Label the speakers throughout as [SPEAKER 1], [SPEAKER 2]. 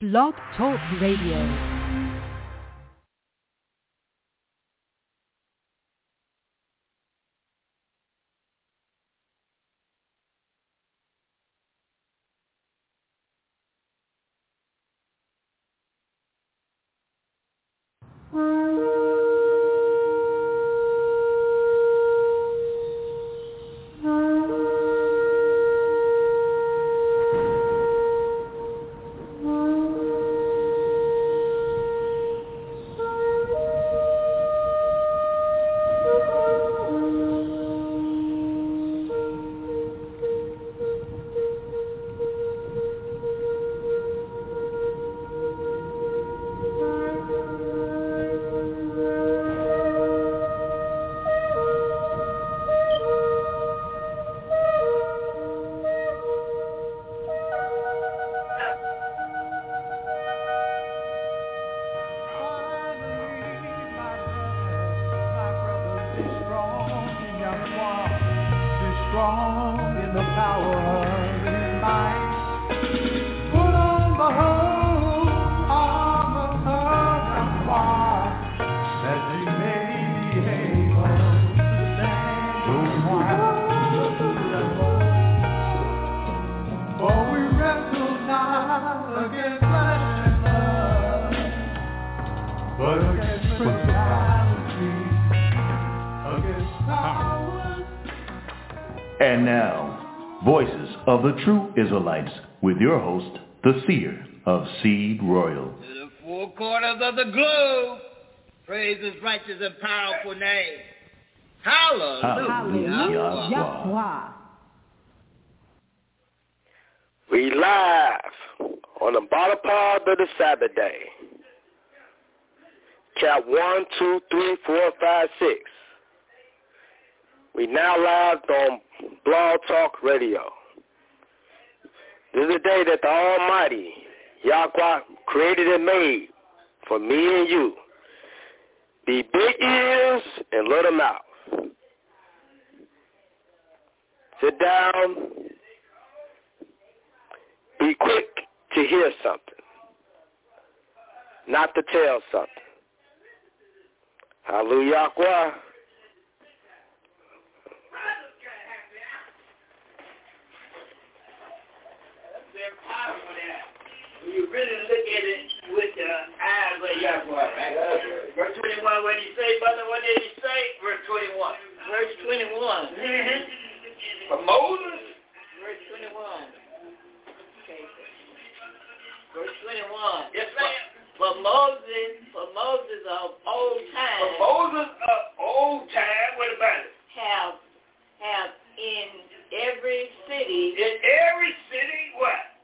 [SPEAKER 1] Blog Talk Radio.
[SPEAKER 2] And now, Voices of the True Israelites with your host, the seer of Seed Royal.
[SPEAKER 3] to the four corners of the globe. Praise his righteous and powerful name. Hallelujah.
[SPEAKER 2] Hallelujah.
[SPEAKER 1] Yahweh.
[SPEAKER 4] We live on the bottom part of the Sabbath day. Count one, two, three, four, five, six. We now live on Blog Talk Radio. This is the day that the Almighty Yahweh created and made for me and you. Be big ears and let them out. Sit down, be quick to hear something, not to tell something. Hallelujah.
[SPEAKER 3] You really look at it with the eyes of Yahweh, right? Verse 21, what did he say, brother? What did he say? Verse Mm-hmm. 21. Verse 21. For Moses? Verse 21. Okay. Verse 21. Yes, ma'am. For Moses, for Moses of old time. For Moses of old time, what about it? Have, have in every city. In every city, what?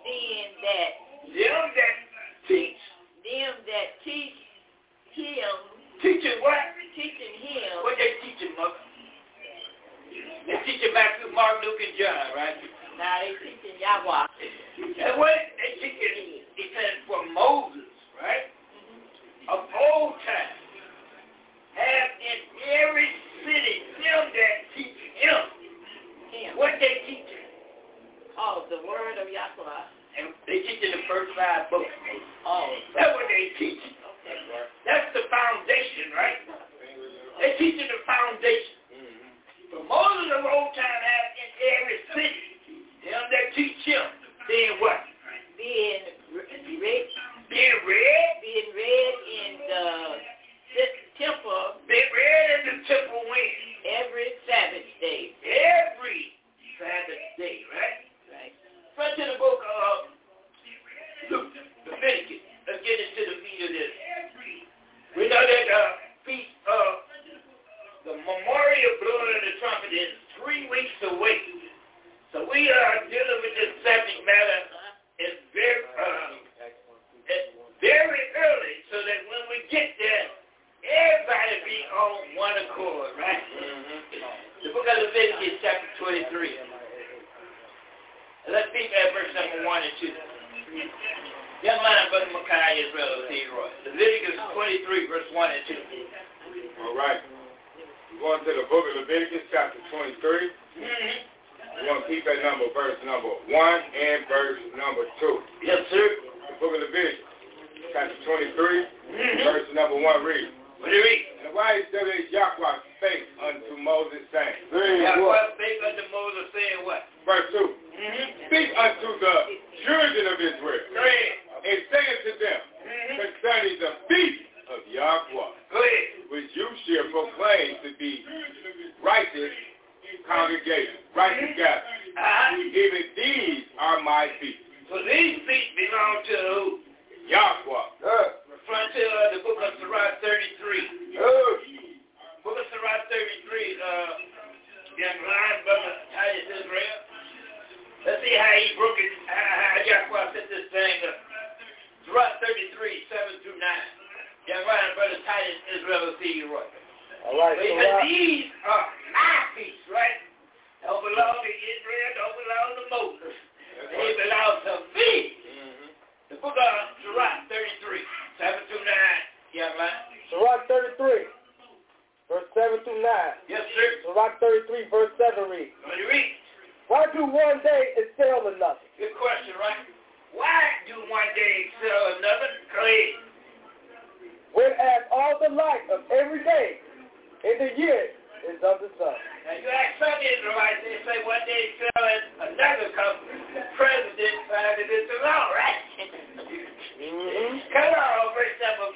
[SPEAKER 3] Them that them that teach them that teach him teaching what teaching him what they teaching mother they teaching Matthew Mark Luke and John right now they teaching Yahweh and what they teaching they said from Moses right of old time have in every city them that teach him, him. what they teaching Oh, the word of Yahweh. And they teaching the first five books. Oh. That's what they teaching. Okay. That's the foundation, right? They teaching the foundation. For Moses of old time had in every city. Them that teach him. Being what? Being read. Being read? Being read in the temple. Being read in the temple when? Every Sabbath day. Every Sabbath day, right? Right. Right to the book um, of Luke, Leviticus. Let's get into the meat of this. We know that the feast of the memorial blowing of the trumpet is three weeks away. So we are dealing with this subject matter it's very, uh, it's very early so that when we get there, everybody be on one accord, right? The book of Leviticus chapter 23. Let's be at verse number 1 and 2. Young man, Brother Micaiah Israel of Theodore. Leviticus 23, verse 1 and 2.
[SPEAKER 5] All right. We're going to the book of Leviticus, chapter 23.
[SPEAKER 3] Mm-hmm.
[SPEAKER 5] We're going to keep at number, verse number 1 and verse number 2.
[SPEAKER 3] Yes, sir.
[SPEAKER 6] of Leviticus, chapter 23, verse number 1 reads.
[SPEAKER 3] Mm-hmm. What do you read?
[SPEAKER 6] And the wise devil Yahweh spake unto Moses, saying,
[SPEAKER 3] Yahweh spake unto Moses saying what?
[SPEAKER 6] Verse 2.
[SPEAKER 3] Mm-hmm.
[SPEAKER 6] Speak unto the children of Israel,
[SPEAKER 3] Go ahead.
[SPEAKER 6] and say unto them,
[SPEAKER 3] Mm-hmm.
[SPEAKER 6] concerning the feast of Yahweh,
[SPEAKER 3] Go ahead.
[SPEAKER 6] which you shall proclaim to be righteous congregation, righteous gathering.
[SPEAKER 3] Uh-huh.
[SPEAKER 6] Even these are my feet.
[SPEAKER 3] So these feet belong to who?
[SPEAKER 6] Yahweh.
[SPEAKER 3] Referring to uh, the book of Sirach 33.
[SPEAKER 6] Mm-hmm.
[SPEAKER 3] Book of Sirach 33, uh, young lion brother, how is Israel? Let's see how he broke it, how, how Yahweh set this thing up. Sirach 33, 7 through 9. Young lion brother, Titus Israel, see you right.
[SPEAKER 7] All right, so
[SPEAKER 3] Because
[SPEAKER 7] now,
[SPEAKER 3] these are my feet, right? Don't belong to Israel, don't belong to Moses. They belong to me. The book of Sirach 33, 7 through 9, young man.
[SPEAKER 7] Sirach 33, verse 7 through 9.
[SPEAKER 3] Yes, sir.
[SPEAKER 7] Sirach 33, verse 7 reads,
[SPEAKER 3] Let me read.
[SPEAKER 7] Why do one day excel another?
[SPEAKER 3] Good question, right? Why do one day excel another? Go ahead.
[SPEAKER 7] Whereas all the light of every day in the year is of the sun.
[SPEAKER 3] Now, you ask some Israelites, they say one day excel and another comes. President signed it into law, right?
[SPEAKER 7] Mm-hmm.
[SPEAKER 3] Cut off verse number,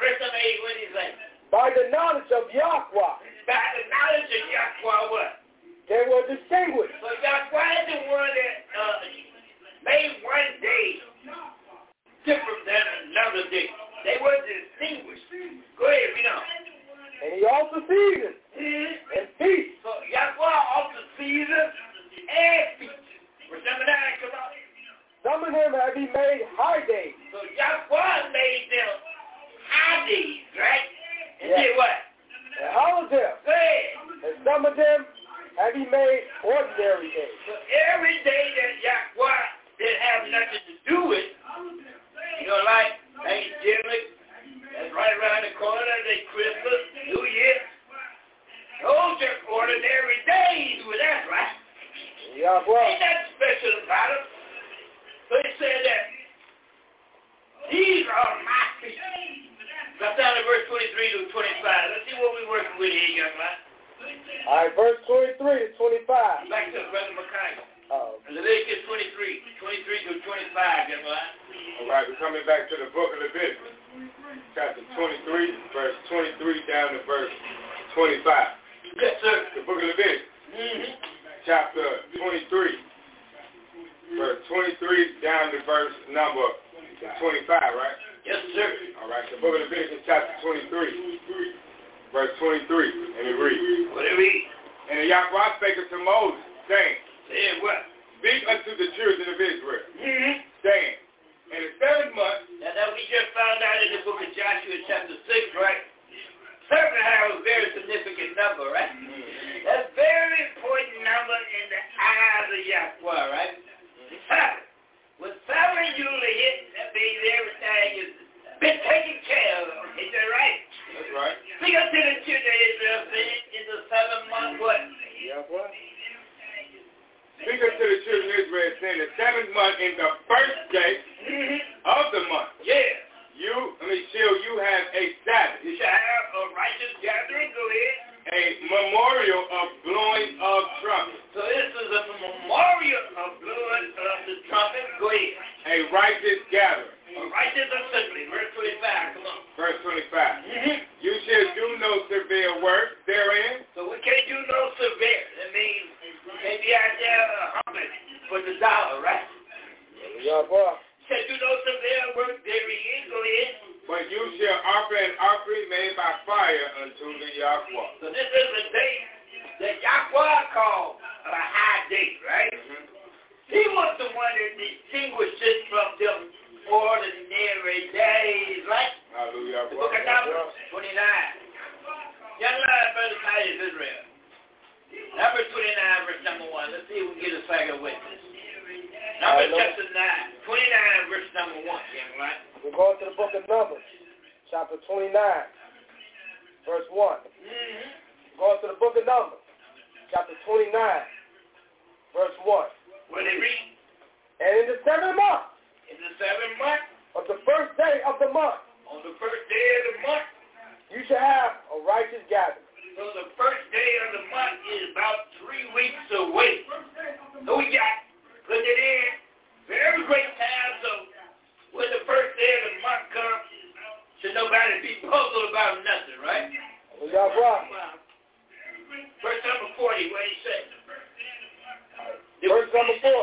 [SPEAKER 3] verse number 8, what do you say?
[SPEAKER 7] By the knowledge of Yahweh,
[SPEAKER 3] By the knowledge of Yahweh, what?
[SPEAKER 7] they were distinguished.
[SPEAKER 3] So Yahweh is the one that uh, made one day different than another day. They were distinguished. Go ahead, read on.
[SPEAKER 7] And he also seasons and feasts.
[SPEAKER 3] Mm-hmm. So Yahweh also sees us and feet. Remember that, come on.
[SPEAKER 7] Some of them have been made high days.
[SPEAKER 3] So Yahweh made them high days, right? And
[SPEAKER 7] Yeah.
[SPEAKER 3] did what?
[SPEAKER 7] and holidays,
[SPEAKER 3] Go ahead.
[SPEAKER 7] and some of them have he made ordinary days.
[SPEAKER 3] So every day that Yahweh didn't have nothing to do with, you know, like Thanksgiving, that's right around the corner, the Christmas, New Year, those are ordinary days with that, right? Ain't
[SPEAKER 7] Yahweh,
[SPEAKER 3] nothing special about them. But it said that these are my people. Drop down to verse 23 to 25. Let's see what we're working with here, young man.
[SPEAKER 7] all right, verse 23 to 25.
[SPEAKER 3] Back to Brother Micaiah.
[SPEAKER 7] Oh,
[SPEAKER 3] Leviticus 23, 23 to 25, young man.
[SPEAKER 6] All right, we're coming back to the book of Leviticus, chapter 23, verse 23 down to verse 25.
[SPEAKER 3] Yes, sir.
[SPEAKER 6] The book of Leviticus,
[SPEAKER 3] Mm-hmm.
[SPEAKER 6] chapter 23, verse 23 down to verse number 25, right?
[SPEAKER 3] Yes, sir.
[SPEAKER 6] All right, the book of Leviticus, chapter 23, verse 23, and it reads,
[SPEAKER 3] What did we
[SPEAKER 6] And the Yahweh spake unto Moses, saying,
[SPEAKER 3] say? What?
[SPEAKER 6] Speak unto the children of Israel,
[SPEAKER 3] Mm-hmm.
[SPEAKER 6] saying, In the seventh month,
[SPEAKER 3] Now that we just found out in the book of Joshua chapter 6, right? Seven has a very significant number, right? That's a very important number in the eyes of Yahweh, right? Seven. When seven usually hit, that means everything is been taken care of. Is that right?
[SPEAKER 6] that's right,
[SPEAKER 3] Speak unto the children of Israel, saying, in the seven month what?
[SPEAKER 7] Yahweh,
[SPEAKER 6] speak unto the children of Israel, saying, The seventh month, in the first day
[SPEAKER 3] Mm-hmm.
[SPEAKER 6] of the month,
[SPEAKER 3] Yeah.
[SPEAKER 6] you, I mean, shall you have a Sabbath,
[SPEAKER 3] You shall have a righteous gathering. Go ahead.
[SPEAKER 6] a memorial of blowing of trumpets.
[SPEAKER 3] So this is a memorial of blowing of the trumpet. Go ahead.
[SPEAKER 6] a righteous gathering.
[SPEAKER 3] A righteous assembly. Verse 25. Come on.
[SPEAKER 6] Verse 25.
[SPEAKER 3] Mm-hmm.
[SPEAKER 6] You shall do no severe work therein,
[SPEAKER 3] So we can't do no severe. That means we can't be out there uh, humping for the dollar, right?
[SPEAKER 7] Yahweh,
[SPEAKER 3] Can't do no severe work therein. Go ahead.
[SPEAKER 6] but you shall offer an offering made by fire unto the Yahweh.
[SPEAKER 3] So this is a day that Yahweh called a high day, right? He was the one that distinguished it from them ordinary days, right?
[SPEAKER 6] Hallelujah.
[SPEAKER 3] The book of Numbers 29. Young lion, brother Titus Israel. Numbers 29, verse number 1. Let's see if we can get a second witness. Numbers
[SPEAKER 7] Hallelujah.
[SPEAKER 3] chapter 9, 29, verse number 1, young lion.
[SPEAKER 7] we're going to the book of Numbers, chapter 29, verse 1.
[SPEAKER 3] Mm-hmm.
[SPEAKER 7] We're going to the book of Numbers, chapter 29, verse 1.
[SPEAKER 3] What they read
[SPEAKER 7] And in the seventh month
[SPEAKER 3] in the seventh month
[SPEAKER 7] of
[SPEAKER 6] of the month,
[SPEAKER 3] On the first day of the month,
[SPEAKER 6] you shall have a righteous gathering.
[SPEAKER 3] so the first day of the month is about three weeks away. So we got put it in very great time. So when the first day of the month comes, should nobody be puzzled about nothing, right?
[SPEAKER 6] Well, y'all right.
[SPEAKER 3] Verse number 40, what he said.
[SPEAKER 6] Verse number four.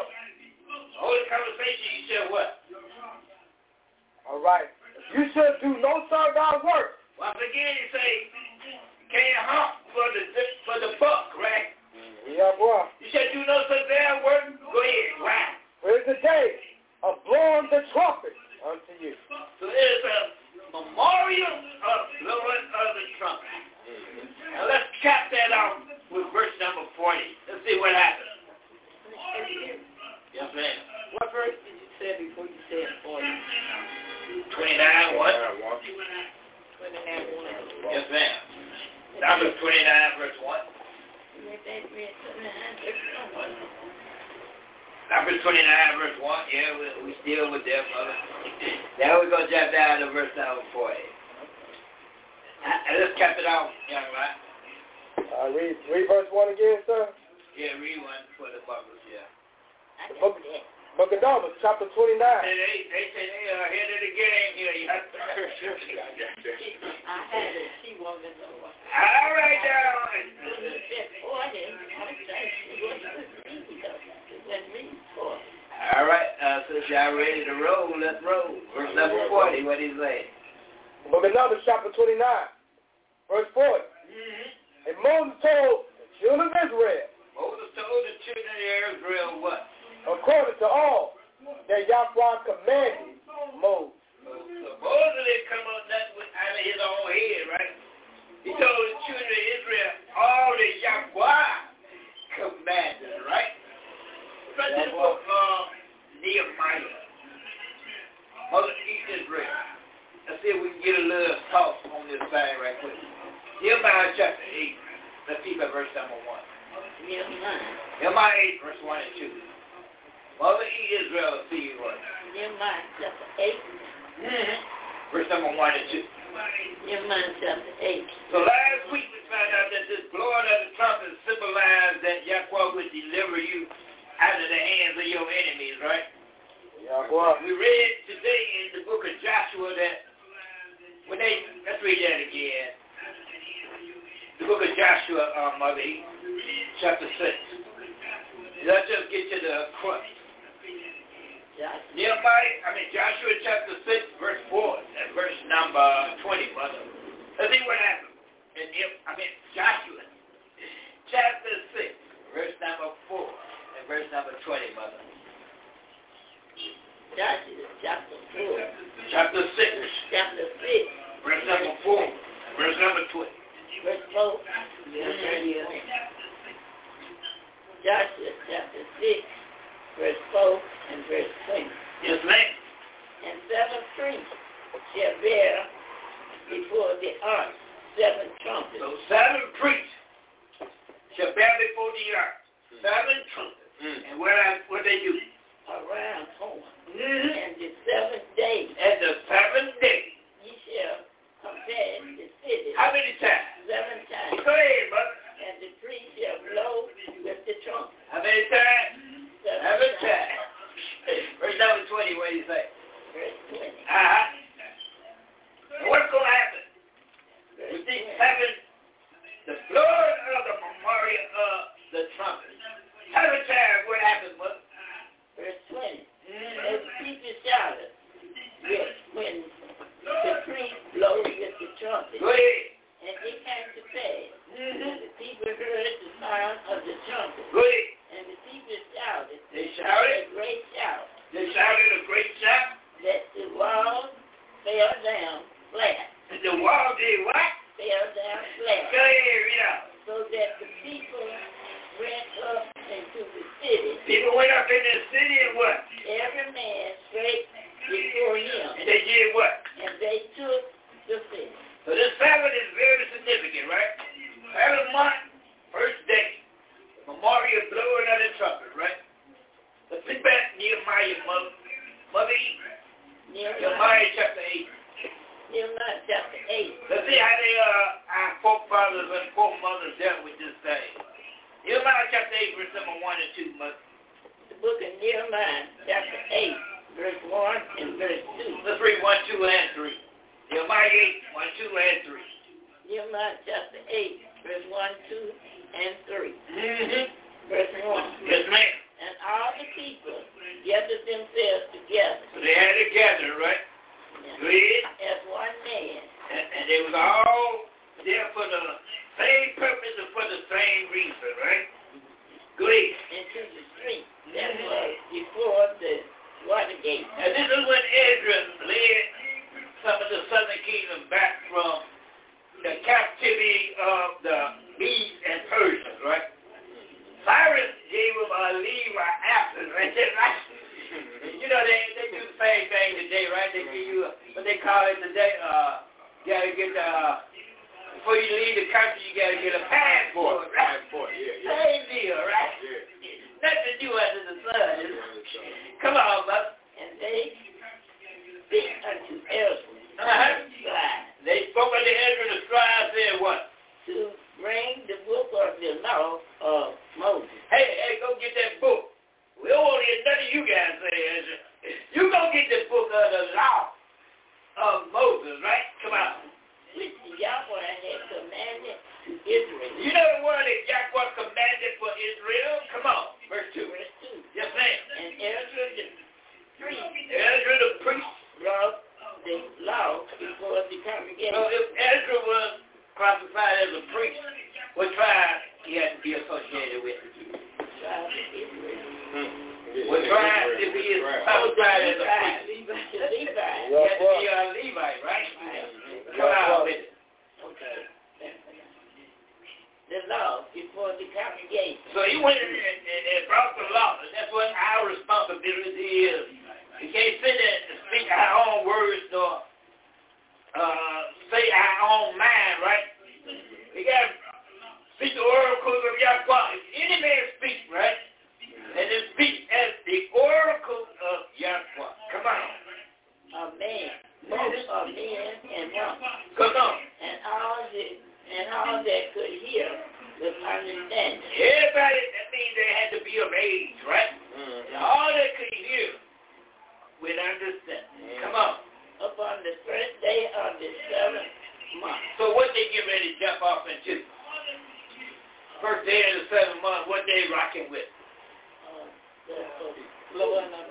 [SPEAKER 3] Holy conversation, you said what?
[SPEAKER 6] All right. You shall do no servile work.
[SPEAKER 3] Once again, he say, can't hunt for the, for the buck, right?
[SPEAKER 6] Yeah, boy.
[SPEAKER 3] You said do no such bad work? Go ahead, why?
[SPEAKER 6] Where's the day of blowing the trumpet unto you?
[SPEAKER 3] So it is a memorial of blowing of the trumpet. Now let's cap that off with verse number 40. Let's see what happens. Yes, ma'am. What verse did you say before you said 40? 29, what? Yes, ma'am. Numbers 29, verse 1. Numbers 29, verse 1. Yeah, we, we still with them, brother. Now we're going to jump down to verse number 40. I, I just kept it off, young man.
[SPEAKER 6] Uh, read, read verse 1 again, sir.
[SPEAKER 3] Yeah, read one for the buckles, yeah.
[SPEAKER 6] The book, book of Numbers, chapter 29.
[SPEAKER 3] They, they, they say they are ahead of the game here. You have to.
[SPEAKER 8] I had it. She wanted to know.
[SPEAKER 3] All right, now.
[SPEAKER 8] When you said forty, I said it wasn't me though. It wasn't me for.
[SPEAKER 3] All right, uh, since y'all ready to roll, let's roll. Verse number 40, what he say?
[SPEAKER 6] Book of Numbers, chapter 29, verse 40.
[SPEAKER 3] Mm-hmm.
[SPEAKER 6] And Moses told the children of Israel,
[SPEAKER 3] Moses told the children of Israel what?
[SPEAKER 6] according to all that Yahweh commanded Moses.
[SPEAKER 3] Moses didn't come up nothing with out of his own head, right? He told the children of Israel all that Yahweh commanded, right? Let's just book uh, Nehemiah. Mother East Israel. Let's see if we can get a little thought on this thing right quick. Nehemiah chapter 8. Let's keep at verse number 1.
[SPEAKER 8] Yeah, mine.
[SPEAKER 3] Nehemiah 8, verse 1 and 2. Mother East Israel, see you what?
[SPEAKER 8] Yeah, mine. Chapter eight.
[SPEAKER 3] Verse number 1 and 2.
[SPEAKER 8] Yeah, mine. Chapter eight.
[SPEAKER 3] So last week we found out that this blowing of the trumpet symbolized that Yahweh would deliver you out of the hands of your enemies, right?
[SPEAKER 6] Yahweh.
[SPEAKER 3] Uh, We read today in the book of Joshua that when they let's read that again. The book of Joshua, um, Mother, E, chapter six. Let's just get to the crux.
[SPEAKER 8] Josh.
[SPEAKER 3] Nehemiah, I mean Joshua chapter 6, verse 4, and verse number 20, brother. Let's see what happened. And Nehem- I mean Joshua chapter 6, verse number 4, and verse number 20, mother.
[SPEAKER 8] Josh is chapter four.
[SPEAKER 3] Chapter 6,
[SPEAKER 8] Chapter six.
[SPEAKER 3] verse number 4, and verse number 20.
[SPEAKER 8] Verse four. Yeah. Joshua chapter six, verse four and verse twenty.
[SPEAKER 3] Yes, ma'am.
[SPEAKER 8] and seven priests shall bear before the ark seven trumpets.
[SPEAKER 3] So seven priests shall bear before the ark. Seven trumpets. And what, I, what they do?
[SPEAKER 8] around horn.
[SPEAKER 3] Mm-hmm.
[SPEAKER 8] And the seventh day
[SPEAKER 3] And the seventh day.
[SPEAKER 8] ye shall compass the city
[SPEAKER 3] How many times?
[SPEAKER 8] seven times,
[SPEAKER 3] Go ahead, brother.
[SPEAKER 8] and the priests shall blow with the trumpet
[SPEAKER 3] How many times?
[SPEAKER 8] seven
[SPEAKER 3] Seven times. Verse number 20, what do you say?
[SPEAKER 8] Verse twenty.
[SPEAKER 3] Uh-huh. And what's going to happen?
[SPEAKER 8] Verse
[SPEAKER 3] With these
[SPEAKER 8] twenty.
[SPEAKER 3] seven, the blood of the memorial of the trumpet. Seven times what happened was, mm,
[SPEAKER 8] Verse twenty. And the people shouted with- when the priests blow with the trumpet.
[SPEAKER 3] go ahead,
[SPEAKER 8] And it came to pass when the people heard the sound of the trumpet.
[SPEAKER 3] go ahead.
[SPEAKER 8] And the people shouted,
[SPEAKER 3] They shouted,
[SPEAKER 8] a great shout,
[SPEAKER 3] they shouted a great shout,
[SPEAKER 8] that the walls fell down flat,
[SPEAKER 3] and the wall did what?
[SPEAKER 8] fell down
[SPEAKER 3] Go
[SPEAKER 8] flat,
[SPEAKER 3] ahead, read out.
[SPEAKER 8] so that the people went up into the city,
[SPEAKER 3] People went up in the city and what?
[SPEAKER 8] every man straight before
[SPEAKER 3] And
[SPEAKER 8] him,
[SPEAKER 3] they did what?
[SPEAKER 8] and they took the city.
[SPEAKER 3] So this Sabbath is very significant, right? Every month, first day, memorial blowing of the trumpet, right? Let's pick back Nehemiah, mother, mother Eve.
[SPEAKER 8] Nehemiah
[SPEAKER 3] Jeremiah chapter 8.
[SPEAKER 8] Jeremiah chapter 8.
[SPEAKER 3] Let's see how they, uh, our forefathers and foremothers dealt with this thing. Jeremiah chapter 8, verse number 1 and 2, mother.
[SPEAKER 8] The book of Nehemiah, chapter 8, verse 1 and verse 2.
[SPEAKER 3] Let's read 1, 2, and 3. Jeremiah 8, 1, 2, and 3.
[SPEAKER 8] Nehemiah chapter 8, verse 1, 2, and 3.
[SPEAKER 3] Mm-hmm.
[SPEAKER 8] Verse 1.
[SPEAKER 3] Yes, ma'am.
[SPEAKER 8] And all the people gathered themselves together
[SPEAKER 3] So they had it gathered, right? Read.
[SPEAKER 8] as one man.
[SPEAKER 3] And, and they was all there for the same purpose and for the same reason, right? Great.
[SPEAKER 8] into the street that was before the Watergate.
[SPEAKER 3] Now this is when Israel led some of the southern kingdom back from the captivity of the Medes and Persians, right? Cyrus gave them a leave or absence, right? They like- you know, they, they do the same thing today, right? They give you a, what they call it today, uh, you gotta get, uh, before you leave the country, you gotta get a passport,
[SPEAKER 6] Passport,
[SPEAKER 3] right?
[SPEAKER 6] passport, yeah, yeah,
[SPEAKER 3] Same deal, right?
[SPEAKER 6] yeah.
[SPEAKER 3] Nothing new under the sun.
[SPEAKER 6] yeah, so,
[SPEAKER 3] Come on, brother.
[SPEAKER 8] And they speak unto Ezra,
[SPEAKER 3] Uh-huh.
[SPEAKER 8] scribe,
[SPEAKER 3] They spoke unto Ezra the scribe said what?
[SPEAKER 8] to bring the book of the law of Moses.
[SPEAKER 3] Hey, hey, go get that book. We don't want to hear none of you guys say Ezra. You go get the book of the law of Moses, right? Come on.
[SPEAKER 8] Which Yahweh had commanded to Israel.
[SPEAKER 3] You know the word that Yahweh commanded for Israel? Come on. Verse 2.
[SPEAKER 8] Verse 2.
[SPEAKER 3] Yes, ma'am.
[SPEAKER 8] And Ezra the priest
[SPEAKER 3] Ezra the priest.
[SPEAKER 8] brought the law before the congregation.
[SPEAKER 3] So if Ezra was classified as a priest, what tribe he had to be associated with?
[SPEAKER 8] tribe of Israel.
[SPEAKER 6] yeah,
[SPEAKER 3] What
[SPEAKER 6] yeah,
[SPEAKER 3] tribe
[SPEAKER 6] yeah,
[SPEAKER 3] if he is
[SPEAKER 6] right.
[SPEAKER 3] classified as a priest?
[SPEAKER 8] Levi, Levi, Levi.
[SPEAKER 3] He had to be a Levite, right? Come on with it.
[SPEAKER 8] Okay. The law before the congregation.
[SPEAKER 3] So he went in and, and, and brought the law. And that's what our responsibility is. We can't sit there and speak our own words nor uh, say our own mind, right? We got to speak the oracles of Yahweh. If any man speak, right? And then speak as the oracle of Yahweh. Come on.
[SPEAKER 8] A man, both a man and woman,
[SPEAKER 3] Come on.
[SPEAKER 8] and all the and all that could hear with understanding.
[SPEAKER 3] Everybody, that means they had to be of age, right?
[SPEAKER 6] Mm-hmm.
[SPEAKER 3] And all they could hear with understanding. Come on.
[SPEAKER 8] Upon the first day of the seventh month,
[SPEAKER 3] So what they get ready to jump off into? First day of the seventh month, what they rocking with?
[SPEAKER 8] uh, the the Lord of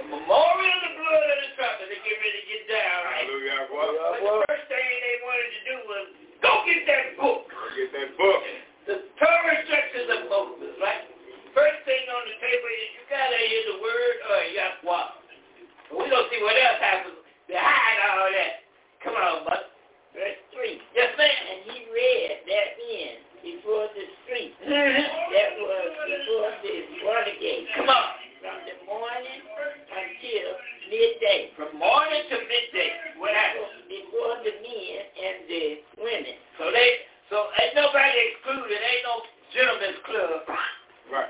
[SPEAKER 3] The memorial of the blood of the trumpet. They get ready to get down, right?
[SPEAKER 6] Hallelujah, boy.
[SPEAKER 3] But the first thing they wanted to do was go get that book,
[SPEAKER 6] Get that book.
[SPEAKER 3] the Torah instructions of Moses, right? First thing on the table is you gotta hear the word of Yahweh. But we don't see what else happens behind all that. Come on, bud.
[SPEAKER 8] verse three.
[SPEAKER 3] Yes, ma'am.
[SPEAKER 8] And he read that in before the street
[SPEAKER 3] Mhm.
[SPEAKER 8] that was before the water gate
[SPEAKER 3] Come on.
[SPEAKER 8] from the morning until midday.
[SPEAKER 3] From morning to midday, what happens?
[SPEAKER 8] Before the men and the women.
[SPEAKER 3] So they, so ain't nobody excluded. Ain't no gentleman's club.
[SPEAKER 6] Right.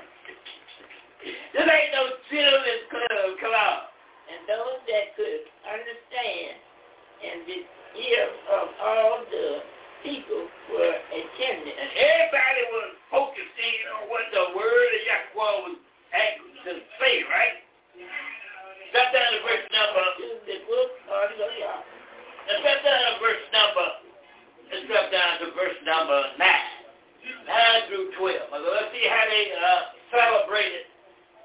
[SPEAKER 3] This ain't no gentleman's club. Come on.
[SPEAKER 8] And those that could understand and the ears of all the people were attending.
[SPEAKER 3] And everybody was focused in on what the word of Yahweh was acting to say, right? Shut down to verse number.
[SPEAKER 8] To the book of the law.
[SPEAKER 3] And shut down to verse number. Let's drop down to verse number nine, nine through twelve. So let's see how they uh, celebrated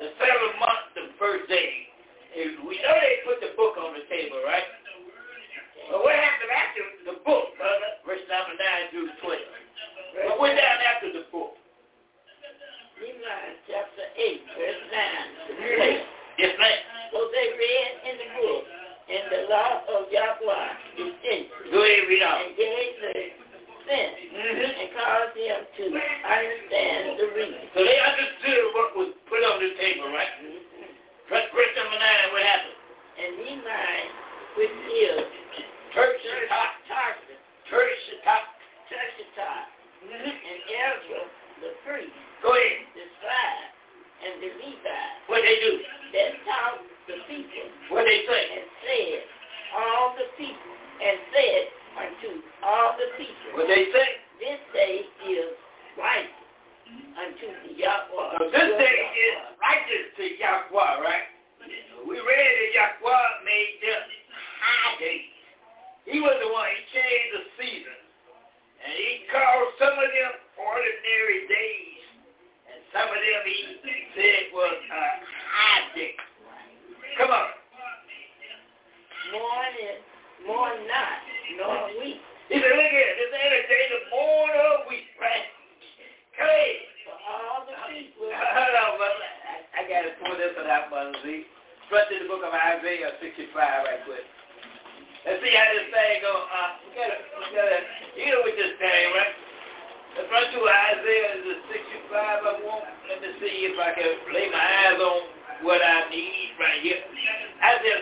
[SPEAKER 3] the seventh month, the first day. And We know they put the book on the table, right? But what happened after the book, brother? Verse number 9 through 12. What went down after the book?
[SPEAKER 8] Levi chapter 8, verse 9.
[SPEAKER 3] Yes, ma'am.
[SPEAKER 8] So they read in the book, in the law of Yahweh, the state,
[SPEAKER 3] Go ahead, read on.
[SPEAKER 8] and gave the sense
[SPEAKER 3] Mhm.
[SPEAKER 8] and caused them to understand the reason.
[SPEAKER 3] So they understood what was put on the table, right?
[SPEAKER 8] Mm-hmm.
[SPEAKER 3] Verse, verse number 9, what happened?
[SPEAKER 8] and Levi, which is
[SPEAKER 3] Church and top,
[SPEAKER 8] Tarsus,
[SPEAKER 3] church and top.
[SPEAKER 8] Tertiary, and Ezra the priest,
[SPEAKER 3] Go ahead.
[SPEAKER 8] the scribe, and the Levi
[SPEAKER 3] What they do?
[SPEAKER 8] that taught the people
[SPEAKER 3] What they say?
[SPEAKER 8] and said,
[SPEAKER 3] they say?
[SPEAKER 8] This day is right unto the Yahweh.
[SPEAKER 3] So this day is righteous to Yahweh, right? We read that Yahweh made the high day. He was the one, he changed the season. And he called some of them ordinary days. And some of them he said was a high day. Come on.
[SPEAKER 8] Mourn and mourn not, nor weep.
[SPEAKER 3] He said, look here, this ain't a day to mourn or weep, right? Hey,
[SPEAKER 8] For all the people.
[SPEAKER 3] Hold on, brother. I, I got to pull this one out, Brother Z. Trust in the book of Isaiah 65 right quick. Let's see how this thing go. Uh, we gotta, we gotta deal with this thing, right? Let's run through Isaiah is it 65. I want. Let me see if I can lay my eyes on what I need right here. Isaiah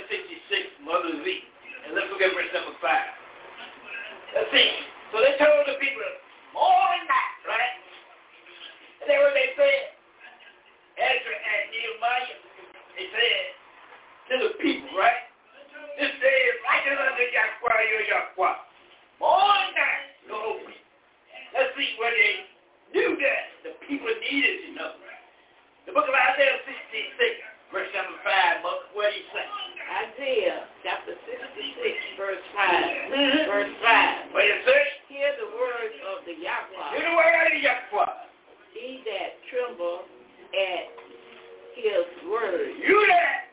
[SPEAKER 3] 66, Mother Z. And let's look at verse number 5. Let's see. So they told the people, mourn not, right? And then what they said, Ezra and Nehemiah, they said to the people, right? This day is righteous unto Yahweh, your Yahweh. Mourn not, nor weep. Let's see what they knew that the people needed to know. The book of Isaiah 66, verse number 5, Mother, what he say?
[SPEAKER 8] Isaiah chapter 66, verse 5. Verse 5.
[SPEAKER 3] What it say?
[SPEAKER 8] Hear the words of the
[SPEAKER 3] Hear
[SPEAKER 8] Yahweh.
[SPEAKER 3] the word of Yahweh.
[SPEAKER 8] He that tremble at his word.
[SPEAKER 3] You that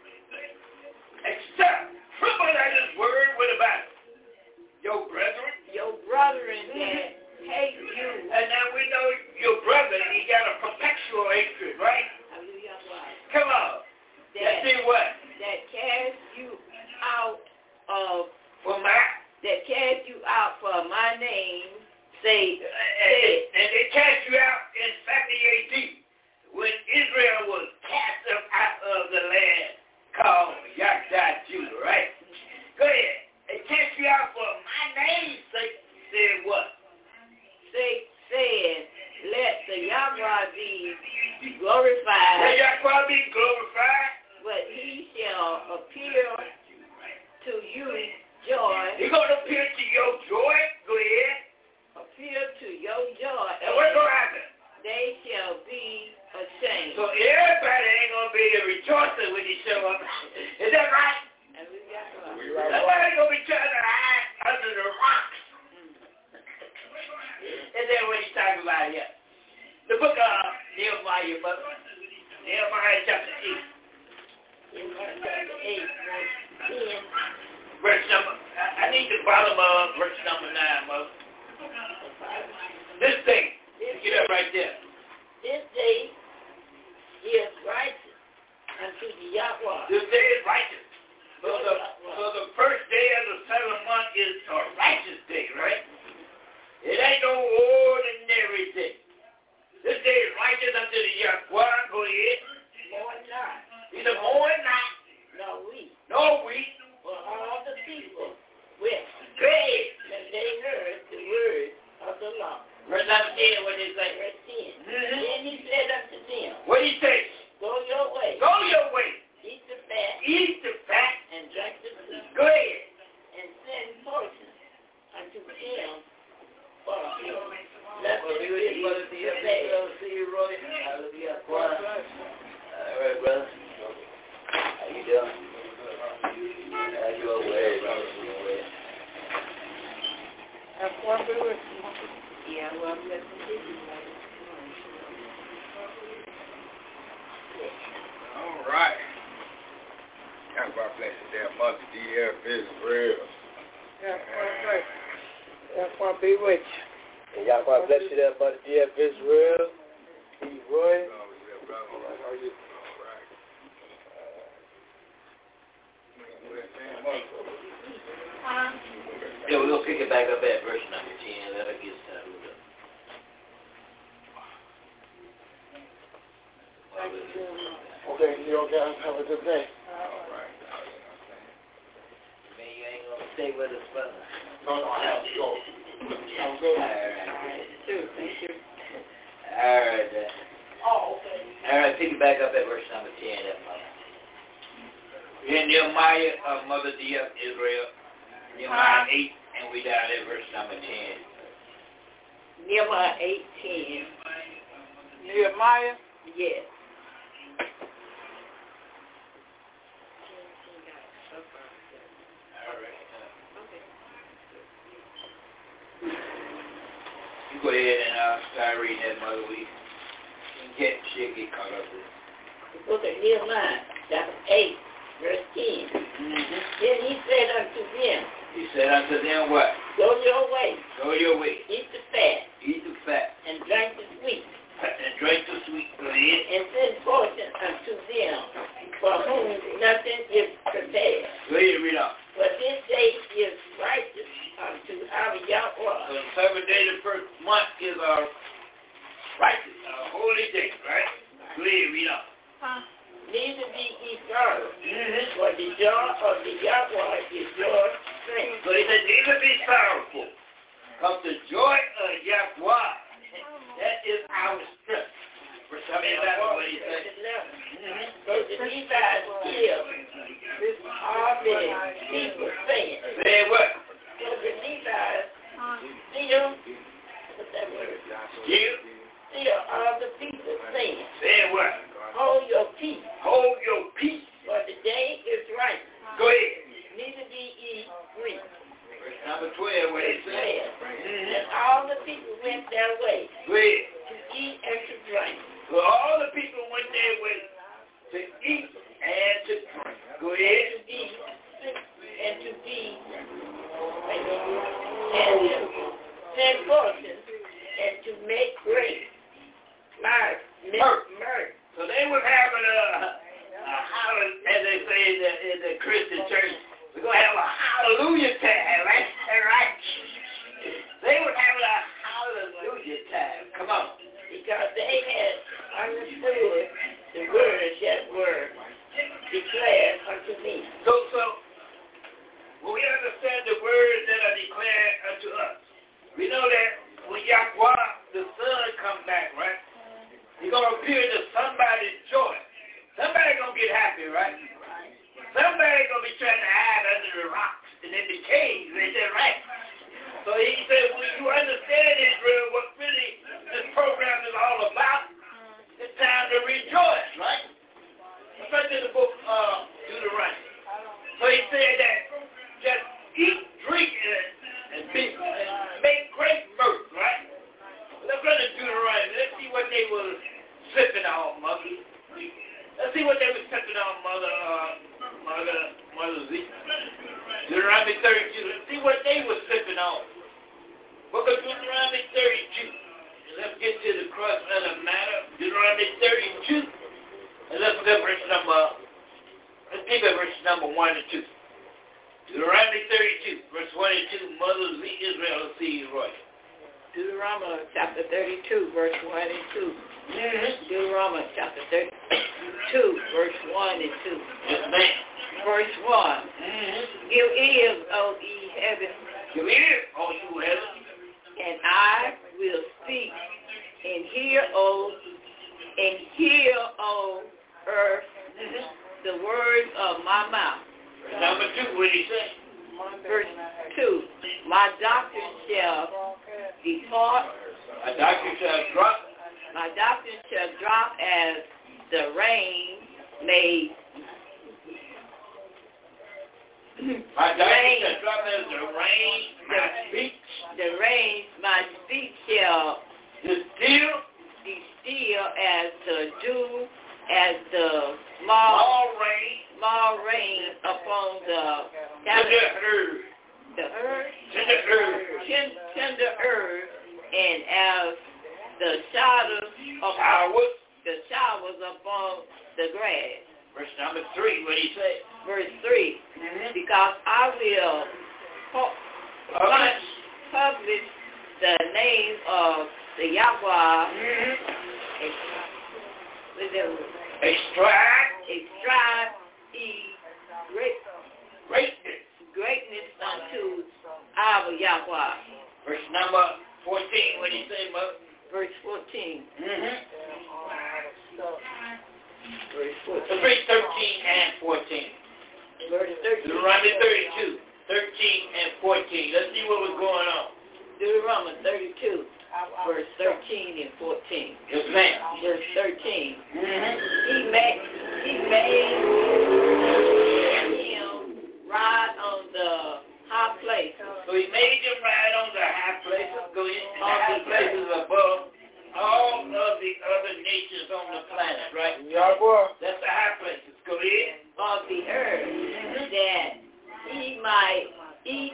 [SPEAKER 3] accept, tremble at his word, what about it? Your brethren?
[SPEAKER 8] Your brethren that hate you.
[SPEAKER 3] And now we know your brother, he got a perpetual hatred, right?
[SPEAKER 8] Hallelujah. Lord.
[SPEAKER 3] Come on. Let's
[SPEAKER 8] That,
[SPEAKER 3] see what?
[SPEAKER 8] that cast you out of,
[SPEAKER 3] For my,
[SPEAKER 8] that cast you out for my name, say,
[SPEAKER 3] and, and, and they cast you out in 70 AD when Israel was cast up out of the land called Yaksha Judah, right? Go ahead. They cast you out for my name's sake. Said what?
[SPEAKER 8] six said, Let the Yahweh be
[SPEAKER 3] Will
[SPEAKER 8] glorified,
[SPEAKER 3] Yahweh be glorified?
[SPEAKER 8] but he shall appear to you joy,
[SPEAKER 3] He gonna appear to your joy. Go ahead.
[SPEAKER 8] appear to your joy,
[SPEAKER 3] And what's gonna happen?
[SPEAKER 8] they shall be ashamed.
[SPEAKER 3] So everybody ain't gonna be the rejoicing when you show up. Is that right?
[SPEAKER 8] And we got
[SPEAKER 6] We right.
[SPEAKER 3] Nobody gonna be trying to hide under the rocks.
[SPEAKER 8] Mm.
[SPEAKER 3] Is that what he's talking about here? The book of Nehemiah, but Nehemiah chapter
[SPEAKER 8] in verse number eight, verse ten,
[SPEAKER 3] 8, verse number, I, I need the bottom of verse number 9, mother. This thing,
[SPEAKER 8] this
[SPEAKER 3] get up right there.
[SPEAKER 8] this day is righteous unto the Yahweh.
[SPEAKER 3] This day is righteous. So the, so the first day of the seventh month is a righteous day, right? It ain't no ordinary day. This day is righteous unto the Yahweh. Go ahead.
[SPEAKER 8] Mourn not,
[SPEAKER 3] He's a morning night.
[SPEAKER 8] nor weep,
[SPEAKER 3] No week.
[SPEAKER 8] for all the people which
[SPEAKER 3] Great.
[SPEAKER 8] when they heard the word of the law.
[SPEAKER 3] Verse 19, what they say?
[SPEAKER 8] Verse 10.
[SPEAKER 3] Mhm.
[SPEAKER 8] Then he said unto them,
[SPEAKER 3] What he say?
[SPEAKER 8] Go your way,
[SPEAKER 3] Go your way.
[SPEAKER 8] eat the fat,
[SPEAKER 3] Eat the fat.
[SPEAKER 8] and drink the sweet,
[SPEAKER 3] Go ahead.
[SPEAKER 8] and send portions unto them for
[SPEAKER 3] Well,
[SPEAKER 8] nothing
[SPEAKER 3] we would
[SPEAKER 8] is
[SPEAKER 3] love to hear from you,
[SPEAKER 8] bad.
[SPEAKER 3] Brother C. Roy. Hallelujah. All right, brother. How you doing? How you away, brother? You away?
[SPEAKER 8] Yeah, well, I'm listening to you, brother.
[SPEAKER 6] All right. That's why I bless you there, Mother DF Israel.
[SPEAKER 7] And y'all gonna bless you there, Brother DF Israel, D. Roy.
[SPEAKER 3] Yeah, we're gonna pick it back up at verse number ten. That'll get settled up.
[SPEAKER 2] Okay, you all guys have a good day.
[SPEAKER 3] Man, you ain't gonna stay with us, brother.
[SPEAKER 2] No, no, I have to go. I'm
[SPEAKER 3] All
[SPEAKER 2] good.
[SPEAKER 3] right. All right. then. Oh, All right, pick it back up at verse number ten, that mother. In Nehemiah, uh, Mother D of Israel, Nehemiah eight, and we down at verse number ten.
[SPEAKER 8] Nehemiah eight ten.
[SPEAKER 3] Nehemiah,
[SPEAKER 8] Yes.
[SPEAKER 3] you go ahead and uh, start reading that mother week. And get, she'll get caught up with it.
[SPEAKER 8] The book of Nehemiah, chapter eight, verse ten.
[SPEAKER 3] Mm-hmm.
[SPEAKER 8] Then he said unto them,
[SPEAKER 3] He said unto them what?
[SPEAKER 8] Go your way,
[SPEAKER 3] Go your way,
[SPEAKER 8] eat the fat,
[SPEAKER 3] eat the fat,
[SPEAKER 8] and drink the sweet,
[SPEAKER 3] and drink the sweet. Go ahead.
[SPEAKER 8] and send portion unto them, for whom nothing is prepared.
[SPEAKER 3] Go ahead, read on.
[SPEAKER 8] For this day is righteous unto our
[SPEAKER 3] So
[SPEAKER 8] Yahweh.
[SPEAKER 3] the seventh day of Uh, the first month is a righteous, a holy day, right? Go ahead, read on.
[SPEAKER 8] Neither be ye sorrow,
[SPEAKER 3] Mm-hmm.
[SPEAKER 8] for the joy of the Yahweh is your strength.
[SPEAKER 3] So he said, neither be sorrowful. Because the joy of Yahweh, that is our strength. For some of that, what he said. Mhm.
[SPEAKER 8] So the Levites give all the people saying,
[SPEAKER 3] Say what?
[SPEAKER 8] so the Levites still, what's that word?
[SPEAKER 3] Give.
[SPEAKER 8] Still all the people saying,
[SPEAKER 3] Say what?
[SPEAKER 8] hold your peace,
[SPEAKER 3] Hold your peace.
[SPEAKER 8] for the day is right,
[SPEAKER 3] Go ahead.
[SPEAKER 8] neither be ye grieved.
[SPEAKER 3] Verse number 12, what he said. Mm-hmm.
[SPEAKER 8] And all the people went their way
[SPEAKER 3] Go ahead.
[SPEAKER 8] to eat and to drink.
[SPEAKER 3] So all the people went their way to eat and to drink. Go ahead.
[SPEAKER 8] to be sick and to be and to send fortune and to make great life
[SPEAKER 3] Merc.
[SPEAKER 8] mercy.
[SPEAKER 3] So they was having a, a hallelujah, as they say in the, in the Christian church, we're going to have a hallelujah time, right? right? They was having a hallelujah time. Come on.
[SPEAKER 8] Because they had understood the words that were declared unto me.
[SPEAKER 3] So, so, when we understand the words that are declared unto us, we know that when Yahweh, the Son, comes back, right? He's going to appear to somebody's joy. Somebody's going to get happy, right? Somebody's going to be trying to hide under the rocks and in the caves. Is that right? So he said, when you understand, Israel, what really this program is all about, it's time to rejoice, right? Let's in the book uh, Deuteronomy. So he said that just eat, drink, and, and, be, and make great mirth, right? Let's go to Deuteronomy. Let's see what they were sipping on, mother. Let's see what they were sipping on, mother, uh, mother, mother Z. Deuteronomy 32. Let's see what they were sipping on. Book of Deuteronomy 32. And let's get to the crux of the matter. Deuteronomy 32. And let's look at verse number, let's pick up verse number 1 and 2. Deuteronomy 32, verse 1 and 2, Mother of the Israel of Seed Roy.
[SPEAKER 8] Deuteronomy chapter 32, verse 1 and 2.
[SPEAKER 3] Mm-hmm.
[SPEAKER 8] Deuteronomy chapter 32, verse 1 and 2.
[SPEAKER 3] Yes, ma'am.
[SPEAKER 8] Verse 1.
[SPEAKER 3] Mm-hmm.
[SPEAKER 8] Give ears, O ye heaven,
[SPEAKER 3] Come here, all you heaven.
[SPEAKER 8] and I will speak, and hear, O, and hear, O earth, the words of my mouth.
[SPEAKER 3] Verse number 2, what did he say?
[SPEAKER 8] Verse 2. My doctrine shall depart,
[SPEAKER 3] A doctor shall drop
[SPEAKER 8] my doctrine shall drop as the rain may,
[SPEAKER 3] My doctor
[SPEAKER 8] Rain.
[SPEAKER 3] shall drop as the rain, my speech,
[SPEAKER 8] the rain, my speech shall
[SPEAKER 3] the dew,
[SPEAKER 8] be still as the dew, as the small
[SPEAKER 3] all rain,
[SPEAKER 8] small rain upon the
[SPEAKER 3] tender herb,
[SPEAKER 8] the earth,
[SPEAKER 3] tender herb,
[SPEAKER 8] ten, tender earth, and as the shadows upon
[SPEAKER 3] showers.
[SPEAKER 8] the showers upon the grass.
[SPEAKER 3] Verse number 3, what did he say?
[SPEAKER 8] Verse three,
[SPEAKER 3] Mm-hmm.
[SPEAKER 8] because I will pu-
[SPEAKER 3] Lunch.
[SPEAKER 8] publish the name of the Yahweh,
[SPEAKER 3] Mm-hmm.
[SPEAKER 8] with the
[SPEAKER 3] Extract
[SPEAKER 8] strive ye great,
[SPEAKER 3] greatness.
[SPEAKER 8] greatness unto our Yahweh.
[SPEAKER 3] Verse number 14, what do you say, Mother?
[SPEAKER 8] Verse fourteen.
[SPEAKER 3] Mm-hmm.
[SPEAKER 8] Verse fourteen.
[SPEAKER 3] 3, 13 and 14.
[SPEAKER 8] Verse 13.
[SPEAKER 3] Deuteronomy 32, 13 and 14. Let's see what was going on.
[SPEAKER 8] Deuteronomy 32. verse 13 and 14.
[SPEAKER 3] Yes, ma'am.
[SPEAKER 8] Verse 13.
[SPEAKER 3] Mm-hmm.
[SPEAKER 8] He made, he made him ride on the high place.
[SPEAKER 3] So he made them ride on the high places, go in the high places above all of the other nations on the planet, right?
[SPEAKER 2] Yeah, boy.
[SPEAKER 3] That's the high places. Go in.
[SPEAKER 8] of the earth that he might eat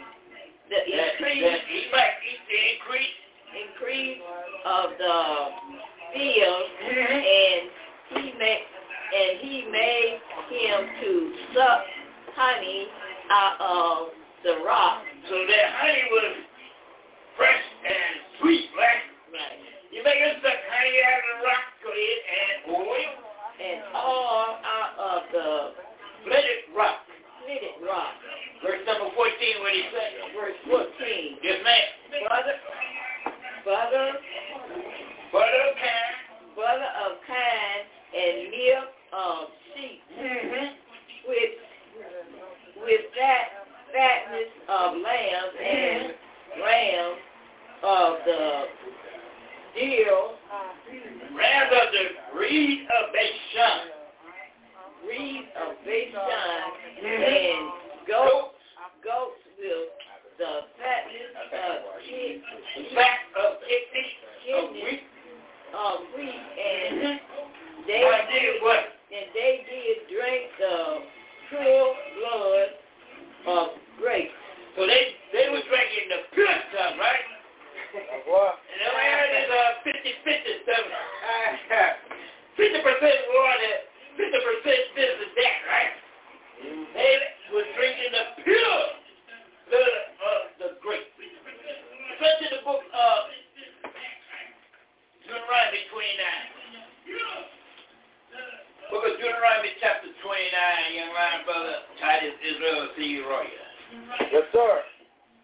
[SPEAKER 8] the
[SPEAKER 3] That,
[SPEAKER 8] increase,
[SPEAKER 3] that he might eat the increase.
[SPEAKER 8] increase of the field and he made and he made him to suck honey out of the rock.
[SPEAKER 3] So that honey was fresh and sweet, right? You make us suck honey out of the rock, go in and oil,
[SPEAKER 8] And all out of the
[SPEAKER 3] blended rock.
[SPEAKER 8] splitted rock.
[SPEAKER 3] Verse number 14, what he said.
[SPEAKER 8] Verse fourteen.
[SPEAKER 3] Yes, ma'am.
[SPEAKER 8] Brother brother
[SPEAKER 3] Butter kind.
[SPEAKER 8] brother of kind and milk of sheep
[SPEAKER 3] Mm-hmm.
[SPEAKER 8] with with that fatness of lambs and
[SPEAKER 3] Mm-hmm.
[SPEAKER 8] rams of the deal
[SPEAKER 3] Round of the reed of Bashan.
[SPEAKER 8] reeds of Bashan
[SPEAKER 3] Mm-hmm.
[SPEAKER 8] and goats goats with the fatness of kid,
[SPEAKER 3] Sack of kidney of
[SPEAKER 8] kidneys
[SPEAKER 3] wheat.
[SPEAKER 8] of wheat and they
[SPEAKER 3] What did what?
[SPEAKER 8] and they did drink the pure blood of grapes.
[SPEAKER 3] So they they was drinking the good stuff, right?
[SPEAKER 2] Yeah, boy.
[SPEAKER 3] And they were having this uh, 50 50 stuff. Fifty percent water, fifty percent this and that, right? They was drinking the pure blood of the grape. Especially the book of Deuteronomy 29. Book of Deuteronomy chapter 29, young line brother Titus Israel C. Royer.
[SPEAKER 2] Yes, sir.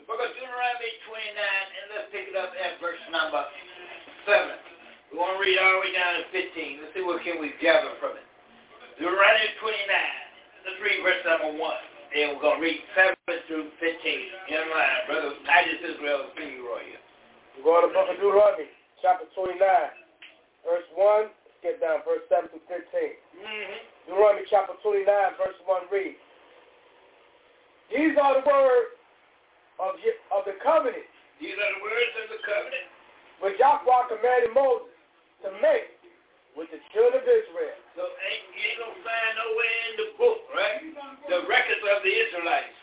[SPEAKER 3] The book of Deuteronomy 29, and let's pick it up at verse number 7. We want to read all the way down to 15. Let's see what can we gather from it. Deuteronomy 29. Let's read verse number 1. Then we're going to read 7 through 15. In line, brother Titus Israel, see you, Roy.
[SPEAKER 2] We go to the book of Deuteronomy, chapter 29, verse 1, skip down, verse 7 to 15.
[SPEAKER 3] Mm-hmm.
[SPEAKER 2] Deuteronomy chapter 29, verse 1 reads, These are the words of, Ye- of the covenant
[SPEAKER 3] These are the words of the covenant
[SPEAKER 2] which Yahweh commanded Moses to make with the children of Israel.
[SPEAKER 3] So ain't, you ain't gonna find nowhere in the book, right? The records of the Israelites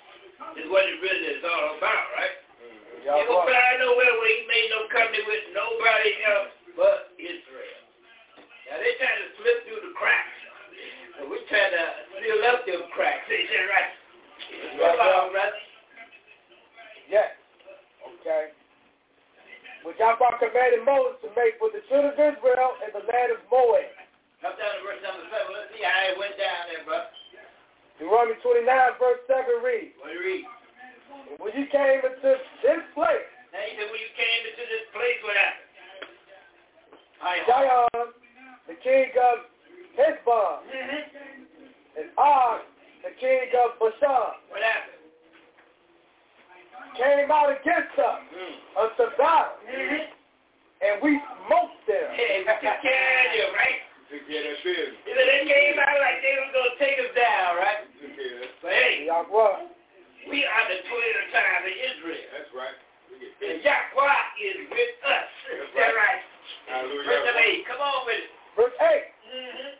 [SPEAKER 3] is what it really is all about, right?
[SPEAKER 2] Mm-hmm.
[SPEAKER 3] You ain't gonna
[SPEAKER 2] Yahweh.
[SPEAKER 3] find nowhere where he made no covenant with nobody else but Israel. Now they trying to slip through the cracks. But we trying to seal up them cracks. Is that right? Come on, brother.
[SPEAKER 2] Yes. Okay. Which Yahweh commanded Moses to make with the children of Israel in the land of Moab.
[SPEAKER 3] Come down to verse number seven. Let's see how it went down there, brother.
[SPEAKER 2] Deuteronomy 29, verse 7 reads,
[SPEAKER 3] What do you read?
[SPEAKER 2] When you came into this place,
[SPEAKER 3] Now he said, when you came into this place, what happened? I
[SPEAKER 2] Jael, the king of Hezbon, and Og, the king of Bashan,
[SPEAKER 3] What happened?
[SPEAKER 2] came out against us
[SPEAKER 3] Mm.
[SPEAKER 2] unto battle, and we smote them.
[SPEAKER 3] Hey, we took care of you, right?
[SPEAKER 6] Took care of that business.
[SPEAKER 3] You know, they came out like they was gonna take us down, right?
[SPEAKER 6] Took care of that.
[SPEAKER 3] But hey,
[SPEAKER 2] Yahweh,
[SPEAKER 3] we are the Twitter time of Israel.
[SPEAKER 6] That's right. We get
[SPEAKER 3] And
[SPEAKER 6] paid.
[SPEAKER 3] Yahweh is with us. Is that right? Verse number
[SPEAKER 6] Hallelujah.
[SPEAKER 3] eight, come on with it.
[SPEAKER 2] verse 8,
[SPEAKER 3] Mm-hmm.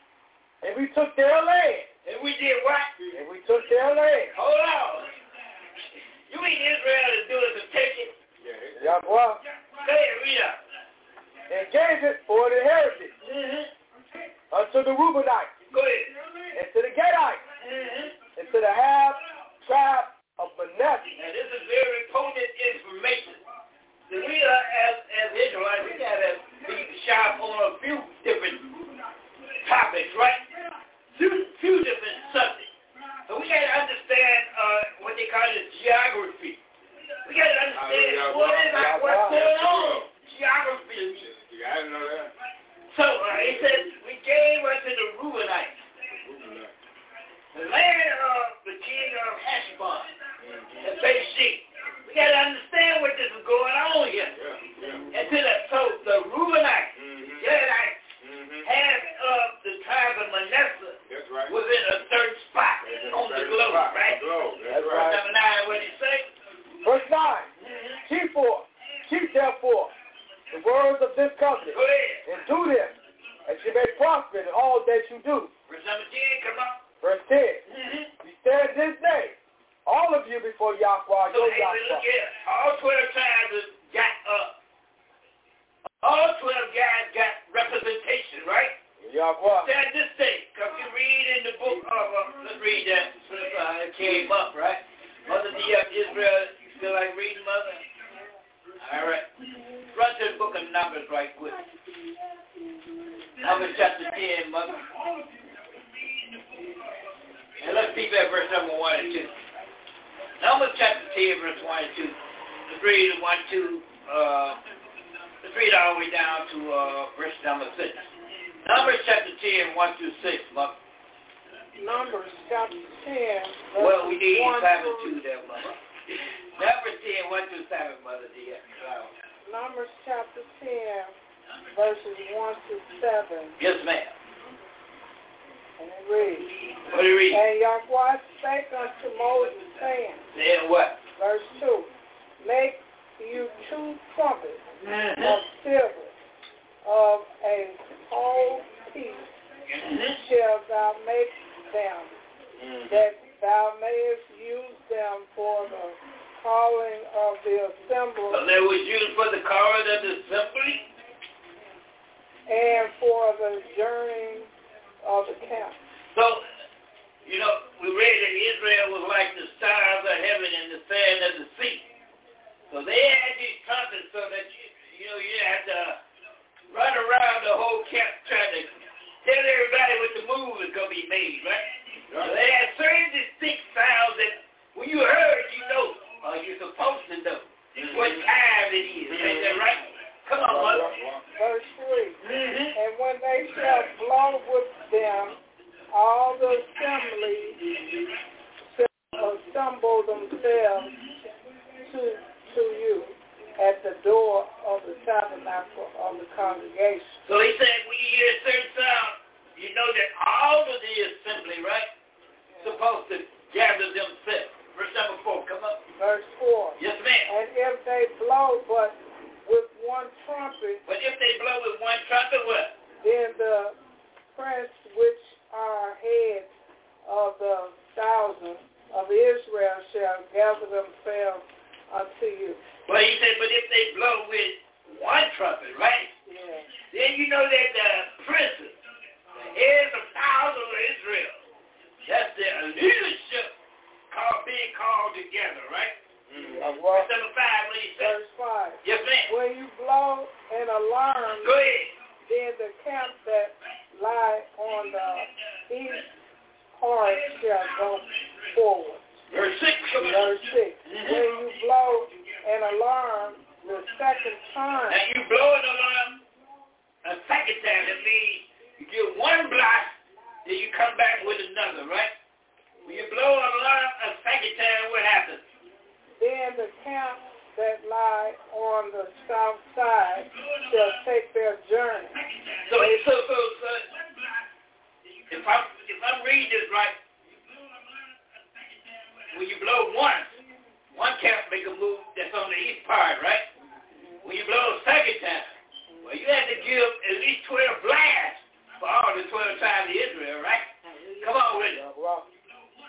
[SPEAKER 2] and we took their land,
[SPEAKER 3] And we did what?
[SPEAKER 2] and we took their land.
[SPEAKER 3] Hold on. You mean Israel is doing some taking?
[SPEAKER 6] Yeah.
[SPEAKER 2] Yahweh,
[SPEAKER 3] Go ahead, read up.
[SPEAKER 2] and gave it for an inheritance
[SPEAKER 3] Mm-hmm.
[SPEAKER 2] unto the Reubenites,
[SPEAKER 3] Go ahead.
[SPEAKER 2] and to the Gadites,
[SPEAKER 3] Mm-hmm.
[SPEAKER 2] and to the half tribe of Manasseh.
[SPEAKER 3] Now this is very potent information. So we are as as Israelites, we gotta be sharp on a few different topics, right? Few few different subjects. So we gotta understand uh what they call the geography. We gotta understand what is our- what's going on. Geography.
[SPEAKER 6] You gotta know that.
[SPEAKER 3] So uh, it says we gave unto the Reubenites,
[SPEAKER 6] Moving on.
[SPEAKER 3] the land of the king of Heshbon, the Bashan.
[SPEAKER 2] Mm-hmm.
[SPEAKER 6] Mm-hmm.
[SPEAKER 2] words of this covenant
[SPEAKER 3] Go ahead.
[SPEAKER 2] and do them, and you may prosper in all that you do.
[SPEAKER 3] Verse number 10, come on.
[SPEAKER 2] Verse 10.
[SPEAKER 3] Mm-hmm.
[SPEAKER 2] We stand this day, all of you before Yahweh, your
[SPEAKER 3] So hey, but look
[SPEAKER 2] Yahweh.
[SPEAKER 3] here. All 12 tribes is got up. All 12 guys got representation, right?
[SPEAKER 2] Yahweh.
[SPEAKER 3] Stand this day, because you read in the book of, uh, let's read that, since I came up, right? Mother D of Israel, you feel like reading, Mother? All right. Run to the book of Numbers right quick. Numbers chapter 10, Mother. And let's peep at verse number 1 and 2. Numbers chapter 10, verse 1 and 2. Let's read 1, 2, uh, let's read all the way down to uh, verse number 6. Numbers chapter 10, 1 through 6, Mother.
[SPEAKER 2] Numbers chapter 10.
[SPEAKER 3] Well, we need 7 2 there, Mother. Numbers 10, 1 through 7, Mother dear. Wow.
[SPEAKER 2] Numbers chapter 10, verses 1 to 7.
[SPEAKER 3] Yes, ma'am.
[SPEAKER 2] And it reads,
[SPEAKER 3] What do you read?
[SPEAKER 2] And Yahweh spake unto Moses, saying,
[SPEAKER 3] Saying what?
[SPEAKER 2] verse 2, Make you two trumpets of silver, of a whole piece shall thou make them, that thou mayest use them for the calling of the
[SPEAKER 3] So
[SPEAKER 2] assembly
[SPEAKER 3] they was used for the cause of the assembly?
[SPEAKER 2] and for the journeying of the camp.
[SPEAKER 3] So, you know, we read that Israel was like the stars of heaven and the sand of the sea. So they had these trumpets so that, you, you know, you didn't have to run around the whole camp trying to tell everybody what the move is going to be made, right? So they had certain distinct sounds that when you heard, you know, or you're supposed to know what time it is. Ain't that right? Come on, mother.
[SPEAKER 2] Verse 3.
[SPEAKER 3] Mm-hmm.
[SPEAKER 2] And when they shall blow with them, all the assembly shall assemble themselves to, to you at the door of the tabernacle of the congregation.
[SPEAKER 3] So he said, when you hear a certain sound, you know that all of the assembly, right, supposed to gather themselves. Verse number four, come up.
[SPEAKER 2] Verse 4.
[SPEAKER 3] Yes, ma'am.
[SPEAKER 2] And if they blow but with one trumpet,
[SPEAKER 3] But if they blow with one trumpet, what?
[SPEAKER 2] then the prince which are heads of the thousands of Israel shall gather themselves unto you.
[SPEAKER 3] Well, he said, but if they blow with one trumpet, right,
[SPEAKER 2] Yeah.
[SPEAKER 3] then you know that the princes, the heads of thousands of Israel, that's their leadership called, being called together, right? Verse number five, what he said.
[SPEAKER 2] Verse 5.
[SPEAKER 3] Yes, ma'am.
[SPEAKER 2] When you blow an alarm,
[SPEAKER 3] Go ahead.
[SPEAKER 2] then the camp that lie on the east part shall go forward.
[SPEAKER 3] Verse six, come on.
[SPEAKER 2] Verse 6. When
[SPEAKER 8] Mm-hmm.
[SPEAKER 2] you blow an alarm the second time,
[SPEAKER 3] Now you blow an alarm a second time. That means you get one blast, then you come back with another, right? When you blow an alarm a second time, what happens?
[SPEAKER 2] Then the camp that lie on the south side shall take their journey.
[SPEAKER 3] So so so so. If I'm if I'm reading this right, when you blow once, one camp make a move that's on the east part, right? When you blow a second time, well, you had to give at least twelve blasts for all the twelve tribes of Israel, right? Come on with it.
[SPEAKER 2] Well,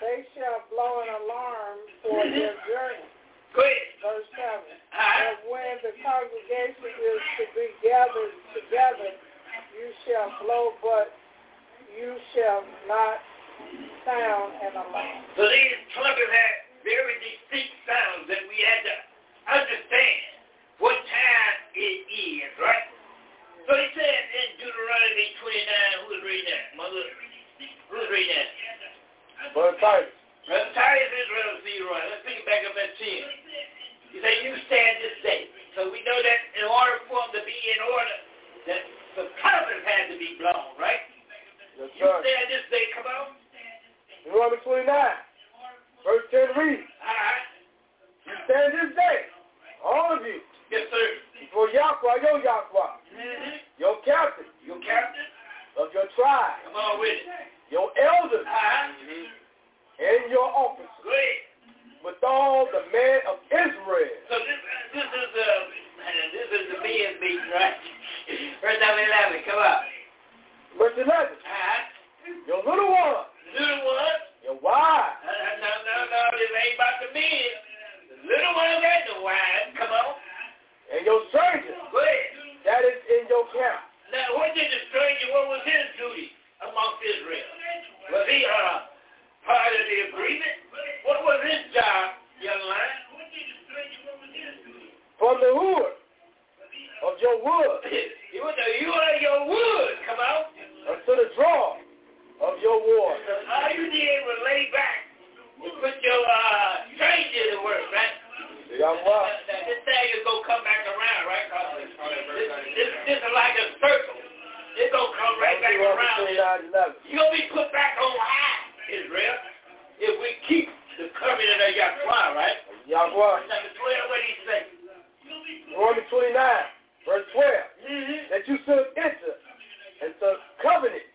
[SPEAKER 2] they shall blow an alarm for their journey.
[SPEAKER 3] Go ahead.
[SPEAKER 2] Verse 7.
[SPEAKER 3] Uh-huh.
[SPEAKER 2] And when the congregation is to be gathered together, you shall blow, but you shall not sound an alarm.
[SPEAKER 3] So these trumpets had very distinct sounds that we had to understand what time it is, right? So he said in Deuteronomy 29, who's reading that? Mother, who's reading that?
[SPEAKER 2] Verse 8.
[SPEAKER 3] Brother Titus Israel Leroy. Let's pick it back up at 10. He said, you stand this day. So we know that in order for them to be in order, that the trumpets had to be blown, right?
[SPEAKER 2] Yes,
[SPEAKER 3] You stand this day, come on.
[SPEAKER 2] Deuteronomy 29. Verse 10 reads,
[SPEAKER 3] All right.
[SPEAKER 2] You stand this day, all of you,
[SPEAKER 3] Yes, sir.
[SPEAKER 2] before Yahweh, your Yahweh,
[SPEAKER 3] Mm-hmm.
[SPEAKER 2] your captain
[SPEAKER 3] You captain?
[SPEAKER 2] of your tribe,
[SPEAKER 3] Come on with it.
[SPEAKER 2] your elders,
[SPEAKER 3] Uh-huh.
[SPEAKER 2] and your officers,
[SPEAKER 3] Great.
[SPEAKER 2] with all the men of Israel.
[SPEAKER 3] So this, this is uh, this is the men's meeting, right? Uh-huh. Uh, uh,
[SPEAKER 4] brotherhood of your wood
[SPEAKER 3] You want the you and your wood come out.
[SPEAKER 4] unto the draw of your war.
[SPEAKER 3] So all you did was lay back and put your uh, changes to work, right?
[SPEAKER 4] Yahweh,
[SPEAKER 3] Now, this thing is gonna come back around, right? 'Cause This, this, this is like a circle. It's gonna come right back around.
[SPEAKER 4] 11.
[SPEAKER 3] You're gonna be put back on high, Israel, if we keep the covenant of Yahweh, right?
[SPEAKER 4] Yahweh,
[SPEAKER 3] Number twelve, what did he say?
[SPEAKER 4] Romans 29, verse 12.
[SPEAKER 3] Mm-hmm.
[SPEAKER 4] that you should enter into covenant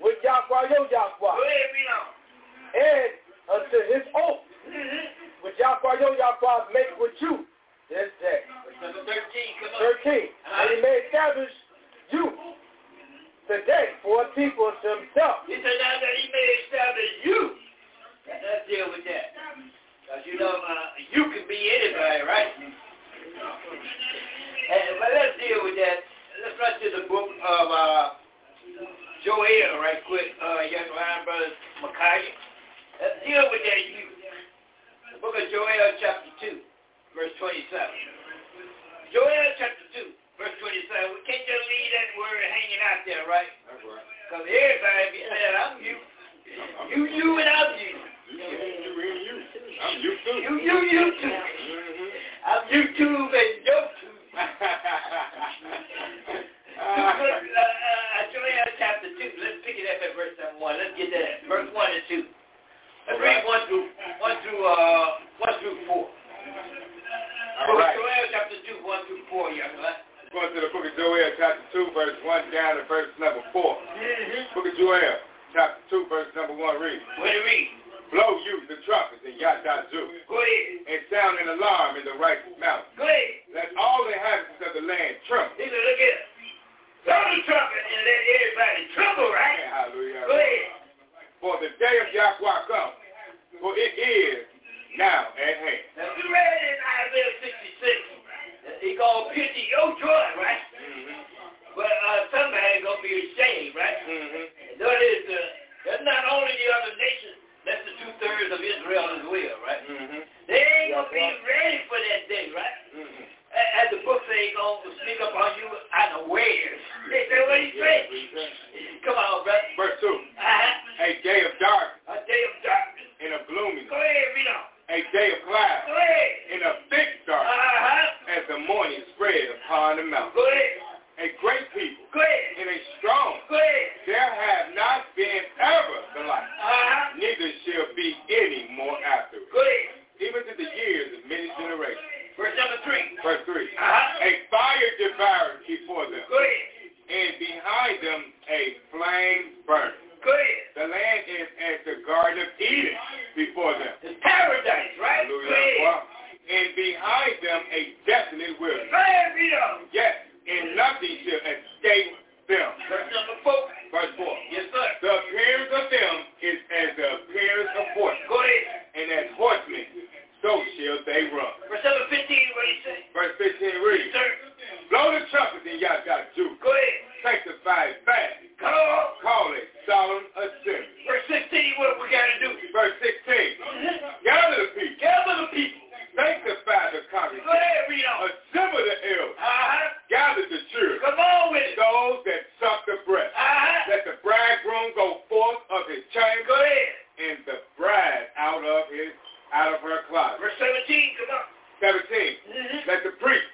[SPEAKER 4] with Yahweh your
[SPEAKER 3] Go
[SPEAKER 4] Yahweh
[SPEAKER 3] ahead, read on.
[SPEAKER 4] and unto his oath
[SPEAKER 3] Mm-hmm.
[SPEAKER 4] which Yahweh your Yahweh make with you this day.
[SPEAKER 3] Number thirteen, come on. Uh-huh.
[SPEAKER 4] 13. And he may establish you today for a people to himself.
[SPEAKER 3] He said now that he may establish you. Now, Let's deal with that. Because you know, uh, you can be anybody, right? And, but let's deal with that. Let's run to the book of uh, Joel right quick, uh, young lion brother Micaiah. Let's deal with that you. The book of Joel chapter 2, verse 27. Joel chapter 2, verse 27. We can't just leave that word hanging out there, right?
[SPEAKER 6] That's right.
[SPEAKER 3] Because everybody be saying, I'm you. You, you, and I'm you.
[SPEAKER 6] You, you, you, you. I'm you too.
[SPEAKER 3] You, you, you too.
[SPEAKER 6] Mhm.
[SPEAKER 3] I'm YouTube and YouTube. uh, uh, Joel chapter 2. Let's pick it up at verse number 1. Let's get that. Verse 1 and 2. Let's read 1 through, 1 through, uh, 1 through 4.
[SPEAKER 6] All right.
[SPEAKER 3] Joel chapter 2, 1 through 4, young man.
[SPEAKER 6] Going to the book of Joel, chapter 2, verse 1 down to verse number 4.
[SPEAKER 3] Mm-hmm.
[SPEAKER 6] Book of Joel, chapter 2, verse number 1 reads,
[SPEAKER 3] Where to read?
[SPEAKER 6] Blow you the trumpets in Yadazu,
[SPEAKER 3] Go ahead.
[SPEAKER 6] and sound an alarm in the righteous mountain.
[SPEAKER 3] Go ahead.
[SPEAKER 6] Let all the inhabitants of the land tremble.
[SPEAKER 3] He said, look at it. Throw the trumpet and let everybody tremble, right?
[SPEAKER 6] Hallelujah.
[SPEAKER 3] Go ahead.
[SPEAKER 6] For the day of Yahweh comes, for it is now at hand.
[SPEAKER 3] Now, you read in Isaiah 66. He gonna pity your joy, right? But uh, somebody gonna be ashamed, right?
[SPEAKER 6] Mm-hmm.
[SPEAKER 3] That is, uh, that's not only the other nations. That's the two thirds of Israel as well, right?
[SPEAKER 6] Mm-hmm.
[SPEAKER 3] They ain't gonna be ready for that day, right?
[SPEAKER 6] Mm-hmm.
[SPEAKER 3] A- As the book say, he gonna sneak up on you unawares. They say what he said. Come on, brother.
[SPEAKER 6] Verse 2.
[SPEAKER 3] Uh-huh.
[SPEAKER 6] A day of darkness
[SPEAKER 3] A day of darkness.
[SPEAKER 6] and of gloominess.
[SPEAKER 3] Go ahead, read on.
[SPEAKER 6] A day of clouds
[SPEAKER 3] Go ahead.
[SPEAKER 6] and of thick darkness
[SPEAKER 3] Uh-huh.
[SPEAKER 6] as the morning spread upon the mountain.
[SPEAKER 3] Go ahead.
[SPEAKER 6] A great people
[SPEAKER 3] Go ahead.
[SPEAKER 6] and a strong.
[SPEAKER 3] Go ahead.
[SPEAKER 6] There have not been ever the like,
[SPEAKER 3] Uh-huh.
[SPEAKER 6] neither shall be any more after it,
[SPEAKER 3] Go ahead.
[SPEAKER 6] even to the years of many generations.
[SPEAKER 3] Verse number three.
[SPEAKER 6] Verse 3.
[SPEAKER 3] Uh-huh.
[SPEAKER 6] A fire devoured before them,
[SPEAKER 3] Go ahead.
[SPEAKER 6] and behind them a flame burned.
[SPEAKER 3] Go ahead.
[SPEAKER 6] The land is as the Garden of Eden before them.
[SPEAKER 3] It's paradise, right? Go ahead.
[SPEAKER 6] Hallelujah. And behind them a desolate wilderness.
[SPEAKER 3] Go ahead, read on.
[SPEAKER 6] Yes, and nothing shall escape them.
[SPEAKER 3] Verse number four.
[SPEAKER 6] Verse 4.
[SPEAKER 3] Yes, sir.
[SPEAKER 6] The appearance of them is as the appearance of horses,
[SPEAKER 3] Go ahead.
[SPEAKER 6] and as horsemen, so shall they run.
[SPEAKER 3] Verse number 15, what he say?
[SPEAKER 6] Verse 15
[SPEAKER 3] Yes,
[SPEAKER 6] reads,
[SPEAKER 3] sir.
[SPEAKER 6] Blow the trumpet and y'all got Jew.
[SPEAKER 3] Go ahead.
[SPEAKER 6] Sanctify it fast.
[SPEAKER 3] Come on.
[SPEAKER 6] Call it solemn assembly.
[SPEAKER 3] Verse 16, what we got to do?
[SPEAKER 6] Verse 16. Gather the people.
[SPEAKER 3] Gather the people.
[SPEAKER 6] Sanctify the
[SPEAKER 3] Go
[SPEAKER 6] congregation.
[SPEAKER 3] ahead, read on.
[SPEAKER 6] Assemble the elders.
[SPEAKER 3] Uh-huh.
[SPEAKER 6] Gather the children.
[SPEAKER 3] Come on with it.
[SPEAKER 6] Those that suck the breath.
[SPEAKER 3] Uh-huh.
[SPEAKER 6] Let the bridegroom go forth of his
[SPEAKER 3] Go
[SPEAKER 6] chamber
[SPEAKER 3] ahead.
[SPEAKER 6] and the bride out of his out of her closet.
[SPEAKER 3] Verse 17, come on.
[SPEAKER 6] 17.
[SPEAKER 3] Mm-hmm.
[SPEAKER 6] Let the priests,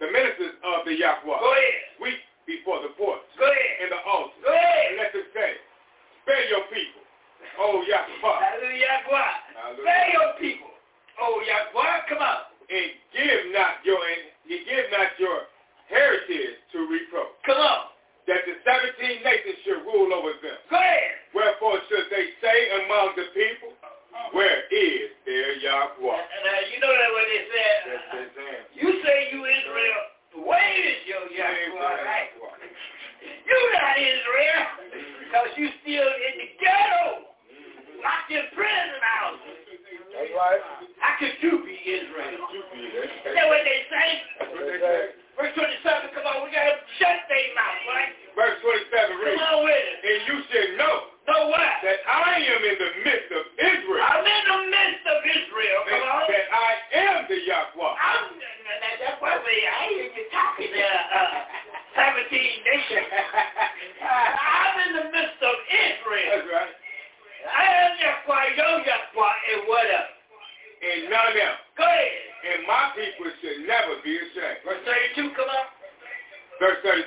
[SPEAKER 6] the ministers of the
[SPEAKER 3] Go
[SPEAKER 6] Yahweh,
[SPEAKER 3] ahead.
[SPEAKER 6] weep before the porch
[SPEAKER 3] Go ahead.
[SPEAKER 6] and the altar.
[SPEAKER 3] Go ahead.
[SPEAKER 6] And let them say, spare your people, O Yahweh,
[SPEAKER 3] Hallelujah, Yahweh.
[SPEAKER 6] Hallelujah.
[SPEAKER 3] Say your people. Oh, Yahweh, come on.
[SPEAKER 6] and give not your and you give not your heritage to reproach,
[SPEAKER 3] Come on.
[SPEAKER 6] that the seventeen nations should rule over them.
[SPEAKER 3] Go ahead.
[SPEAKER 6] Wherefore should they say among the people, Where is their Yahweh?
[SPEAKER 3] And uh, you know that what they said.
[SPEAKER 6] That's their name.
[SPEAKER 3] You say you Israel. Where is your Yahweh? Right? You not Israel. Because you still in the ghetto. Locked in prison house.
[SPEAKER 4] That's right.
[SPEAKER 3] How could you be Israel? Is that
[SPEAKER 6] That's
[SPEAKER 3] what they say?
[SPEAKER 6] what they say.
[SPEAKER 3] Verse 27, come on. We got to shut their mouth, right?
[SPEAKER 6] Verse 27
[SPEAKER 3] Come
[SPEAKER 6] reads,
[SPEAKER 3] on with it.
[SPEAKER 6] And you should know
[SPEAKER 3] Know what?
[SPEAKER 6] that I am in the midst of Israel,
[SPEAKER 3] I'm in the midst of Israel.
[SPEAKER 6] and
[SPEAKER 3] Come on.
[SPEAKER 6] that I am the Yahweh.
[SPEAKER 3] I'm, that- that- that's why uh,
[SPEAKER 6] My people should never be ashamed.
[SPEAKER 3] Verse 32 come up.
[SPEAKER 6] Verse 32.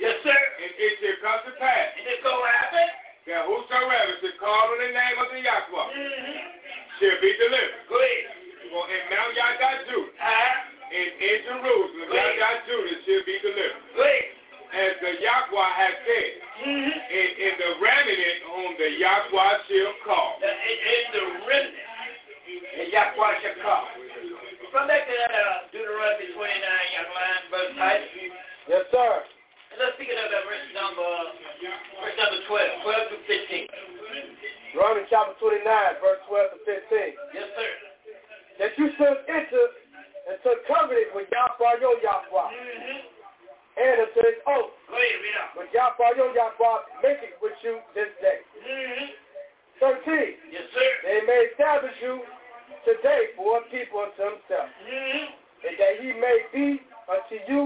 [SPEAKER 3] Yes, sir.
[SPEAKER 6] And it shall come to pass
[SPEAKER 3] And it go happen.
[SPEAKER 6] that whosoever should call on the name of the Yahweh
[SPEAKER 3] Mm-hmm.
[SPEAKER 6] shall be delivered.
[SPEAKER 3] Go ahead.
[SPEAKER 6] For in Mount Yahdah Judah
[SPEAKER 3] Uh-huh.
[SPEAKER 6] and in Jerusalem, Yahdah Judah shall be delivered.
[SPEAKER 3] Go ahead.
[SPEAKER 6] As the Yahweh has said,
[SPEAKER 3] Mm-hmm.
[SPEAKER 6] and in the remnant whom the Yahweh shall call.
[SPEAKER 3] It, it, it's the remnant. And Yahweh shall come. Come back to that uh, Deuteronomy 29, young man, verse 9.
[SPEAKER 4] Yes, sir.
[SPEAKER 3] And let's pick it up at verse number, verse number 12, 12 to 15.
[SPEAKER 4] Romans chapter 29, verse 12 to 15.
[SPEAKER 3] Yes, sir.
[SPEAKER 4] That you should enter into covenant with Yahweh your Yahweh,
[SPEAKER 3] Mm-hmm.
[SPEAKER 4] and into his oath,
[SPEAKER 3] Go ahead, read on.
[SPEAKER 4] which Yahweh your Yahweh maketh with you this day.
[SPEAKER 3] Mm-hmm.
[SPEAKER 4] 13.
[SPEAKER 3] Yes, sir.
[SPEAKER 4] They may establish you today for a people unto himself,
[SPEAKER 3] Mm-hmm.
[SPEAKER 4] and that he may be unto you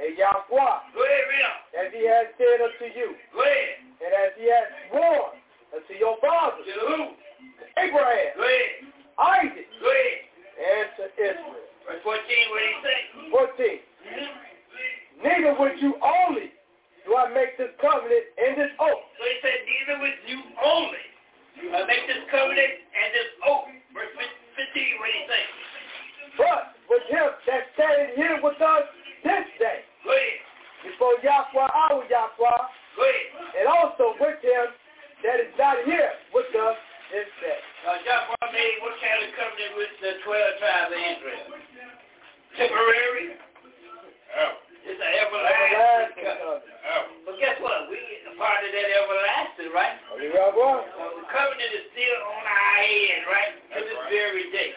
[SPEAKER 4] a Yahweh,
[SPEAKER 3] Go ahead, read on.
[SPEAKER 4] as he has said unto you,
[SPEAKER 3] Go ahead.
[SPEAKER 4] and as he has sworn unto your
[SPEAKER 3] To
[SPEAKER 4] fathers,
[SPEAKER 3] who?
[SPEAKER 4] Abraham,
[SPEAKER 3] Go ahead.
[SPEAKER 4] Isaac,
[SPEAKER 3] Go ahead.
[SPEAKER 4] and to Israel.
[SPEAKER 3] Verse 14, what did he say?
[SPEAKER 4] 14.
[SPEAKER 3] Mm-hmm.
[SPEAKER 4] Neither with you only do I make this covenant and this oath.
[SPEAKER 3] So he said, neither with you only. I make this covenant and this oath. Verse 15, what did he say?
[SPEAKER 4] But with him that standeth here with us this day,
[SPEAKER 3] Go ahead.
[SPEAKER 4] before Yahweh our Yahweh,
[SPEAKER 3] Go ahead.
[SPEAKER 4] and also with him that is not here with us this day.
[SPEAKER 3] Uh, Joshua made what kind of covenant with the 12 tribes of Israel? Temporary? It's an everlasting
[SPEAKER 4] Everlasting
[SPEAKER 3] covenant.
[SPEAKER 4] covenant.
[SPEAKER 3] But guess what? We a part of that everlasting, right?
[SPEAKER 4] Are you Yahweh?
[SPEAKER 3] So the covenant is still on our head, right? To this very day.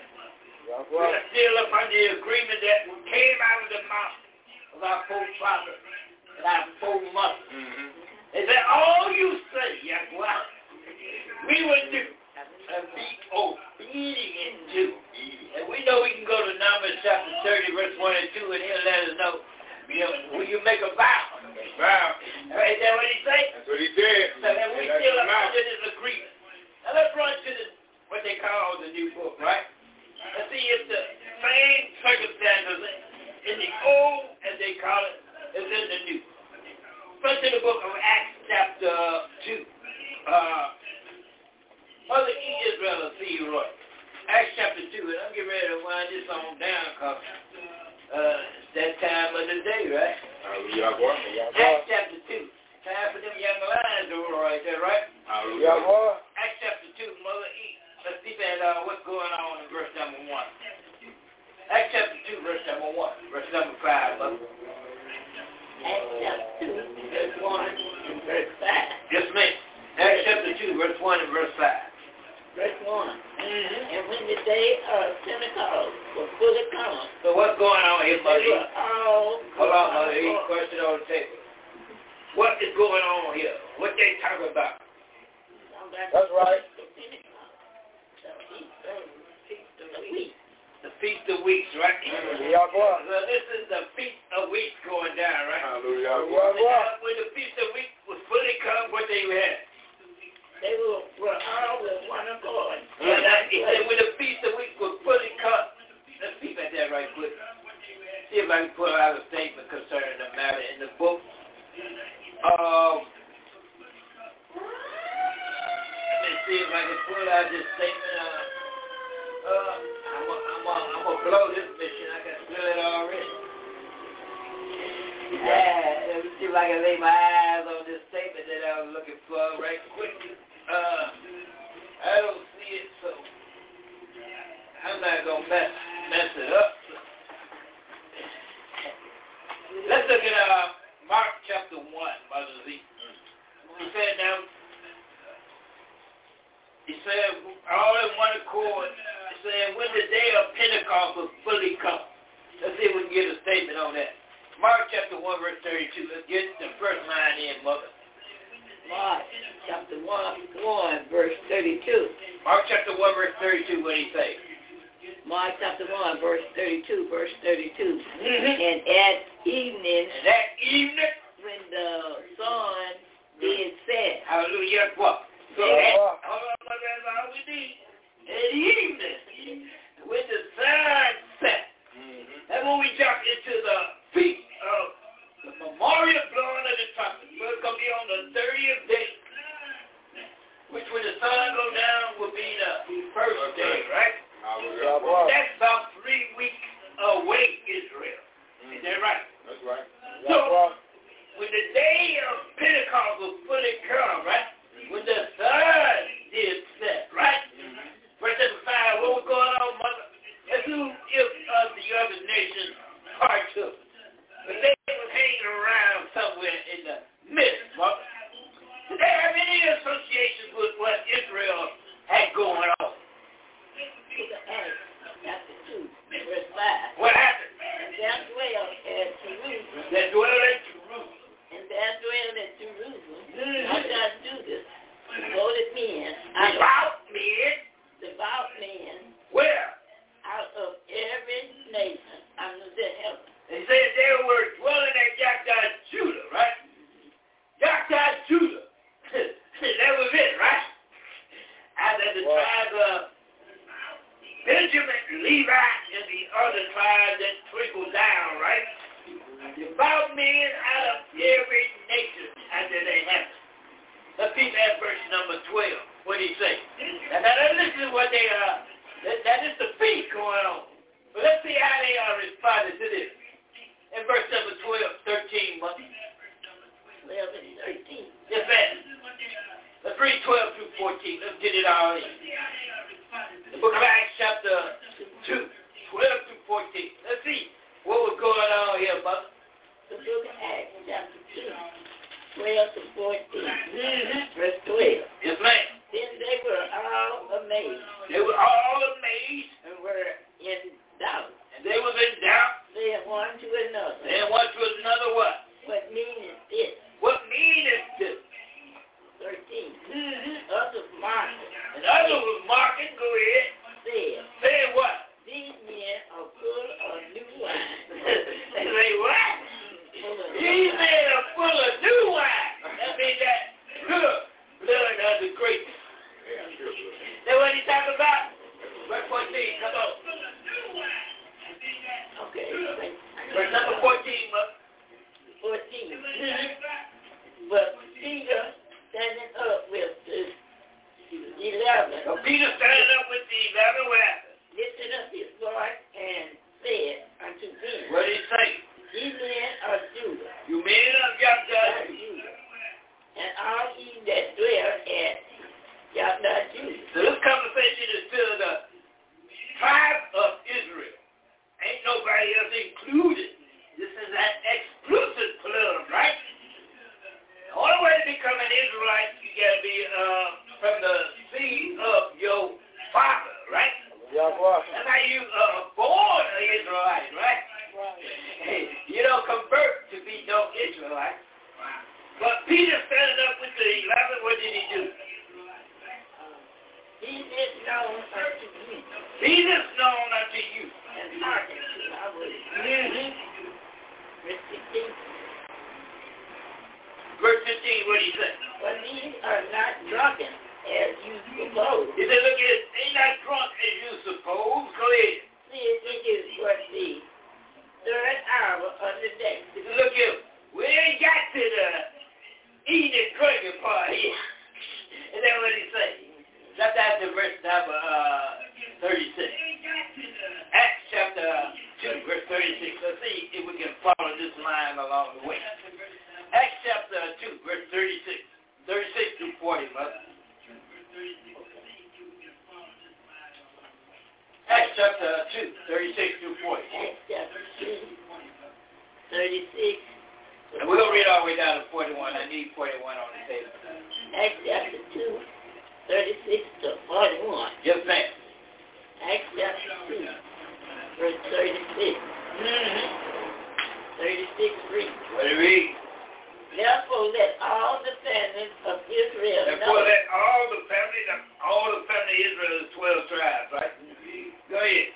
[SPEAKER 3] We
[SPEAKER 4] Yahweh.
[SPEAKER 3] are still up under the agreement that came out of the mouth of our forefathers and our foremothers. Is that all you say, Yahweh? We will do and be obedient to. And we know we can go to Numbers chapter 30, verse 1 and 2, and he'll let us know, you know, will you make a vow?
[SPEAKER 6] Wow.
[SPEAKER 3] Right, is that what he say?
[SPEAKER 6] That's what he did.
[SPEAKER 3] So that we
[SPEAKER 6] And that's
[SPEAKER 3] still
[SPEAKER 6] the
[SPEAKER 3] up
[SPEAKER 6] mouth.
[SPEAKER 3] under this agreement. Now let's run to the, what they call the new book, right? Let's see if the same circumstances in the old, as they call it, is in the new. First in the book of Acts chapter 2. Uh, Mother E. Israel of Leroy. Acts chapter 2, and I'm getting ready to wind this on down because uh, it's that time of the day, right?
[SPEAKER 6] Hallelujah.
[SPEAKER 3] Acts chapter 2. Time for them young lions to roar right there, right?
[SPEAKER 6] Hallelujah.
[SPEAKER 4] Yahweh.
[SPEAKER 3] Acts chapter 2, Mother E. Let's peep at uh, what's going on in verse number 1. Acts chapter 2, verse number 1. Verse number 5, Mother.
[SPEAKER 8] Acts chapter 2, verse 1 and verse 5.
[SPEAKER 3] Yes, ma'am. Acts chapter 2, verse 1 and verse 5.
[SPEAKER 8] Verse 1.
[SPEAKER 3] Mm-hmm.
[SPEAKER 8] And when the day of Pentecost was fully come,
[SPEAKER 3] So what's going on here,
[SPEAKER 8] they
[SPEAKER 3] Mother E?
[SPEAKER 8] were all
[SPEAKER 3] Hold on, Mother E.
[SPEAKER 8] Lord.
[SPEAKER 3] Question on the table. What is going on here? What they talking about?
[SPEAKER 4] That's right.
[SPEAKER 3] The Feast of Weeks, right?
[SPEAKER 4] Yahweh.
[SPEAKER 3] So this is the Feast of Weeks going down, right?
[SPEAKER 4] Uh-huh.
[SPEAKER 6] Hallelujah.
[SPEAKER 3] And
[SPEAKER 4] Yahweh.
[SPEAKER 3] now When the Feast of Weeks was fully come, what they had?
[SPEAKER 8] They were, were all with one accord.
[SPEAKER 3] And I, he said, when the Feast of Weeks was fully come, let's see about that right quick. See if I can pull out a statement concerning the matter in the book. Um, let me see if I can pull out this statement. Uh, uh, I'm gonna I'm gonna- I'm gonna blow this mission. I can feel it already. Yeah, let me see if I can lay my eyes on this statement that I was looking for right quick. Uh, I don't see it, so I'm not gonna mess mess it up. Let's look at uh, Mark chapter one, Mother Z. He said now. He said all in one accord. He said when the day of Pentecost was fully come. Let's see if we can get a statement on that. Mark chapter one verse thirty-two. Let's get the first line in, Mother.
[SPEAKER 8] Mark chapter 1, 1 verse 32.
[SPEAKER 3] Mark chapter one verse thirty-two. What he say?
[SPEAKER 8] Mark chapter 1, verse 32, verse 32.
[SPEAKER 3] Mhm.
[SPEAKER 8] And at evening,
[SPEAKER 3] And that evening.
[SPEAKER 8] when the sun did set,
[SPEAKER 3] Hallelujah. What? So that, hold on, but that's all we need. An evening. When the sun set, the other nations partook. But they was hanging around somewhere in the midst. Huh? Did they have any associations with what Israel had going on?
[SPEAKER 8] chapter two, verse five.
[SPEAKER 3] What happened?
[SPEAKER 8] And there dwell at Jerusalem,
[SPEAKER 3] They dwelled in Jerusalem.
[SPEAKER 8] and there dwell at Jerusalem, not just Judas, voted men, out of,
[SPEAKER 3] Devout men.
[SPEAKER 8] devout men,
[SPEAKER 3] Where?
[SPEAKER 8] out of every nation under the heaven.
[SPEAKER 3] They said they were dwelling at Yakkar Judah, right? Yakkar Judah. that was it, right? Out of the
[SPEAKER 4] Right.
[SPEAKER 3] tribe of Benjamin, Levi, and the other tribe that trickled down, right? About men out of every nation after they have. Let's keep that verse number 12. What do you say? Now, now listen to what they are. That, that is the feast going on. But let's see how they are responding to this. In verse number 12, 13, Mother.
[SPEAKER 8] 12 and 13.
[SPEAKER 3] Yes, ma'am. Let's read 12 through 14. Let's get it all in. The book of Acts chapter 2, 12 through 14. Let's see what was going on here, Mother.
[SPEAKER 8] The book of Acts, chapter 2, 12 to 14, verse 12.
[SPEAKER 3] Yes, ma'am.
[SPEAKER 8] Then they were all amazed
[SPEAKER 3] They were all amazed.
[SPEAKER 8] and were in doubt,
[SPEAKER 3] And they was in doubt.
[SPEAKER 8] saying one to another,
[SPEAKER 3] And one to another what?
[SPEAKER 8] What meaneth this?
[SPEAKER 3] What mean is this?
[SPEAKER 8] 13.
[SPEAKER 3] Mm-hmm.
[SPEAKER 8] Others marveled
[SPEAKER 3] And other was marking, go ahead.
[SPEAKER 8] and said,
[SPEAKER 3] Say what?
[SPEAKER 8] These men are full of new wine.
[SPEAKER 3] they say what?
[SPEAKER 8] Full of
[SPEAKER 3] These men are full of new wine. That means that good blood of the great. That what he talking about? Verse 14, come on.
[SPEAKER 8] Okay,
[SPEAKER 3] Verse number 14, mother.
[SPEAKER 8] 14. But Peter standing up with his 11
[SPEAKER 3] So Peter standing up with the eleven where?
[SPEAKER 8] lifted up his voice and said unto them,
[SPEAKER 3] What did he say?
[SPEAKER 8] Ye men of Judah,
[SPEAKER 3] You men of
[SPEAKER 8] of
[SPEAKER 3] Yahweh.
[SPEAKER 8] Judah, and all ye that dwell at Yabna Judah,
[SPEAKER 3] So this conversation is to the tribe of Israel. Ain't nobody else included. This is an exclusive club, right? The only way to become an Israelite, you gotta be uh, from the seed of your father, right?
[SPEAKER 4] Yahweh.
[SPEAKER 3] That's how you uh, born an Israelite, right? you don't convert to be no Israelite. But Peter standing up with the eleven, what did he do?
[SPEAKER 8] he is known unto you,
[SPEAKER 3] Jesus known unto you.
[SPEAKER 8] and hearken to our words. Verse 16,
[SPEAKER 3] Verse 15, what do you say?
[SPEAKER 8] For these are not drunken as you suppose,
[SPEAKER 3] He said, look at this. They not drunk as you suppose. Go ahead.
[SPEAKER 8] seeing it is but the third hour of the day.
[SPEAKER 3] He said, look here. We ain't got to the eating and drinking part here. Is that what he say? That's after verse number uh, 36.
[SPEAKER 8] uh,
[SPEAKER 3] Acts chapter 2, verse 36. Let's see if we can follow this line along the way. Acts chapter 2, verse 36. 36 through 40, mother. Acts chapter 2, 36 through 40.
[SPEAKER 8] Acts chapter 2, 36.
[SPEAKER 3] And we'll read all the way down to 41. I need 41 on the table.
[SPEAKER 8] Acts chapter 2, 36 to 41.
[SPEAKER 3] Yes, ma'am.
[SPEAKER 8] Acts chapter 2, verse 36.
[SPEAKER 3] Mm-hmm.
[SPEAKER 8] 36 reads,
[SPEAKER 3] What do you read?
[SPEAKER 8] Therefore let all the families of Israel
[SPEAKER 3] Before
[SPEAKER 8] know
[SPEAKER 3] that, all the family, the, all the family of Israel is 12 tribes, right? Go ahead.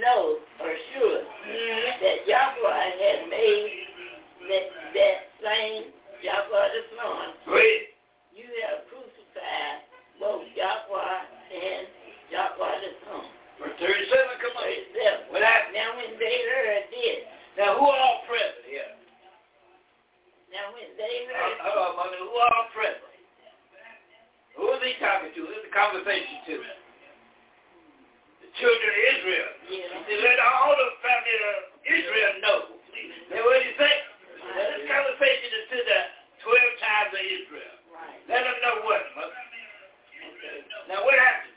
[SPEAKER 8] know for sure that Yahweh had made that, that same Yahweh the Son.
[SPEAKER 3] Go ahead.
[SPEAKER 8] You have crucified both Yahweh and Yahweh the Son.
[SPEAKER 3] Verse 37, come on.
[SPEAKER 8] 37.
[SPEAKER 3] What happened?
[SPEAKER 8] Now when they heard this,
[SPEAKER 3] Now, who all present here?
[SPEAKER 8] now when they heard
[SPEAKER 3] Hold on, mother. Who all present? Who is he talking to? Who's the conversation to? The children of Israel. He
[SPEAKER 8] Yeah.
[SPEAKER 3] said, let all the family of Israel know. And what did he say? Now, this conversation is to the 12 tribes of Israel.
[SPEAKER 8] Right.
[SPEAKER 3] Let them know what, mother. Now, what happened?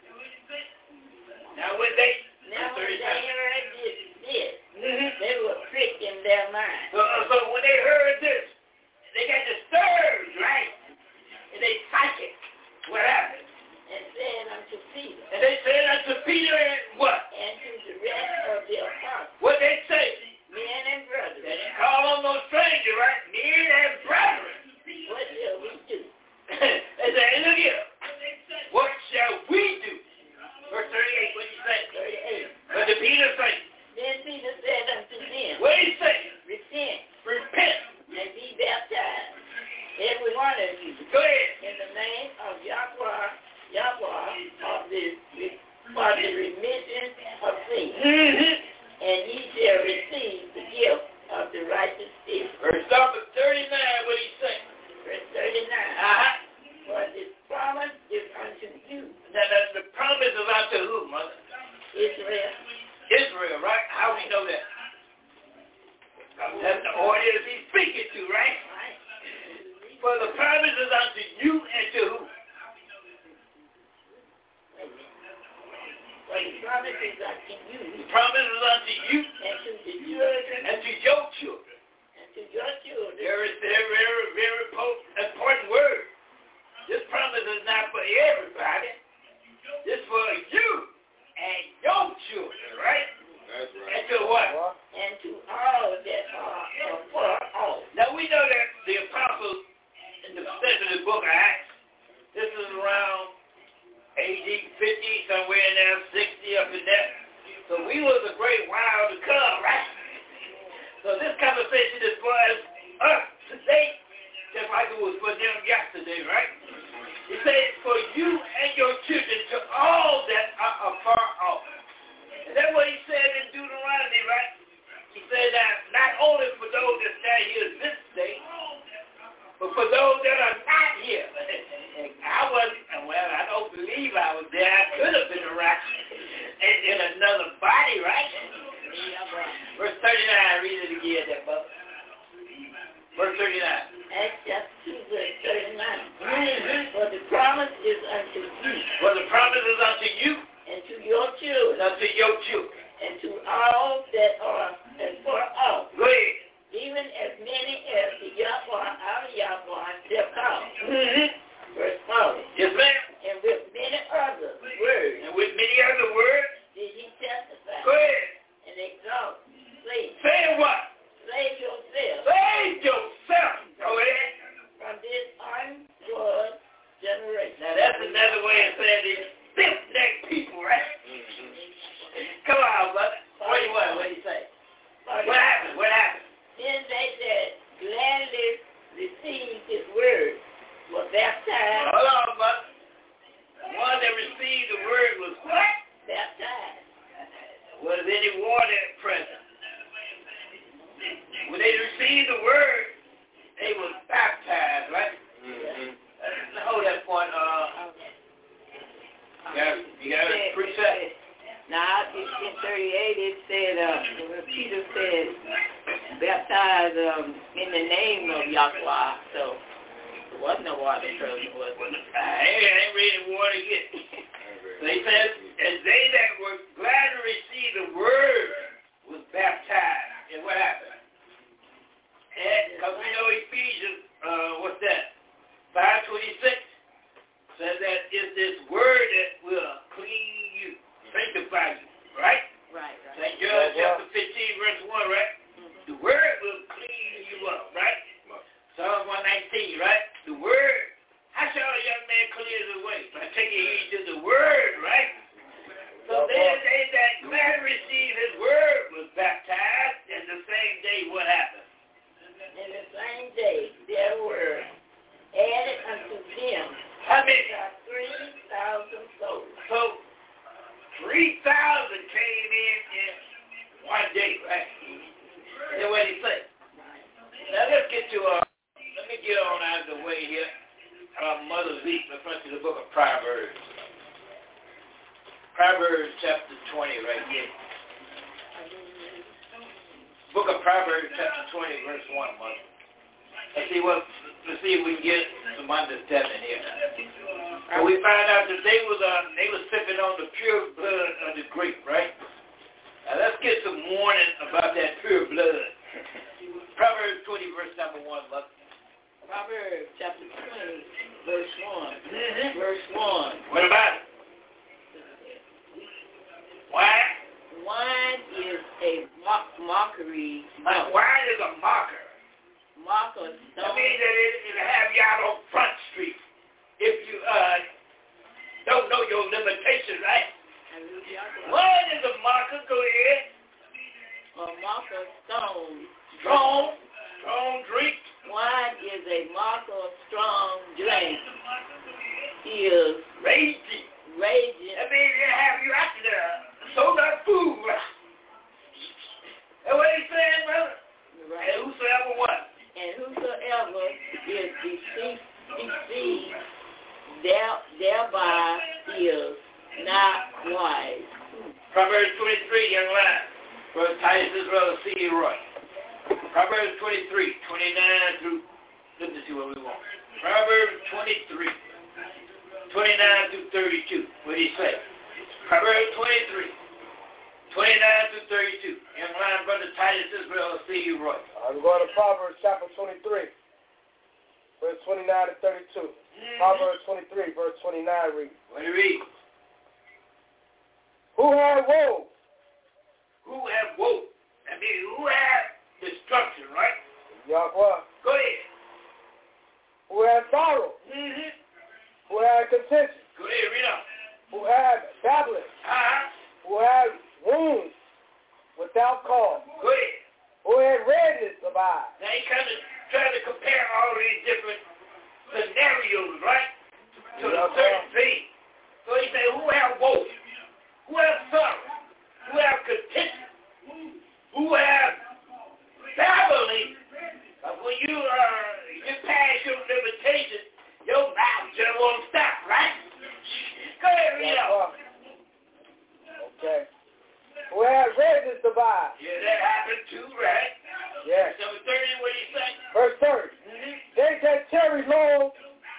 [SPEAKER 3] Now, when they,
[SPEAKER 8] Now when they
[SPEAKER 3] mind. So, Uh, so when they heard this, they got disturbed, right? And they psychic. What happened?
[SPEAKER 8] and said unto Peter,
[SPEAKER 3] And they said unto Peter and what?
[SPEAKER 8] and to the rest of the apostles,
[SPEAKER 3] What they say?
[SPEAKER 8] men
[SPEAKER 3] They
[SPEAKER 8] and brothers,
[SPEAKER 3] didn't call on no stranger, right? Men and brethren.
[SPEAKER 8] what shall we do?
[SPEAKER 3] they said, hey, look here. What shall we do? Verse 38, what did he say?
[SPEAKER 8] 38.
[SPEAKER 3] What did Peter say?
[SPEAKER 8] Then Peter said unto them,
[SPEAKER 3] What did he say?
[SPEAKER 8] Repent
[SPEAKER 3] Repent.
[SPEAKER 8] and be baptized, every one of you,
[SPEAKER 3] Go ahead.
[SPEAKER 8] in the name of Yahweh, Yahweh, of the, for the remission of sin,
[SPEAKER 3] Mm-hmm.
[SPEAKER 8] and ye shall receive the gift of the righteous Spirit.
[SPEAKER 3] Verse number 39, what did he say?
[SPEAKER 8] Verse 39.
[SPEAKER 3] Uh-huh.
[SPEAKER 8] For this promise is unto you,
[SPEAKER 3] Now, the, the promise is out to who, mother?
[SPEAKER 8] Israel.
[SPEAKER 3] Israel, right? How we know that? That's the audience he's speaking to, right? For the promise is unto you and to who?
[SPEAKER 8] For the promise is unto you,
[SPEAKER 3] The promise is unto you
[SPEAKER 8] and to the children,
[SPEAKER 3] and to your children.
[SPEAKER 8] and to your children,
[SPEAKER 3] Very, very, very, very po- important word. This promise is not for everybody. It's for you and your children, right?
[SPEAKER 6] That's
[SPEAKER 3] And
[SPEAKER 6] right.
[SPEAKER 3] to what?
[SPEAKER 8] and to all that are afar off.
[SPEAKER 3] Now we know that the apostles in the especially the book of Acts, this is around AD 50, somewhere in there, 60 up in there. So we was a great while to come, right? So this conversation as far as us today, just like it was for them yesterday, right? He said, for you and your children to all that are afar off. And that's what he said in Deuteronomy, right? He said that not only for those that stand here this day, but for those that are not here. I wasn't, well, I don't believe I was there. I could have been around in, in another body, right? Verse 39, read it again, that book. Verse 39.
[SPEAKER 8] Acts chapter 2, verse 39.
[SPEAKER 3] Mhm.
[SPEAKER 8] For the promise is unto you,
[SPEAKER 3] For the promise is unto you
[SPEAKER 8] and to your
[SPEAKER 3] and
[SPEAKER 8] children,
[SPEAKER 3] unto your children.
[SPEAKER 8] and to all that are afar off,
[SPEAKER 3] Go ahead.
[SPEAKER 8] even as many as the Yahweh, our Yahweh, shall call.
[SPEAKER 3] Mm-hmm.
[SPEAKER 8] Verse 40.
[SPEAKER 3] Yes, ma'am.
[SPEAKER 8] And with many other words
[SPEAKER 3] And with many other words,
[SPEAKER 8] did he
[SPEAKER 3] go
[SPEAKER 8] testify
[SPEAKER 3] ahead.
[SPEAKER 8] and exalt, saying,
[SPEAKER 3] Say what?
[SPEAKER 8] Save yourself
[SPEAKER 3] Save yourself. Go ahead.
[SPEAKER 8] from this ungodly generation.
[SPEAKER 3] Now that's another way of saying these stiff neck people, right?
[SPEAKER 8] Mm-hmm.
[SPEAKER 3] Come on, brother. What do you want? What do you say? What happened? What happened?
[SPEAKER 8] Then they that gladly received his word were baptized,
[SPEAKER 3] Hold on, brother. One that received the word was what?
[SPEAKER 8] baptized.
[SPEAKER 3] Was any water present? When they received the word, they was baptized, right?
[SPEAKER 6] Mm-hmm.
[SPEAKER 3] Uh, Hold that point. Uh, you got a precept?
[SPEAKER 8] Now, in 38, it said, uh, Peter said, baptize um, in the name of Yahweh. So, there was no water present, was
[SPEAKER 3] Well, I ain't, I ain't reading water yet. They said, and they that were glad to receive the word was baptized. And what happened? Because we know Ephesians, uh, what's that? 526 says that it's this word that will clean you, sanctify you, right?
[SPEAKER 8] Right, Mm-hmm. right.
[SPEAKER 3] St. John chapter 15, verse 1, right? The word will clean you up, right? Psalm 119, right? The word. How shall a young man clear the way? By taking heed to the word, right? So then they that glad received his word was baptized, and the same day what happened?
[SPEAKER 8] And the same day, there were added unto them
[SPEAKER 3] How many?
[SPEAKER 8] three thousand souls.
[SPEAKER 3] So 3,000 came in in one day, right? And what he say? Now let's get to, uh, let me get on out of the way here. Uh, Mother Zeke, in front of the book of Proverbs. Proverbs chapter 20 right here. Book of Proverbs chapter 20 verse 1, Mother. Let's see what, let's see if we can get some understanding here. And we find out that they was uh, they was sipping on the pure blood of the grape, right? Now let's get some warning about that pure blood. verse number one, Mother.
[SPEAKER 8] Proverbs chapter 20, verse
[SPEAKER 3] Mhm.
[SPEAKER 8] 1. Verse 1.
[SPEAKER 3] What about it? Wine?
[SPEAKER 8] Wine is a mock, mockery.
[SPEAKER 3] My wine is a mocker.
[SPEAKER 8] Mock or
[SPEAKER 3] That
[SPEAKER 8] stone.
[SPEAKER 3] means that it it'll have you out on Front Street. If you uh, don't know your limitations, right? Wine is a mocker. Go ahead.
[SPEAKER 8] A mock or stone.
[SPEAKER 3] Strong, strong drink.
[SPEAKER 8] Wine is a mock or strong drink. Is
[SPEAKER 3] Raging.
[SPEAKER 8] raging.
[SPEAKER 3] That means it'll have you out there. So not food. That's what he's saying, brother.
[SPEAKER 8] Right.
[SPEAKER 3] And whosoever what?
[SPEAKER 8] and whosoever is deceived, deceived there, thereby is not wise.
[SPEAKER 3] Proverbs 23, young man. Brother Titus' brother C.E. Roy. Proverbs 23, 29 through, let me see what we want. Proverbs 23, 29 through 32. What do you say? Proverbs 23, 29 through 32. Young man, brother Titus' brother C.E. Roy.
[SPEAKER 4] I'm going to Proverbs chapter 23, verse 29 to 32. Proverbs 23, verse 29 reads,
[SPEAKER 3] Mm-hmm. What do you read?
[SPEAKER 4] Who had woe?
[SPEAKER 3] Who have woke? I mean, who have destruction, right?
[SPEAKER 4] Yahweh.
[SPEAKER 3] Go ahead.
[SPEAKER 4] Who had sorrow?
[SPEAKER 3] Mm-hmm.
[SPEAKER 4] Who had contention?
[SPEAKER 3] Go ahead, read on.
[SPEAKER 4] Who had babbling?
[SPEAKER 3] Uh-huh.
[SPEAKER 4] Who had wounds without cause?
[SPEAKER 3] Go ahead.
[SPEAKER 4] Who had redness of eye?
[SPEAKER 3] Now he kind of trying to compare all these different scenarios, right, to a
[SPEAKER 4] Yeah.
[SPEAKER 3] certain thing. So he say, who have woe? Who have sorrow? Who have contention? Who have babbling? Uh, when you uh, you pass your limitation, your mouth just won't stop, right? Go ahead, read out.
[SPEAKER 4] Okay. Who had redness of eye?
[SPEAKER 3] Yeah, that happened too, right?
[SPEAKER 4] Yes.
[SPEAKER 3] Number 30, what do you say?
[SPEAKER 4] Verse 30.
[SPEAKER 3] Mm-hmm.
[SPEAKER 4] They that tarry long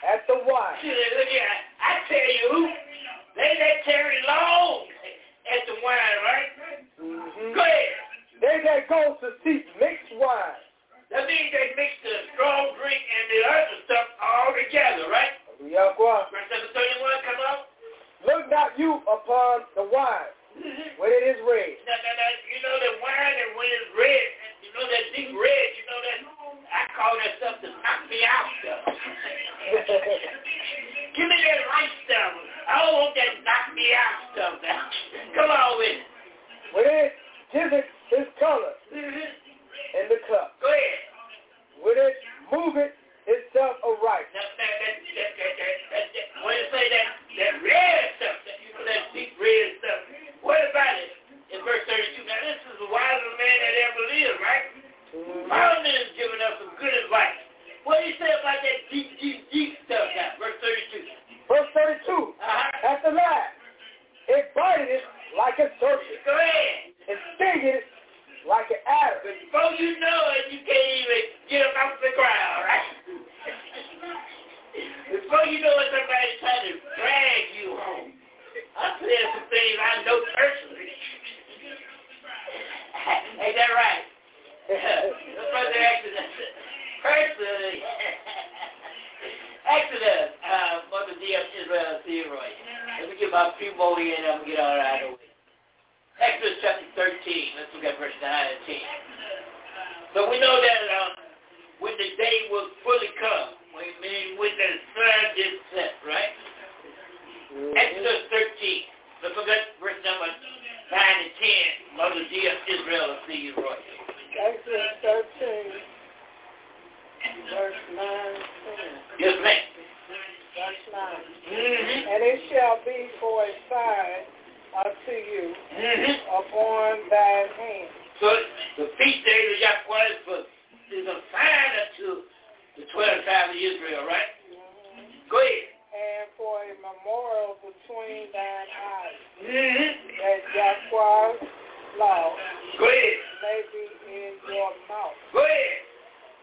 [SPEAKER 4] at the wine.
[SPEAKER 3] See, look here, I tell you, they that tarry long at the wine, right?
[SPEAKER 4] Mhm.
[SPEAKER 3] Go ahead.
[SPEAKER 4] They that go to seek mixed wine.
[SPEAKER 3] That means they mix the strong drink and the other stuff all together, right?
[SPEAKER 4] Yahweh.
[SPEAKER 3] Verse number 31, come on.
[SPEAKER 4] Look not you upon the wine
[SPEAKER 3] now,
[SPEAKER 4] when it is red,
[SPEAKER 3] now, now, you know that wine and when it's red, and you know that deep red, you know that, I call that stuff the knock me out stuff. Give me that light stuff. I don't want that knock me out stuff. Now. Come on with it.
[SPEAKER 4] when it is his color in the cup,
[SPEAKER 3] Mm-hmm. Go ahead.
[SPEAKER 4] when it moveth itself aright.
[SPEAKER 3] That, that, that, that, that, that, that, that, when you say that, that red stuff, that, you know, that deep red stuff, what about it? In verse 32, now this is the wisest man that ever lived, right?
[SPEAKER 4] Mm-hmm.
[SPEAKER 3] Solomon is giving us some good advice. What do you say about that deep, deep, deep stuff now? Verse 32.
[SPEAKER 4] Verse 32,
[SPEAKER 3] Uh-huh.
[SPEAKER 4] at the last, it biteth like a serpent,
[SPEAKER 3] Go ahead.
[SPEAKER 4] it stingeth like an adder.
[SPEAKER 3] Before you know it, you can't even get them off the ground, right? Before you know it, somebody's trying to drag you home. I said some things I know personally. Ain't that right? That's right there, Exodus. Personally. Exodus, uh, Mother D.F. Israel Theroy. Let me get my few more in, I'm going to get all out of the way. Exodus chapter 13. Let's look at verse 9 and 10. So we know that uh, when the day was fully come, we mean when the sun did set, right? Exodus 13. Let's look at verse number 9 and 10. Mother dear Israel, I see you, Roy.
[SPEAKER 2] Exodus 13, verse 9, 10.
[SPEAKER 3] Yes, ma'am.
[SPEAKER 2] Verse 9.
[SPEAKER 3] Mm-hmm.
[SPEAKER 2] And it shall be for a sign unto you
[SPEAKER 3] Mm-hmm.
[SPEAKER 2] upon thine hand.
[SPEAKER 3] So the feast day of Yahweh is, for, is a sign unto the 12 tribes of Israel, right?
[SPEAKER 2] Mm-hmm.
[SPEAKER 3] Go ahead.
[SPEAKER 2] And for a memorial between thine eyes,
[SPEAKER 3] Mm-hmm.
[SPEAKER 2] that Yahweh's law
[SPEAKER 3] Go ahead.
[SPEAKER 2] may be in your mouth.
[SPEAKER 3] Go ahead.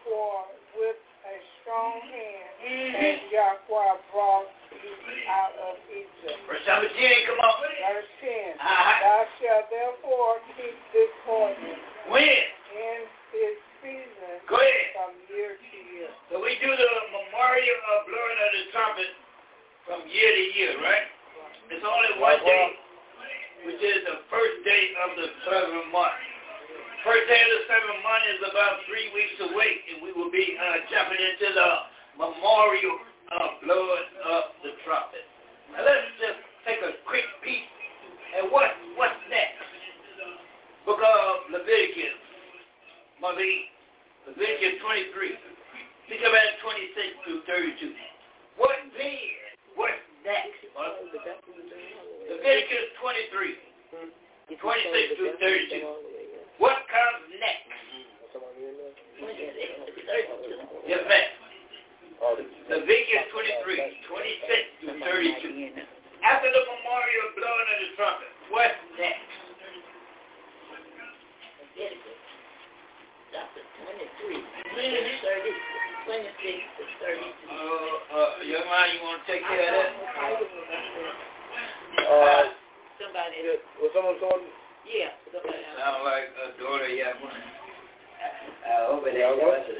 [SPEAKER 2] For with a strong hand
[SPEAKER 3] Mm-hmm.
[SPEAKER 2] and Yahweh brought you out of Egypt.
[SPEAKER 3] Verse number 10, come on.
[SPEAKER 2] Verse 10.
[SPEAKER 3] Uh-huh.
[SPEAKER 2] Thou shalt therefore keep this ordinance
[SPEAKER 3] When?
[SPEAKER 2] in its season
[SPEAKER 3] Go ahead.
[SPEAKER 2] from year
[SPEAKER 3] seventh month. First day of the seventh month is about three weeks away, and we will be uh, jumping into the memorial of blowing up the trumpet. Now let's just take a quick peek at what what's next. Book of Leviticus, Mother E, Leviticus 23, think about 26 through 32. What then? What's next? Mother? Leviticus 23, 26 through 32. What comes next? Yes, ma'am. Leviticus 23, 26 through 32. After the memorial of blowing of the trumpet, what's next?
[SPEAKER 8] Chapter 23, 30, 26 to 32.
[SPEAKER 3] Uh, uh, young man, you want to take care of that?
[SPEAKER 4] Uh,
[SPEAKER 8] Somebody,
[SPEAKER 4] was someone going?
[SPEAKER 8] yeah, somebody else.
[SPEAKER 3] Sound like a daughter, yeah. man. I, I hope it ain't nothing.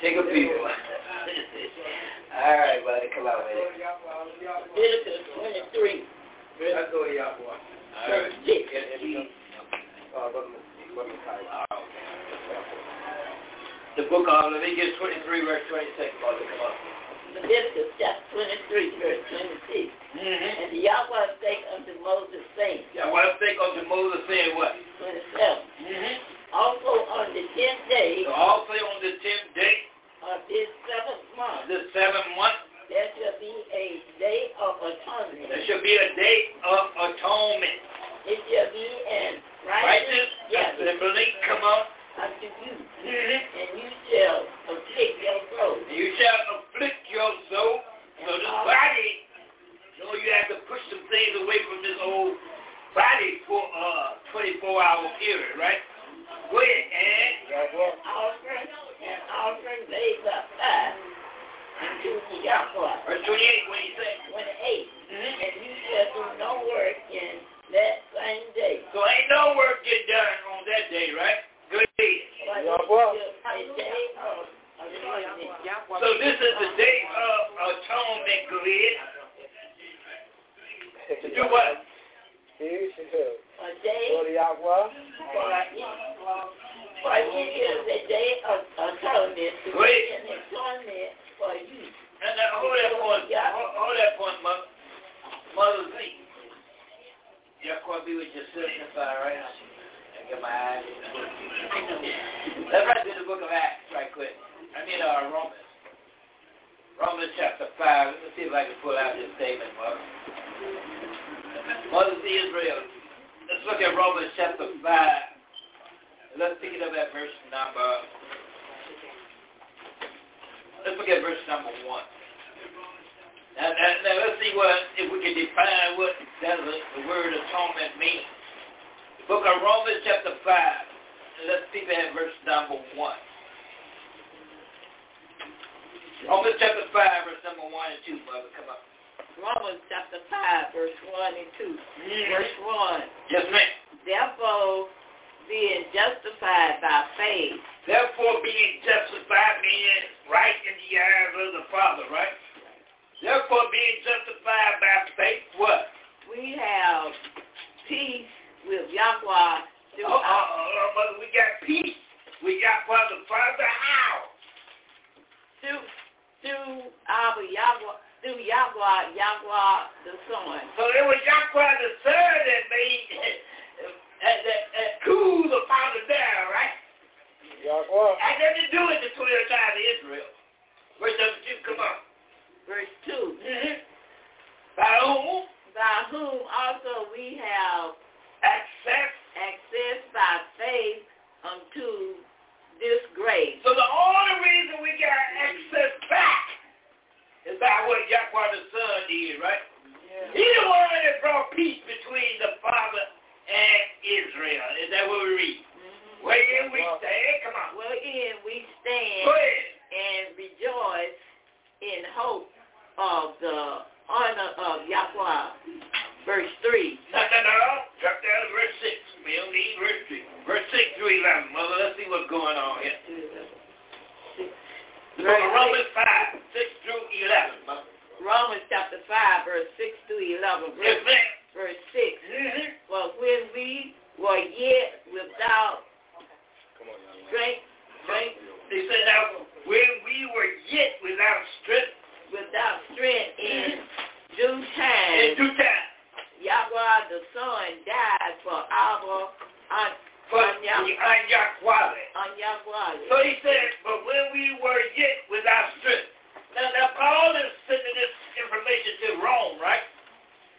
[SPEAKER 3] Take a peek. All right, buddy, come on with it.
[SPEAKER 8] Leviticus 23,
[SPEAKER 3] Let's go to y'all, boy. All right.
[SPEAKER 8] 36.
[SPEAKER 3] The book uh, of Leviticus 23, verse 26, brother, come on.
[SPEAKER 8] Leviticus chapter 23, verse 26.
[SPEAKER 3] Mm-hmm.
[SPEAKER 8] And the Yahweh spake unto Moses, saying,
[SPEAKER 3] Yeah, what I think of the Moses saying what?
[SPEAKER 8] 27.
[SPEAKER 3] Mm-hmm.
[SPEAKER 8] Also on the tenth day
[SPEAKER 3] So also on the tenth day
[SPEAKER 8] of this seventh
[SPEAKER 3] of
[SPEAKER 8] month,
[SPEAKER 3] the seventh month,
[SPEAKER 8] there shall be a day of
[SPEAKER 3] there
[SPEAKER 8] atonement.
[SPEAKER 3] shall be a day of atonement.
[SPEAKER 8] It shall be an
[SPEAKER 3] Righteous,
[SPEAKER 8] righteous
[SPEAKER 3] yes, the
[SPEAKER 8] gathering
[SPEAKER 3] belief come up.
[SPEAKER 8] unto you,
[SPEAKER 3] Mm-hmm.
[SPEAKER 8] and you shall afflict your soul.
[SPEAKER 3] You shall afflict your soul, so this body, so you have to push some things away from this old body for a 24-hour period, right? Go ahead, and
[SPEAKER 8] An offering, an offering made by fire unto the Yahweh.
[SPEAKER 3] verse 28, what do you say?
[SPEAKER 8] 28.
[SPEAKER 3] Mm-hmm.
[SPEAKER 8] And you shall do no work in that same day.
[SPEAKER 3] So ain't no work get done on that day, right? Good day.
[SPEAKER 8] But it
[SPEAKER 4] Yahweh.
[SPEAKER 8] shall be a day of atonement.
[SPEAKER 3] So this is the day of atonement, Glenn. To do what?
[SPEAKER 4] Glory
[SPEAKER 8] A day
[SPEAKER 4] Yahweh.
[SPEAKER 8] for it. For it is a day of atonement. to
[SPEAKER 3] Wait.
[SPEAKER 8] be An atonement for you.
[SPEAKER 3] And now hold that point. Hold, hold that point, mother. Mother Z. Y'all gonna be with your sister if I right now. I get my eyes. Let's right through the book of Acts right quick. I mean uh, Romans. Romans chapter five. Let me see if I can pull out this statement, mother. Mother Z Israel. Let's look at Romans chapter five. Let's pick it up at verse number. Let's look at verse number one. Now, now, now let's see what if we can define what does the the word atonement means. Book of Romans chapter five. Let's see that verse number one. Romans chapter five, verse number one and two, brother. Come on.
[SPEAKER 8] Romans chapter 5, verse 1 and 2. Verse 1.
[SPEAKER 3] Yes, ma'am.
[SPEAKER 8] Therefore, being justified by faith,
[SPEAKER 3] Therefore, being justified meaning right in the eyes of the Father, right? Therefore, being justified by faith, what?
[SPEAKER 8] we have peace with Yahweh through
[SPEAKER 3] Oh, oh,
[SPEAKER 8] our
[SPEAKER 3] oh, but we got peace. We got Father, Father, how?
[SPEAKER 8] through through our Yahweh through Yahweh Yahweh the Son.
[SPEAKER 3] So it was Yahweh the Son that made, that, that, that cooled the Father down, right?
[SPEAKER 4] Yahweh.
[SPEAKER 3] Had nothing to do with the 12 tribes of Israel. Verse number 2, come on.
[SPEAKER 8] Verse two.
[SPEAKER 3] Mm-hmm. By whom?
[SPEAKER 8] By whom also we have
[SPEAKER 3] Access.
[SPEAKER 8] access by faith unto this grace.
[SPEAKER 3] So the only reason we got access back is by what Yahweh the Son did, right? He the one that brought peace between the Father and Israel. Is that what we read?
[SPEAKER 8] Mhm.
[SPEAKER 3] Where in we stand? Come on.
[SPEAKER 8] Wherein we
[SPEAKER 3] Go
[SPEAKER 8] stand
[SPEAKER 3] ahead.
[SPEAKER 8] and rejoice in hope of the honor of Yahweh. Verse three.
[SPEAKER 3] No, no, no.
[SPEAKER 8] when we were yet without strength, strength,
[SPEAKER 3] They said now, when we were yet without strength,
[SPEAKER 8] without strength in due
[SPEAKER 3] in
[SPEAKER 8] time,
[SPEAKER 3] due time,
[SPEAKER 8] Yahweh the Son died for our un-
[SPEAKER 3] for the unyakwale. So
[SPEAKER 8] unyahweh.
[SPEAKER 3] he said, but when we were yet without strength. Now, now Paul is sending this information to Rome, right?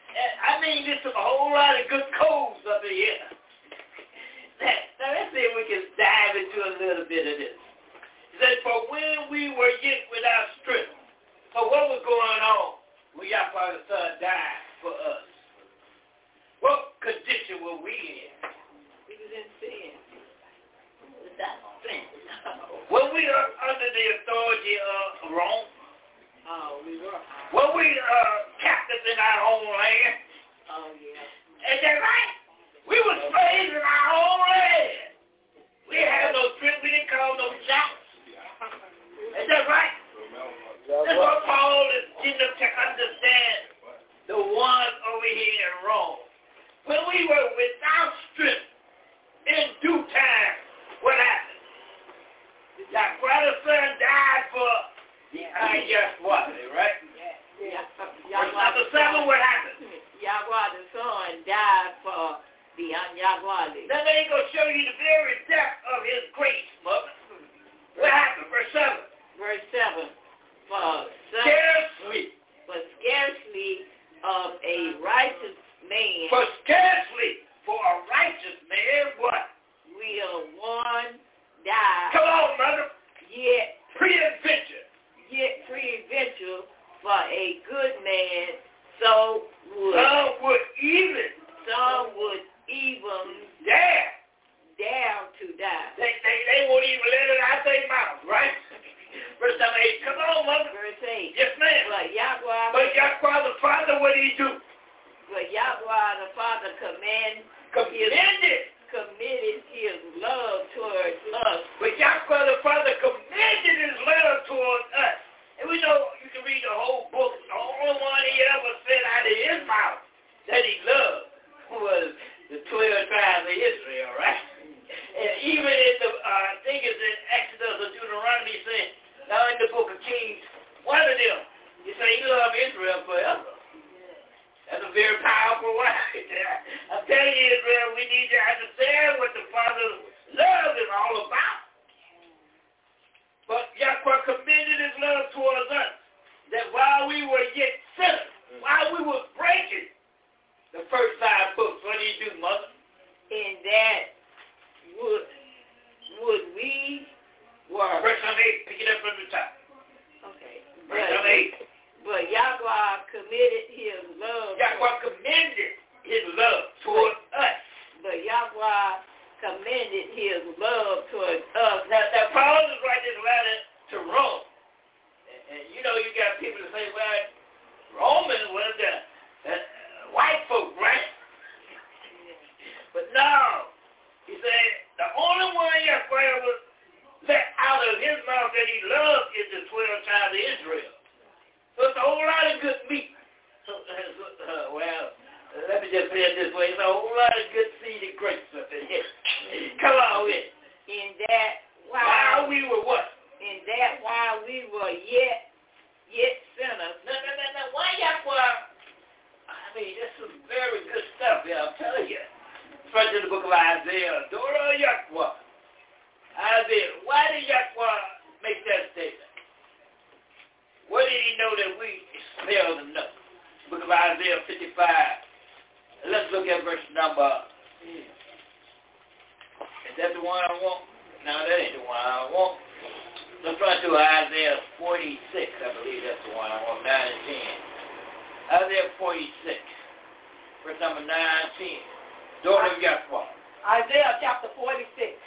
[SPEAKER 3] And I mean, there's some whole lot of good codes up in here. Now, now let's see if we can dive into a little bit of this. He said, for when we were yet without strength. So what was going on when Yahweh the Son died for us? What condition were we in?
[SPEAKER 8] We was in sin. Without strength.
[SPEAKER 3] Were we uh, under the authority of Rome?
[SPEAKER 8] Oh, we were.
[SPEAKER 3] Well, we uh, captives in our own land.
[SPEAKER 8] Oh, yeah.
[SPEAKER 3] Is that right? We were slaves in our own land. We had no strength. We didn't call no shots. Is that right? That's what Paul is getting them to understand. The ones over here in Rome. When we were without strength, in due time, what happened? That brother son died for uh, the unjust one, right? Verse number seven, what happened?
[SPEAKER 8] Yahweh the Son died for the ungodly.
[SPEAKER 3] Now they ain't gonna show you the very depth of his grace, mother. What happened, verse seven?
[SPEAKER 8] Verse 7. For, some,
[SPEAKER 3] Scarcely,
[SPEAKER 8] for scarcely of a righteous man
[SPEAKER 3] for scarcely, for a righteous man, what?
[SPEAKER 8] will one die,
[SPEAKER 3] Come on, mother,
[SPEAKER 8] yet,
[SPEAKER 3] pre-adventure.
[SPEAKER 8] yet pre-eventual for a good man, so would,
[SPEAKER 3] Some would even
[SPEAKER 8] some would even
[SPEAKER 3] dare.
[SPEAKER 8] dare to die.
[SPEAKER 3] They, they, they won't even let it out their mouth, right? Verse number eight, come on, mother.
[SPEAKER 8] Verse 8.
[SPEAKER 3] Yes, ma'am.
[SPEAKER 8] But Yahweh
[SPEAKER 3] But Yahweh the Father, what did he do?
[SPEAKER 8] But Yahweh the Father command,
[SPEAKER 3] Commended.
[SPEAKER 8] committed his love towards us.
[SPEAKER 3] But Yahweh the Father commended his letter toward us. And we know you can read the whole book. The only one he ever said out of his mouth that he loved was the 12 tribes of Israel, right? And even in the, uh, I think it's in Exodus or Deuteronomy, he said, now in the book of Kings, one of them, he said he loved Israel forever. That's a very powerful one. I'm telling you, Israel, we need to understand what the Father's love is all about. But Yahweh commended his love towards us, that while we were yet sinners,
[SPEAKER 8] Mm.
[SPEAKER 3] while we were breaking the first five books, what do you do, mother?
[SPEAKER 8] In that would would we were
[SPEAKER 3] Verse number 8, pick it up from the top.
[SPEAKER 8] okay.
[SPEAKER 3] Verse number
[SPEAKER 8] But,
[SPEAKER 3] 8.
[SPEAKER 8] but Yahweh committed his love.
[SPEAKER 3] Yahweh commended his love toward us.
[SPEAKER 8] But Yahweh commended his love towards us.
[SPEAKER 3] Now, now Paul is writing this letter to Rome. And, and you know, you got people that say, well, Romans was the uh, white folk, right? But no. He said, the only one Yahweh was let out of his mouth that he loved is the 12 tribes of Israel. So it's a whole lot of good meat. So, uh, well, let me just say it this way. It's a whole lot of good seed and grapes up in here. Come on with it.
[SPEAKER 8] In that
[SPEAKER 3] While
[SPEAKER 8] while
[SPEAKER 3] we were what?
[SPEAKER 8] in that while we were yet yet sinners,
[SPEAKER 3] No, no, no, no. Why Yahweh? I mean, this is very good stuff, yeah, I'm telling you. Especially the book of Isaiah. Dora Yahweh. Isaiah. Why did Yahweh make that statement? What did he know that we failed enough? Book of Isaiah 55. Let's look at verse number. Is that the one I want? No, that ain't the one I want. Let's run to Isaiah 46. I believe that's the one I want, 9 and 10. Isaiah 46, verse number 9 and 10. Daughter of Yahweh.
[SPEAKER 1] Isaiah chapter 46,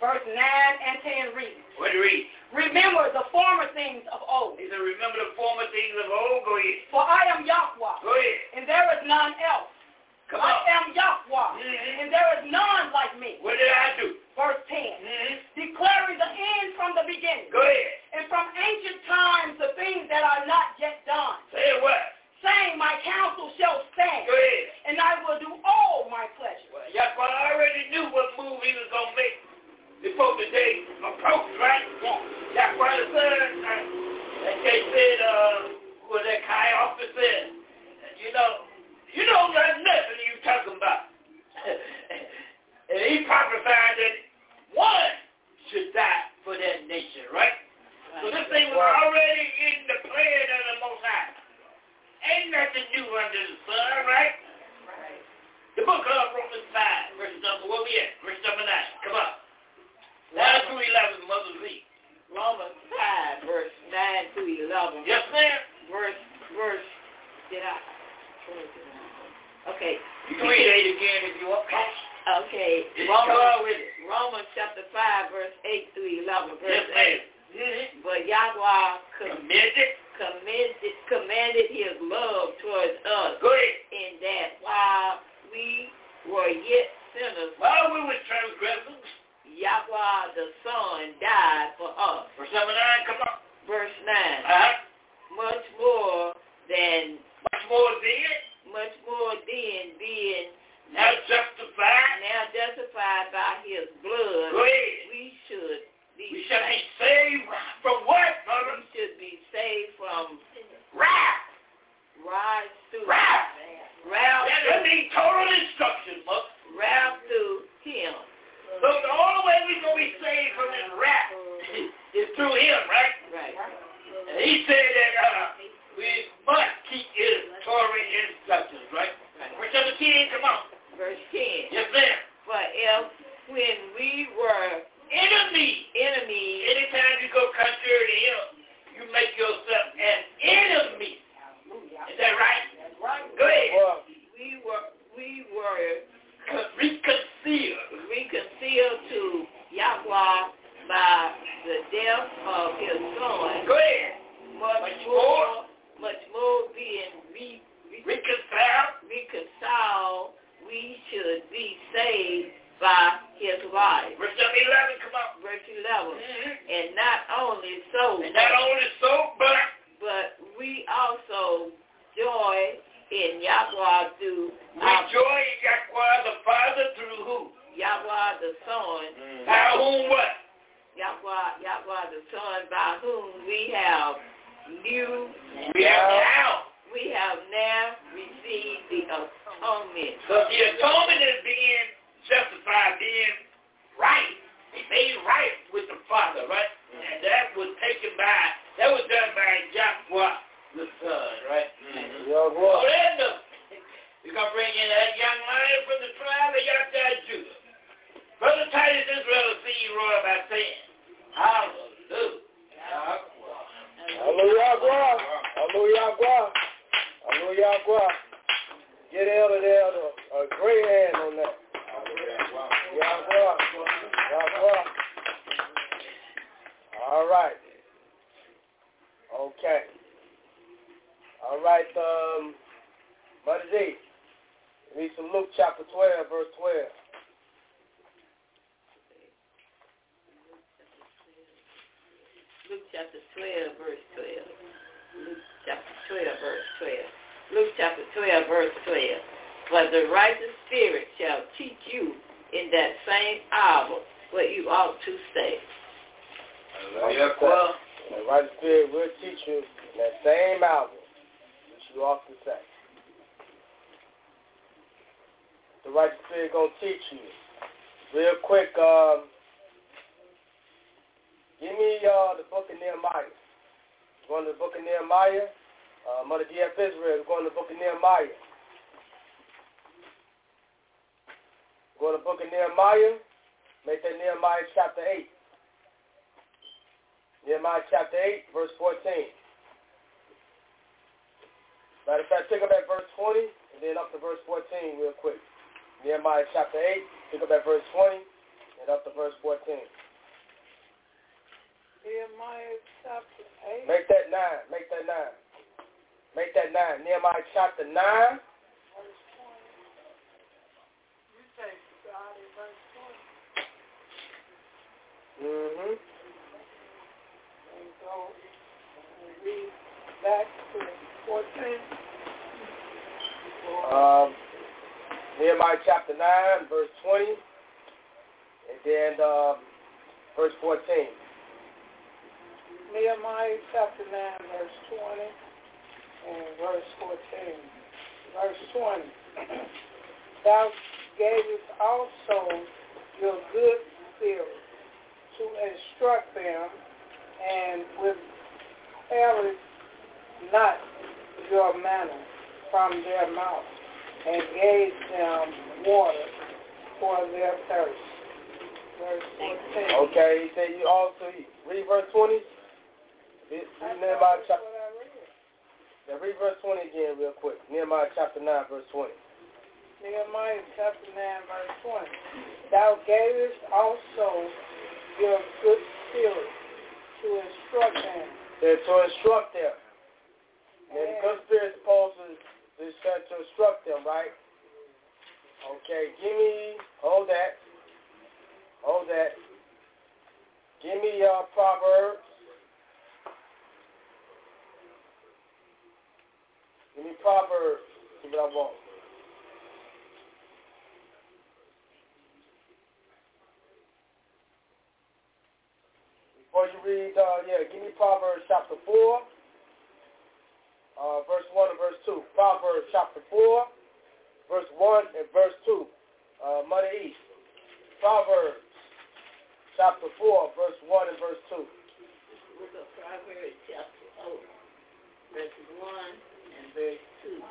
[SPEAKER 1] verse 9 and 10 reads,
[SPEAKER 3] What do you read?
[SPEAKER 1] Remember the former things of old,
[SPEAKER 3] He said, remember the former things of old. Go ahead.
[SPEAKER 1] for I am Yahweh,
[SPEAKER 3] Go ahead.
[SPEAKER 1] and there is none else.
[SPEAKER 3] Come
[SPEAKER 1] I
[SPEAKER 3] on.
[SPEAKER 1] am Yahweh,
[SPEAKER 3] Mhm.
[SPEAKER 1] and there is none like me.
[SPEAKER 3] What did I do?
[SPEAKER 1] Verse 10,
[SPEAKER 3] Mhm.
[SPEAKER 1] declaring the end from the beginning,
[SPEAKER 3] Go ahead.
[SPEAKER 1] and from ancient times the things that are not yet done,
[SPEAKER 3] Say what?
[SPEAKER 1] saying, My counsel shall stand,
[SPEAKER 3] Go ahead.
[SPEAKER 1] and I will do all my pleasure.
[SPEAKER 3] Well, hope that they approach right. That's why the son, like they said, uh, what that high officer said, you know, you don't got nothing you talking about. and he prophesied that one should die for that nation, right? So this thing was already in the plan of the Most High. Ain't nothing new under the sun, right? The book of Romans 5, verse number, where we at? Verse number 9. Come on. 9 through 11, Mother Z.
[SPEAKER 8] Romans 5, verse 9 through 11.
[SPEAKER 3] Yes, ma'am?
[SPEAKER 8] Verse, verse, did I? Okay,
[SPEAKER 3] You can read it again if you want.
[SPEAKER 8] okay.
[SPEAKER 3] Just go
[SPEAKER 8] Romans,
[SPEAKER 3] on with it.
[SPEAKER 8] Romans chapter 5, verse 8 through 11.
[SPEAKER 3] Yes,
[SPEAKER 8] Verse
[SPEAKER 3] ma'am. Mm-hmm.
[SPEAKER 8] 8. But Yahweh com-
[SPEAKER 3] Committed.
[SPEAKER 8] commended, commanded his love towards us
[SPEAKER 3] Go ahead.
[SPEAKER 8] in that while we were yet sinners,
[SPEAKER 3] While we were transgressors,
[SPEAKER 8] Yahweh the Son died for us.
[SPEAKER 3] verse number 9, come on.
[SPEAKER 8] Verse 9.
[SPEAKER 3] Uh-huh.
[SPEAKER 8] Much more than,
[SPEAKER 3] Much more then,
[SPEAKER 8] much more than being
[SPEAKER 3] now justified.
[SPEAKER 8] now justified by his
[SPEAKER 3] Go
[SPEAKER 8] blood,
[SPEAKER 3] ahead.
[SPEAKER 8] we should
[SPEAKER 3] We
[SPEAKER 8] be
[SPEAKER 3] shall be
[SPEAKER 8] saved.
[SPEAKER 3] saved from what, mother?
[SPEAKER 8] We should be saved from
[SPEAKER 3] Wrath.
[SPEAKER 8] rise through
[SPEAKER 3] Wrath.
[SPEAKER 8] wrath,
[SPEAKER 3] That means total destruction, mother.
[SPEAKER 8] wrath through him.
[SPEAKER 3] So the only way we're going to be saved from this wrath is through him, right?
[SPEAKER 8] Right.
[SPEAKER 3] And he said that uh, we must keep his Torah instructions, right? Verse number 10, come on.
[SPEAKER 8] Verse 10.
[SPEAKER 3] Yes, ma'am.
[SPEAKER 8] But if when we were
[SPEAKER 3] Enemy.
[SPEAKER 8] enemies,
[SPEAKER 3] Anytime you go contrary to him, you make yourself an enemy. Is that right? Go ahead.
[SPEAKER 4] Well,
[SPEAKER 8] we were we were
[SPEAKER 3] Reconcile.
[SPEAKER 8] reconciled to Yahweh by the death of his son,
[SPEAKER 3] Go ahead.
[SPEAKER 8] much
[SPEAKER 3] Much
[SPEAKER 8] more much more being re, re,
[SPEAKER 3] Reconcile.
[SPEAKER 8] reconciled, we should be saved by his life.
[SPEAKER 3] Verse number 11, come on. Mm-hmm.
[SPEAKER 8] Verse eleven. And not only so
[SPEAKER 3] And not only so, but
[SPEAKER 8] but we also joy in Yahweh um, through
[SPEAKER 3] we
[SPEAKER 8] our
[SPEAKER 3] joy in Yahweh the Father through who?
[SPEAKER 8] Yahweh the Son
[SPEAKER 3] By whom what?
[SPEAKER 8] Yahweh, Yahweh the Son, by whom we have new,
[SPEAKER 3] We have now.
[SPEAKER 8] we have now received the atonement.
[SPEAKER 3] So the atonement is being justified, being right. He made right with the Father, right? And that was taken by, that was done by Yahweh the Son, right?
[SPEAKER 4] yeah,
[SPEAKER 3] Oh,
[SPEAKER 4] well,
[SPEAKER 3] there's the, we're going to bring in that young lion from the tribe of Yahweh Judah. Brother Titus Israel will see you roar by saying, Hallelujah.
[SPEAKER 4] Hallelujah, Agua. Hallelujah, Agua. Hallelujah, Agua. Get Elder the Elder a great hand on that. Yeah, Agua. Yeah, Agua. All right. Okay. All right, um, Mother Z. We need some Luke chapter 12, verse 12.
[SPEAKER 8] Luke chapter 12, verse 12. Luke chapter 12, verse 12. Luke chapter 12, verse 12. But the righteous spirit shall teach you in that same hour what you ought to say.
[SPEAKER 4] Well, the right spirit will teach you in that same hour, which you often say. The right spirit gonna teach you. Real quick, um, give me uh, the book of Nehemiah. We're going to the book of Nehemiah. Uh, Mother D.F. Israel, we're going to the book of Nehemiah. Go to the book of Nehemiah. Make that Nehemiah chapter 8. Nehemiah chapter 8, verse 14. Matter of fact, pick up at verse 20 and then up to verse 14 real quick. Nehemiah chapter 8, pick up at verse 20 and up to verse 14.
[SPEAKER 2] Nehemiah chapter eight,
[SPEAKER 4] Make that 9. Make that 9. Make that 9. Nehemiah chapter 9.
[SPEAKER 2] verse twenty. You say God in verse twenty,
[SPEAKER 4] Mm-hmm.
[SPEAKER 2] and go and read back to fourteen.
[SPEAKER 4] Um, Nehemiah chapter 9, verse 20. And then um, verse 14.
[SPEAKER 2] Nehemiah chapter 9, verse 20 and verse 14. Verse 20. Thou gavest also your good spirit to instruct them and withheld not your manner from their mouth and gave them water for their thirst. Verse 14.
[SPEAKER 4] Okay, he said you also read verse 20. Read read Nehemiah
[SPEAKER 2] That's what
[SPEAKER 4] chapter,
[SPEAKER 2] I read.
[SPEAKER 4] now read verse 20 again real quick. Nehemiah chapter 9, verse 20.
[SPEAKER 2] Nehemiah chapter 9, verse 20. Thou gavest also your good spirit to instruct them.
[SPEAKER 4] Said to instruct them. And the good spirit is supposed to, is said to instruct them, right? Okay, give me, hold that. Hold that. Give me uh, Proverbs. Give me Proverbs. See what I want. Before you read, uh, yeah, give me Proverbs chapter 4, uh, verse 1 and verse 2. Proverbs chapter 4, verse 1 and verse 2. Uh, Mother East. Proverbs chapter 4, verse 1 and verse 2.
[SPEAKER 8] Book of Proverbs, chapter 4, verse 1 and verse 2.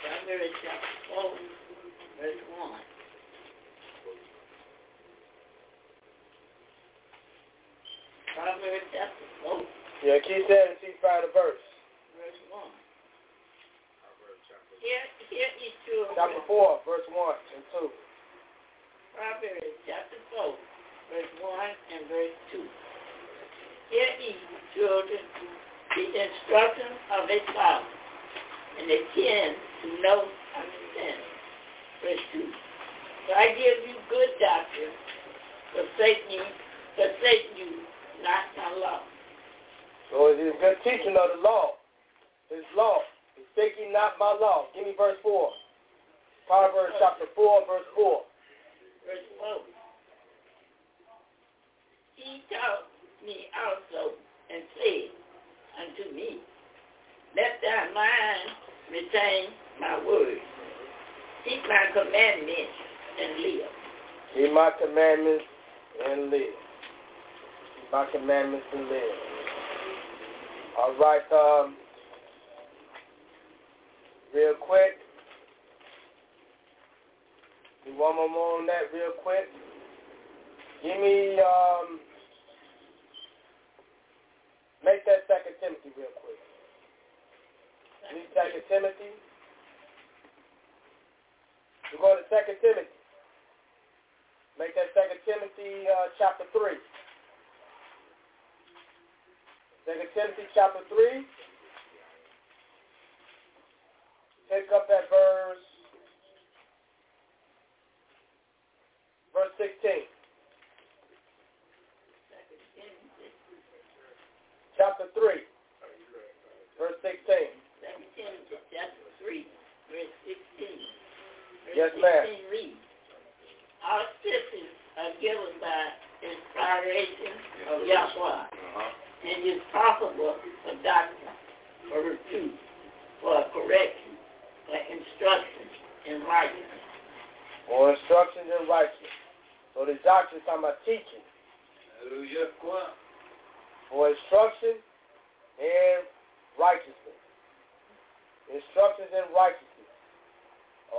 [SPEAKER 8] Proverbs, chapter 4, verse 1. Proverbs, chapter 4,
[SPEAKER 4] Yeah, keep that and see find the verse.
[SPEAKER 8] verse 1. Here, here is your
[SPEAKER 4] Chapter 4, verse 1 and 2.
[SPEAKER 8] Proverbs chapter 4, verse 1 and verse 2. Hear ye, children, the instruction of a father, and attend to no understanding. Verse 2. So I give you good doctrine, forsake me, forsake you not my law.
[SPEAKER 4] So it is good teaching of the law. His law. Forsake ye not my law. Give me verse 4. Proverbs chapter 4, verse 4.
[SPEAKER 8] Verse 4. He taught me also and said unto me, Let thy mind retain my words. Keep my commandments and live.
[SPEAKER 4] Keep my commandments and live. Keep my commandments and live. All right, um, real quick. You want one more on that real quick? Give me, um, make that Second Timothy real quick. Give me Second Timothy. We go to Second Timothy. Make that Second Timothy uh, chapter three. Second Timothy chapter three. Pick up at verse verse sixteen. Chapter three, verse sixteen.
[SPEAKER 8] 2 Timothy chapter 3, verse 16. Verse
[SPEAKER 4] Yes, ma'am.
[SPEAKER 8] 16 reads, All scriptures are given by inspiration of Yahweh. and is profitable for doctrine, for reproof, for correction, for instruction in righteousness.
[SPEAKER 4] Or instructions in righteousness. So the doctrine is talking about teaching.
[SPEAKER 3] Hallelujah.
[SPEAKER 4] for instruction and righteousness. Instructions and righteousness.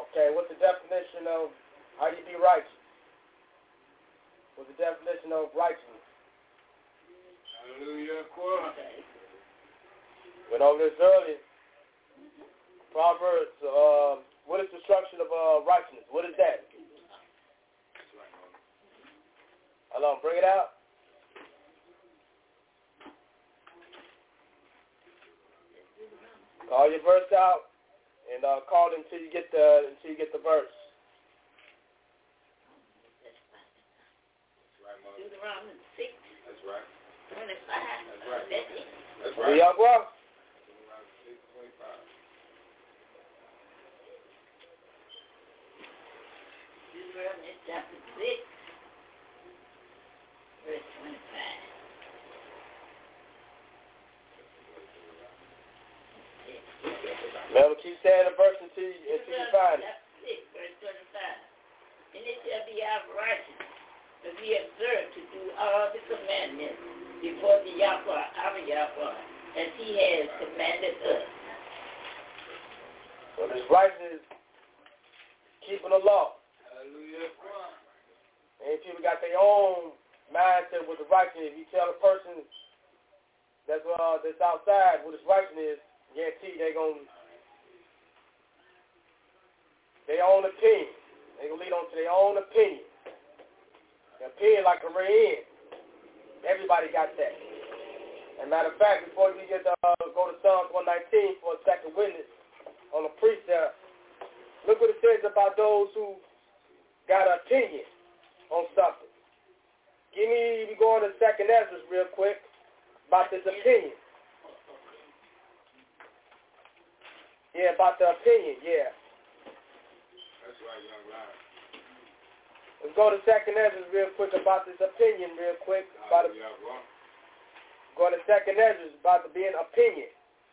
[SPEAKER 4] Okay, what's the definition of how do you be righteous? What's the definition of righteousness?
[SPEAKER 3] Hallelujah. Hallelujah.
[SPEAKER 4] Went over this earlier. Proverbs, um, what is the instruction of uh, righteousness? What is that? Hello, bring it out. Call your verse out and uh, call it until you get the until you get the verse.
[SPEAKER 8] Deuteronomy 6,
[SPEAKER 6] That's right.
[SPEAKER 8] 25. That's it.
[SPEAKER 6] That's
[SPEAKER 4] Right.
[SPEAKER 6] right.
[SPEAKER 4] Y'all go.
[SPEAKER 8] Deuteronomy chapter 6, verse
[SPEAKER 4] until you, until you find it.
[SPEAKER 9] Chapter six, verse twenty-five. And it shall be our righteousness, if we observe to do all the commandments before the Yahweh, our Yahweh, as he has commanded us.
[SPEAKER 4] Well, this righteousness is keeping the law. And people got their own mindset with the righteousness. If you tell a person that's uh, that's outside what his righteousness, guarantee they gonna their own opinion. They gonna lead on to their own opinion. Their opinion like a red end. Everybody got that. And matter of fact, before you get to, uh, go to Psalms 119 for a second witness on a precept, look what it says about those who got an opinion on something. Give me, we go on to second Ezra real quick about this opinion. Yeah, about the opinion, yeah.
[SPEAKER 10] That's right, young lion.
[SPEAKER 4] Let's go to second Ezra real quick about this opinion real quick. About the,
[SPEAKER 10] Hallelujah.
[SPEAKER 4] go to second Ezra about the being opinion.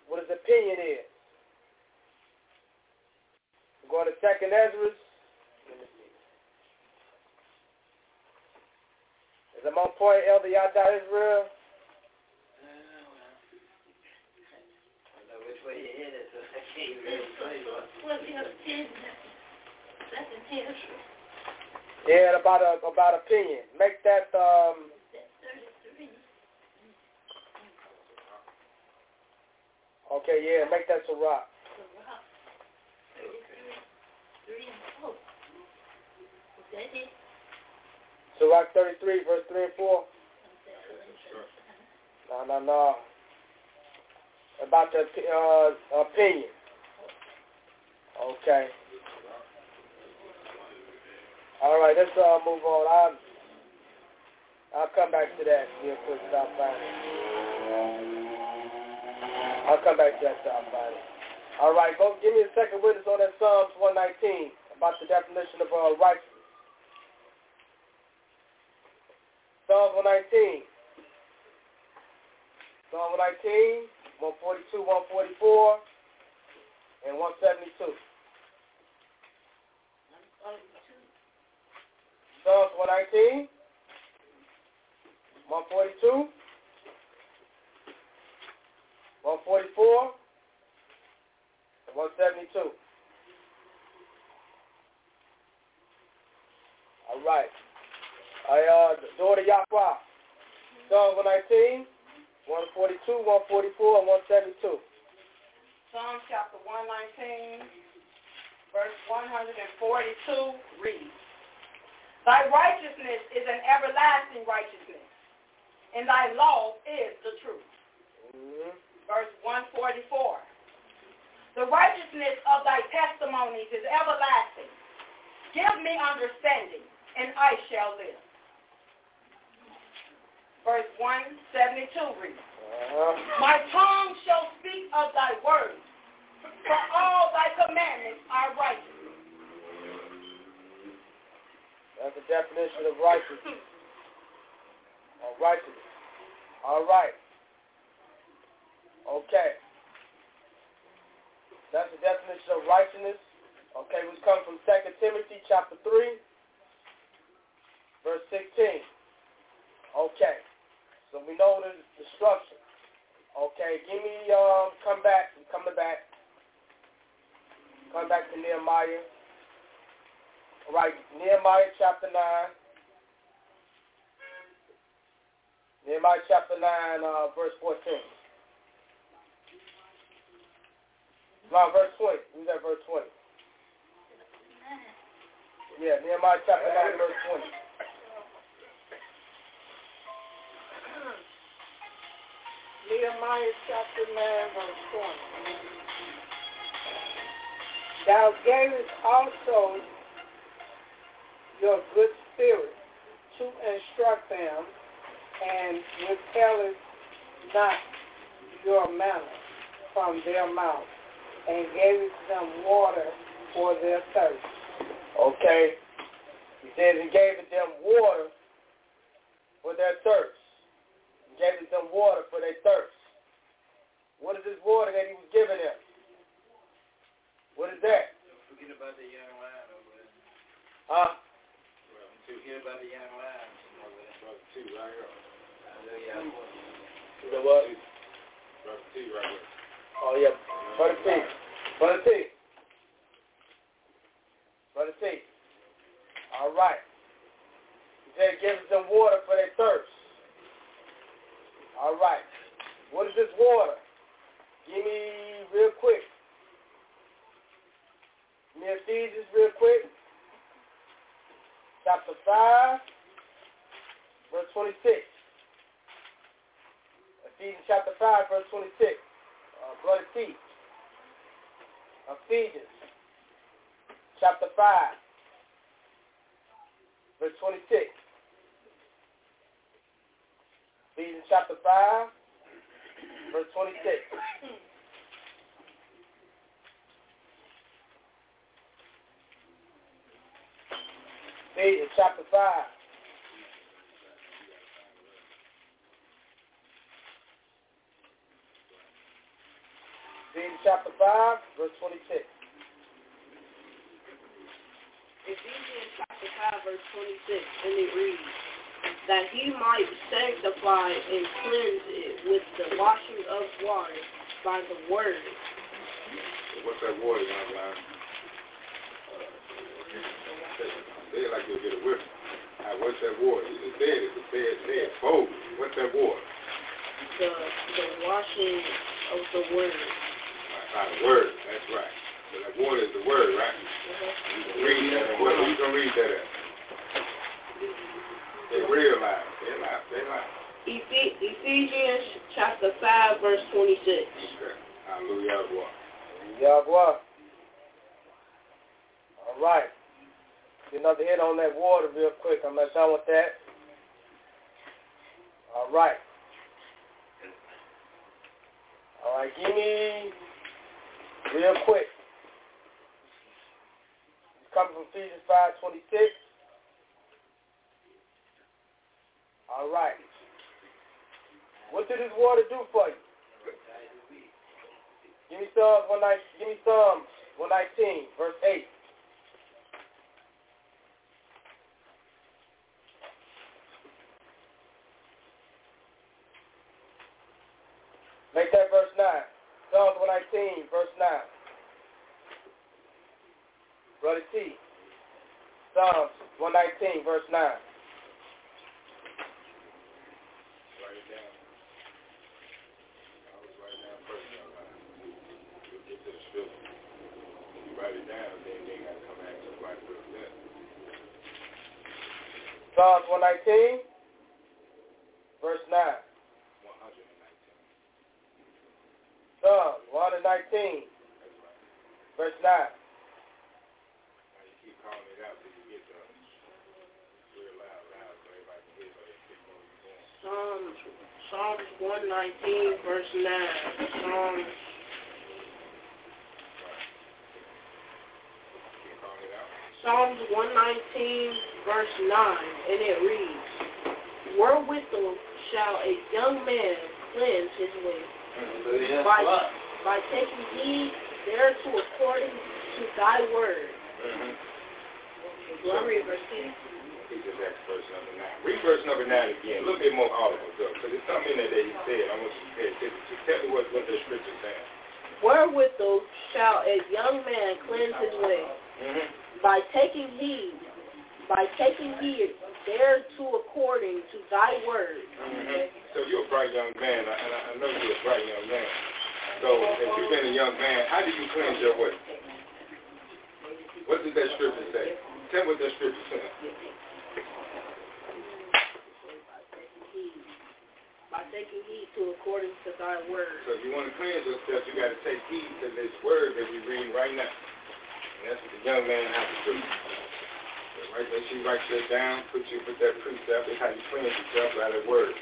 [SPEAKER 4] What his opinion is. Go to second Ezra. Is I'm on point, Elder Yada Israel?
[SPEAKER 9] Well, you know, ten, that's a ten,
[SPEAKER 4] Yeah, about a, about opinion. Make that um
[SPEAKER 9] that's thirty-three.
[SPEAKER 4] okay, yeah, make that
[SPEAKER 9] the
[SPEAKER 4] Sirach.
[SPEAKER 9] rock. Thirty-three, three and four. Is that it?
[SPEAKER 4] Sirach thirty three, verse three and four. No, no, no. About the uh, opinion. Okay. All right, let's uh, move on. I'll, I'll come back to that real quick without finding it. I'll come back to that without finding it. All right, go give me a second witness on that Psalms 119 about the definition of uh, righteousness. Psalms 119. Psalm 119, 142, 144, and 172. Psalm 119, 142, 144, and 172. All right. I, uh, the daughter Yahweh. Psalm 119, 142, 144, and 172.
[SPEAKER 8] Psalm chapter one nineteen, verse one hundred and forty-two reads, Thy righteousness is an everlasting righteousness, and thy law is the truth.
[SPEAKER 4] Mm-hmm.
[SPEAKER 8] verse 144. The righteousness of thy testimonies is everlasting. Give me understanding, and I shall live. Verse 172 reads,
[SPEAKER 4] Uh-huh.
[SPEAKER 8] My tongue shall speak of thy word, for all thy commandments are righteous.
[SPEAKER 4] That's the definition of righteousness. Of righteousness. All right. Okay. That's the definition of righteousness. Okay, which comes from 2 Timothy chapter 3, verse 16. Okay. So we know the destruction. Okay, give me, um, come back. I'm coming back. Come back to Nehemiah. All right, Nehemiah chapter 9. Nehemiah chapter 9, uh, verse 14. No, verse 20. Who's at verse 20? Yeah, Nehemiah chapter 9, verse 20.
[SPEAKER 2] Nehemiah chapter 9, verse 20. Thou gavest also your good spirit to instruct them, and withheld not your manner from their mouth, and gavest them water for their thirst.
[SPEAKER 4] Okay. He says he gave it them water for their thirst. He gave it them water for their thirst. What is this water that he was giving them? What is that?
[SPEAKER 3] Forget about the young lion over there.
[SPEAKER 4] Huh?
[SPEAKER 3] Forget about the young lion over there.
[SPEAKER 6] Brother T right here.
[SPEAKER 4] You know what?
[SPEAKER 6] Brother T right here.
[SPEAKER 4] Oh yeah, brother T, brother T, brother T. All right. He said, "Give them water for their thirst." All right. What is this water? Give me real quick. Give me Ephesians real quick. Chapter five, verse twenty-six. Ephesians chapter five, verse twenty-six uh, Brother T. Ephesians, chapter 5, verse 26. Ephesians chapter 5, verse 26. Ephesians chapter 5. Ephesians chapter 5, verse 26.
[SPEAKER 8] Ephesians chapter 5, verse 26, and it reads, That he might sanctify and cleanse it with the washing of water by the word.
[SPEAKER 6] What's that water, young lion? Say it uh, like you'll get a whiff. Now, what's that water? You just said it, but say it, say it bold. What's that water?
[SPEAKER 8] The, the washing of the word.
[SPEAKER 6] By the word, that's right. So that water is the word, right? You can read that. and What are you gonna read that at? They realize. They lie. They lie.
[SPEAKER 8] Ephe- Ephesians chapter 5, verse 26.
[SPEAKER 6] Okay. Hallelujah. boy.
[SPEAKER 4] Yagua. All right. Get another hit on that water real quick. I'm not done with that. All right. All right, give me real quick. Coming from Ephesians 5.26. All right. What did this water do for you? Give me Psalms one nine. Give me Psalms one nineteen, verse eight. Make that verse nine. Psalms one nineteen, verse nine. Brother T. Psalms one nineteen, verse nine.
[SPEAKER 6] Write it down. I was writing down first. young lion. You'll get to the spirit. You write it down, then they gotta come back to write it down.
[SPEAKER 4] Psalms one nineteen, verse nine.
[SPEAKER 6] 119.
[SPEAKER 4] Psalms one hundred nineteen, verse nine.
[SPEAKER 6] Now you keep calling it out till you get the real loud, loud, so everybody can hear, so they can know where you're going.
[SPEAKER 8] Psalms, Psalms 119, verse 9. Psalms,
[SPEAKER 6] Keep calling it out.
[SPEAKER 8] Psalms 119, verse 9, and it reads, Wherewithal shall a young man cleanse his way?
[SPEAKER 3] Hallelujah.
[SPEAKER 8] By, by taking heed thereto according to thy word.
[SPEAKER 6] Mm-hmm.
[SPEAKER 8] Glory verse 10.
[SPEAKER 6] He just asked verse number nine. Read verse number nine again, a little bit more audible, though, because there's something in there that he said. I want you to pay attention to. Tell me what, what the scripture's saying.
[SPEAKER 8] Wherewithal shall a young man cleanse his way?
[SPEAKER 6] Mm-hmm.
[SPEAKER 8] by taking heed, by taking heed thereto according to thy word.
[SPEAKER 6] Mm-hmm. So you're a bright young man, and I, and I know you're a bright young man. So if you've been a young man, how do you cleanse your way? What did that scripture say? Tell me what that scripture said.
[SPEAKER 8] By taking heed to according to thy word.
[SPEAKER 6] So if you want to cleanse yourself, you got to take heed to this word that we're reading right now. And that's what the young man has to do. So right, make sure you write that down, put you put that precept, that's how you cleanse yourself by that word.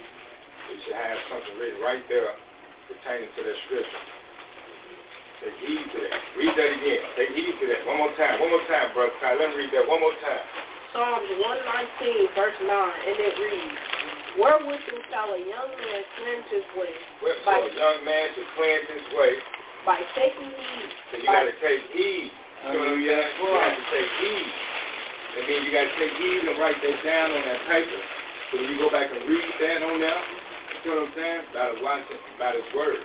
[SPEAKER 6] You should have something written right there pertaining to that scripture. Take heed to that. Read that again. Take heed to that. One more time. One more time, brother. Ty. Let me read that one more time.
[SPEAKER 8] Psalms 119, verse 9, and it reads, Wherewithal shall a young man cleanse his way?
[SPEAKER 6] Wherefore a young man should cleanse his way
[SPEAKER 11] by taking heed.
[SPEAKER 6] So you gotta take heed. You know what I'm saying? You have to take heed. That means you gotta take heed and write that down on that paper. So when you go back and read that on there, you know what I'm saying? By the watching, by his word.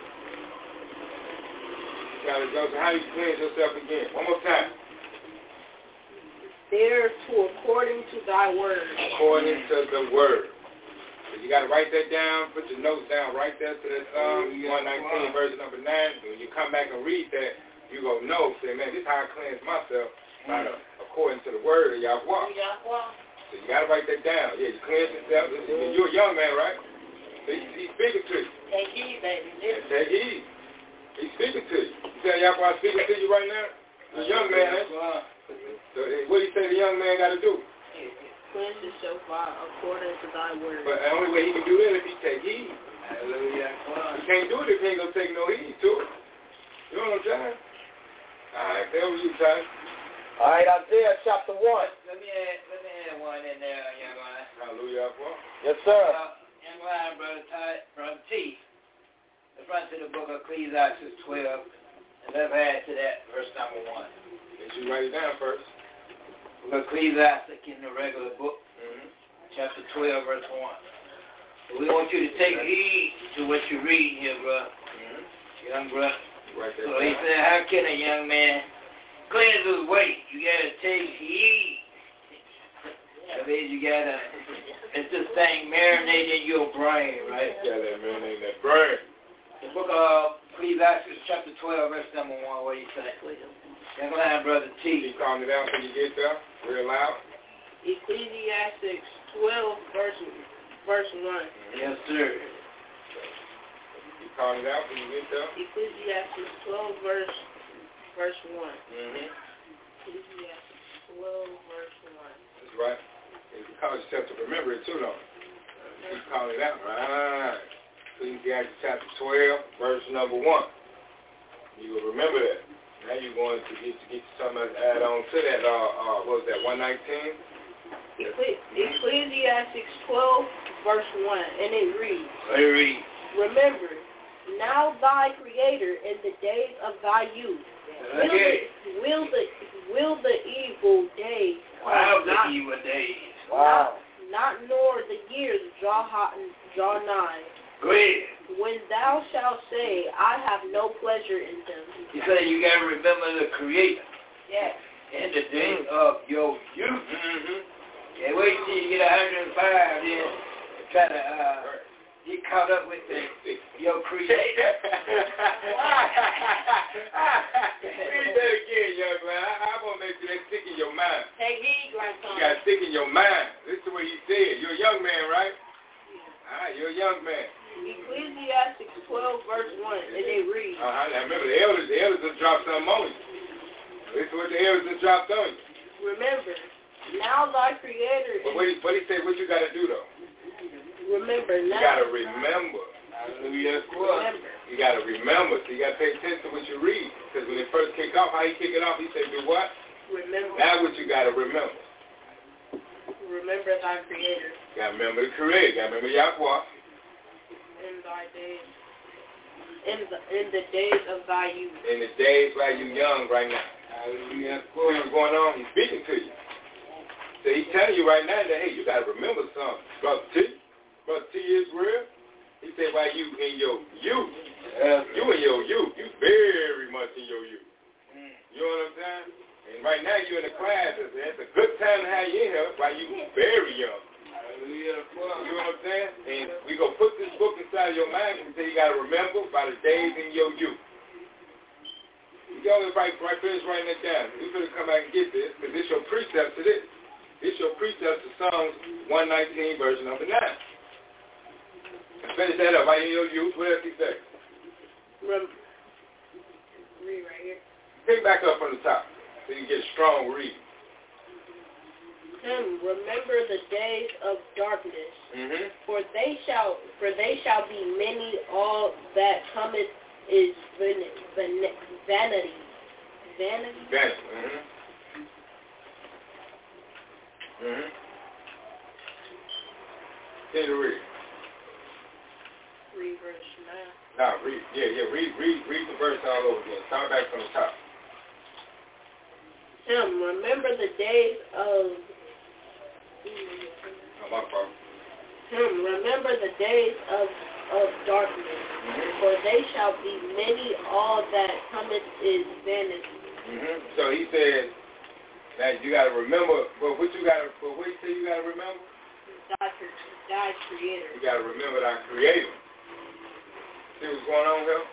[SPEAKER 6] Now, Joseph, how you cleanse yourself again? One more time.
[SPEAKER 8] There to according to thy word.
[SPEAKER 6] According to the word. So you gotta write that down, put your notes down right there to that Psalm 119, verse number 9. When you come back and read that, you gonna know, say, man, this is how I cleanse myself by the, according to the word of Yahweh. So you gotta write that down. Yeah, you cleanse yourself. You're a young man, right? So he's, he's speaking to you.
[SPEAKER 11] Take heed, baby.
[SPEAKER 6] And take heed. He's speaking to you. You say Yahweh speaking to you right now? The young man, eh? So eh, what do you say the young man gotta do?
[SPEAKER 11] Cleanse the shofar according to thy word.
[SPEAKER 6] But the only way he can do that is if he take heed. He can't do it if he ain't gonna take no heed to it. You know what I'm saying? Alright, there was you, Ty.
[SPEAKER 4] All right, Isaiah chapter 1.
[SPEAKER 3] Let me add, let me add one in there, young man.
[SPEAKER 6] Hallelujah, Yahweh.
[SPEAKER 4] Yes, sir.
[SPEAKER 3] Uh, young man, brother Ty, brother T. Let's run to the book of Ecclesiastes 12, and let's add to that verse number one.
[SPEAKER 6] Did you write it down first?
[SPEAKER 3] Book of Ecclesiastes in the regular book,
[SPEAKER 6] Mm-hmm.
[SPEAKER 3] chapter 12, verse one. We want you to take heed to what you read here, bro,
[SPEAKER 6] Mm-hmm.
[SPEAKER 3] young bro.
[SPEAKER 6] Write that
[SPEAKER 3] So he
[SPEAKER 6] down.
[SPEAKER 3] said, how can a young man cleanse his way? You gotta take heed. That means you gotta, it's this thing marinated in your brain, right?
[SPEAKER 6] Yeah, that man ain't that brain.
[SPEAKER 3] The book of Ecclesiastes chapter 12, verse number 1, what do you say? Young line, brother T.
[SPEAKER 6] Keep calming down till you get there, real loud.
[SPEAKER 8] Ecclesiastics 12, verse, verse 1.
[SPEAKER 3] Yes, sir.
[SPEAKER 6] Keep calming down till you get there.
[SPEAKER 8] Ecclesiastes 12, verse, verse 1.
[SPEAKER 6] Mm-hmm.
[SPEAKER 8] Ecclesiastes 12, verse 1.
[SPEAKER 6] That's right. If you call yourself to remember it too long. Keep calling it out. Right. Ecclesiastes chapter 12, verse number 1. You will remember that. Now you're going to get to get you something to add on to that. Uh, uh, what was that, 119?
[SPEAKER 8] Eccle- Ecclesiastics 12, verse 1, and it reads,
[SPEAKER 3] Let me read.
[SPEAKER 8] Remember now thy Creator in the days of thy youth. Will the,
[SPEAKER 3] Okay.
[SPEAKER 8] will the, will the evil day come
[SPEAKER 3] Wow,
[SPEAKER 8] not,
[SPEAKER 3] the evil days.
[SPEAKER 4] Wow.
[SPEAKER 8] not nor the years draw hot and draw nigh.
[SPEAKER 3] Go ahead.
[SPEAKER 8] When thou shalt say, I have no pleasure in them.
[SPEAKER 3] He said you gotta remember the Creator
[SPEAKER 8] Yes.
[SPEAKER 3] in the day of your youth.
[SPEAKER 6] Mm. Mm-hmm.
[SPEAKER 3] Yeah, wait till you get 105, then try to uh, get caught up with the, your Creator.
[SPEAKER 6] Read that again, young man. I, I'm going to make that stick in your mind.
[SPEAKER 8] Take heed,
[SPEAKER 6] You
[SPEAKER 8] grandson.
[SPEAKER 6] got to stick in your mind. Listen to what he said. You're a young man, right? All right, you're a young man.
[SPEAKER 8] Ecclesiastics 12, verse 1, and it reads,
[SPEAKER 6] Uh-huh. Now remember, the elders, the elders have dropped something on you. This is what the elders have dropped on you.
[SPEAKER 8] Remember, now thy Creator
[SPEAKER 6] But what he, what he said, what you got to do, though?
[SPEAKER 8] Remember,
[SPEAKER 6] You
[SPEAKER 8] now.
[SPEAKER 6] got to remember. Hallelujah.
[SPEAKER 8] Remember.
[SPEAKER 6] You got to remember. So you got to pay attention to what you read. Because when it first kick off, how he kick it off, he said, do what?
[SPEAKER 8] Remember.
[SPEAKER 6] Now what you got to remember.
[SPEAKER 8] Remember thy Creator
[SPEAKER 6] You got to remember the Creator. You got to remember Yahweh.
[SPEAKER 8] in thy days. In the, in the days of thy youth.
[SPEAKER 6] In the days while you young right now. Hallelujah. See what's going on? He's speaking to you. So he's telling you right now that, hey, you got to remember something. Brother T, Brother T is real. He said, while you in your youth, you in your youth, you very much in your youth. You know what I'm saying? And right now you're in the classes. and It's a good time to have you in here while you very young. You know what I'm saying? And we gonna put this book inside of your mind and say you gotta remember by the days in your youth. You gotta write, write, finish writing that down. You better come back and get this, because it's your precept to this. It's your precept to Psalms 119, verse number 9. And finish that up, right in your youth. What else he say?
[SPEAKER 8] Rem- read right here.
[SPEAKER 6] Pick back up from the top so you get a strong read.
[SPEAKER 8] Him, remember the days of darkness,
[SPEAKER 6] Mm-hmm.
[SPEAKER 8] for they shall for they shall be many. All that cometh is van, van, vanity, vanity.
[SPEAKER 6] Vanity. Mm-hmm. Mm-hmm. Continue to read.
[SPEAKER 8] Read
[SPEAKER 1] verse now.
[SPEAKER 6] Nah, read. Yeah, yeah. Read, read, read the verse all over again. Start back from the top.
[SPEAKER 8] Him, remember the days of
[SPEAKER 6] Oh, my fault.
[SPEAKER 8] him, remember the days of of darkness,
[SPEAKER 6] Mm-hmm.
[SPEAKER 8] for they shall be many. All that cometh is vanity.
[SPEAKER 6] hmm So he said, now you got to remember, but what you got to, but what he said you got to remember?
[SPEAKER 8] Thy, thy Creator.
[SPEAKER 6] You got to remember thy creator. See what's going on here?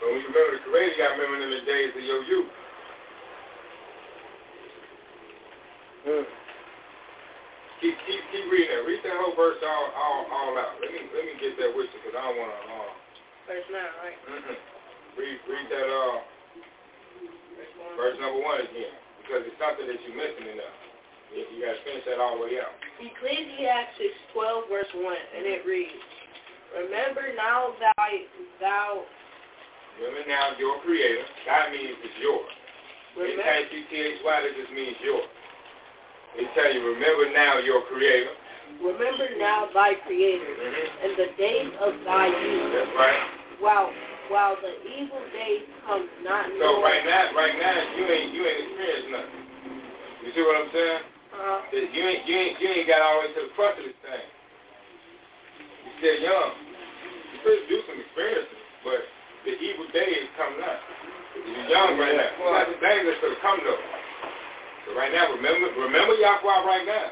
[SPEAKER 6] But when you remember the creator, you got to remember them the days of your youth.
[SPEAKER 4] Hmm.
[SPEAKER 6] Keep, keep, keep reading that. Read that whole verse all, all, all out. Let me, let me get that with you because I don't want to, uh,
[SPEAKER 1] Verse 9, right?
[SPEAKER 6] mhm. read, read that, uh,
[SPEAKER 1] Verse 1.
[SPEAKER 6] verse number one again because it's something that you're missing in there. You, you got to finish that all the way out.
[SPEAKER 8] Ecclesiastes 12 verse 1, and it reads, Remember now thy, thou,
[SPEAKER 6] Remember now, your creator. God means it's yours.
[SPEAKER 8] remember,
[SPEAKER 6] Anytime you T-H-Y, that just means yours. They tell you, remember now your creator.
[SPEAKER 8] remember now thy Creator,
[SPEAKER 6] Mm-hmm.
[SPEAKER 8] and the days of thy youth,
[SPEAKER 6] That's right.
[SPEAKER 8] while, while the evil days come not
[SPEAKER 6] So right
[SPEAKER 8] knowing.
[SPEAKER 6] now, right now, you ain't you ain't experienced nothing. You see what I'm saying?
[SPEAKER 8] Uh,
[SPEAKER 6] That You ain't you ain't you ain't got all the way to the front of this thing. You still young. You could do some experiences, but the evil day is coming up. You're young right now. Well, that's the thing that's gonna come though. So right now, remember remember Yahweh right now.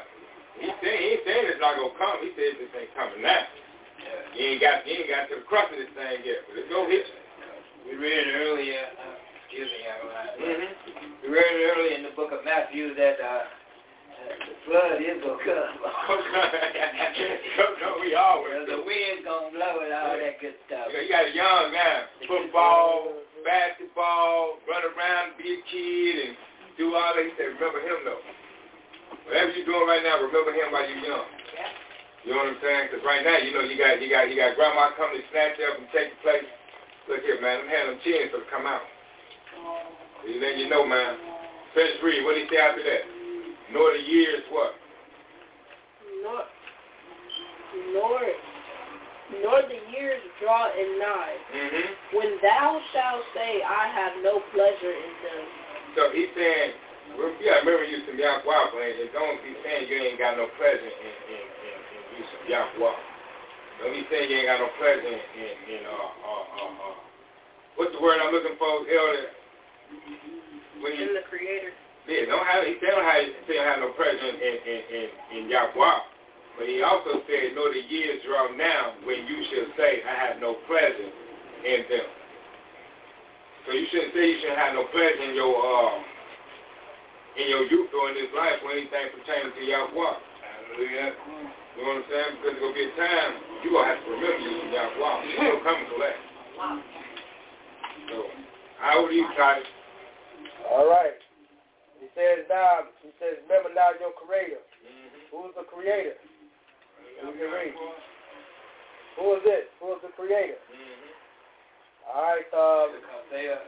[SPEAKER 6] He saying he ain't saying it's not gonna come. He said this ain't coming now. You ain't got you ain't got to the crux of this thing yet, but it's gonna hit you.
[SPEAKER 3] We read it earlier. Uh, excuse me, I'm lying.
[SPEAKER 6] Mm-hmm.
[SPEAKER 3] We read it earlier in the book of Matthew that uh, uh, the flood is gonna come.
[SPEAKER 6] no, we always
[SPEAKER 3] the
[SPEAKER 6] do.
[SPEAKER 3] wind's gonna blow and all that good stuff.
[SPEAKER 6] You got a young guy, football, basketball, run around, be a kid, and do all that. He said, remember him though. Whatever you're doing right now, remember him while you're young. You know what I'm saying? Because right now, you know, you got you got you got grandma come to snatch you up and take your place. Look here, man. I'm having them chins to come out. And then you know, man. Finish read. What did he say after that? Nor the years what?
[SPEAKER 8] nor, nor, nor the years draw in nigh,
[SPEAKER 6] Mm-hmm.
[SPEAKER 8] when thou shalt say, I have no pleasure in them.
[SPEAKER 6] So he's saying, well, yeah, remember you some Yahweh playing. It don't be saying you ain't got no pleasure in, in, in, in you some Yahweh. Don't be saying you ain't got no pleasure in, in, in uh, uh, uh, uh, what's the word I'm looking for, elder? When you,
[SPEAKER 1] In the Creator.
[SPEAKER 6] yeah, don't have, he said don't have, say don't have no pleasure in, in, in, in, in Yahweh. But he also said, no, the years draw now when you shall say, I have no pleasure in them. So you shouldn't say you shouldn't have no pleasure in your, uh, in your youth or in this life or anything pertaining to Yahweh. Hallelujah. You know what I'm saying? Because there's going to be a time you're going to have to remember you from Yahweh. You're going to come and collect. So, how old are you, Todd?
[SPEAKER 4] All right. He says now, he says, remember now your creator. Who's the creator? We can read. Who is it? Who is the creator?
[SPEAKER 3] Mm-hmm.
[SPEAKER 4] All right, um,
[SPEAKER 3] because they are,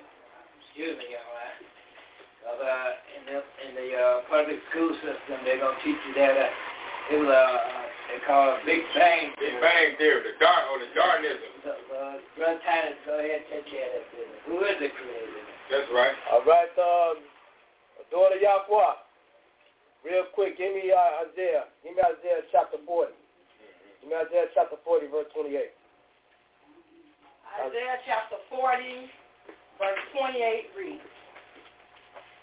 [SPEAKER 3] excuse me, young man, because uh, in the, in the uh, public school system, they're going to teach you that uh, it was a, uh, they call it Big Bang.
[SPEAKER 6] Big Bang Theory, the dark or the darknism.
[SPEAKER 3] So, uh, Brother Titus, go ahead and take care of that business. Who is the creator?
[SPEAKER 6] That's right.
[SPEAKER 4] all right, um, daughter Yahweh. Real quick, give me uh, Isaiah. Give me Isaiah chapter 40. Give me Isaiah chapter 40, verse 28.
[SPEAKER 1] Isaiah chapter 40, verse 28 reads,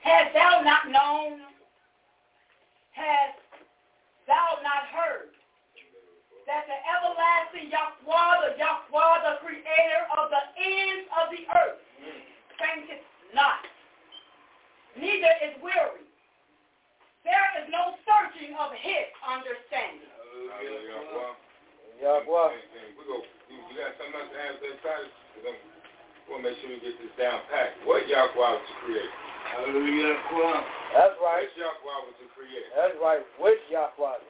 [SPEAKER 1] Hast thou not known, hast thou not heard, that the everlasting Yahweh, the Yahweh, the creator of the ends of the earth, fainteth not, neither is weary. There is no searching of his understanding.
[SPEAKER 6] Hallelujah.
[SPEAKER 4] Yahweh.
[SPEAKER 6] We go, you, you got something else to add to that title? Because I'm, we'll make sure we get this down packed. What Yahweh was to create?
[SPEAKER 3] Hallelujah, Quan.
[SPEAKER 4] That's
[SPEAKER 6] What
[SPEAKER 4] right.
[SPEAKER 6] Yahweh was to create?
[SPEAKER 4] That's right. Which Yahweh?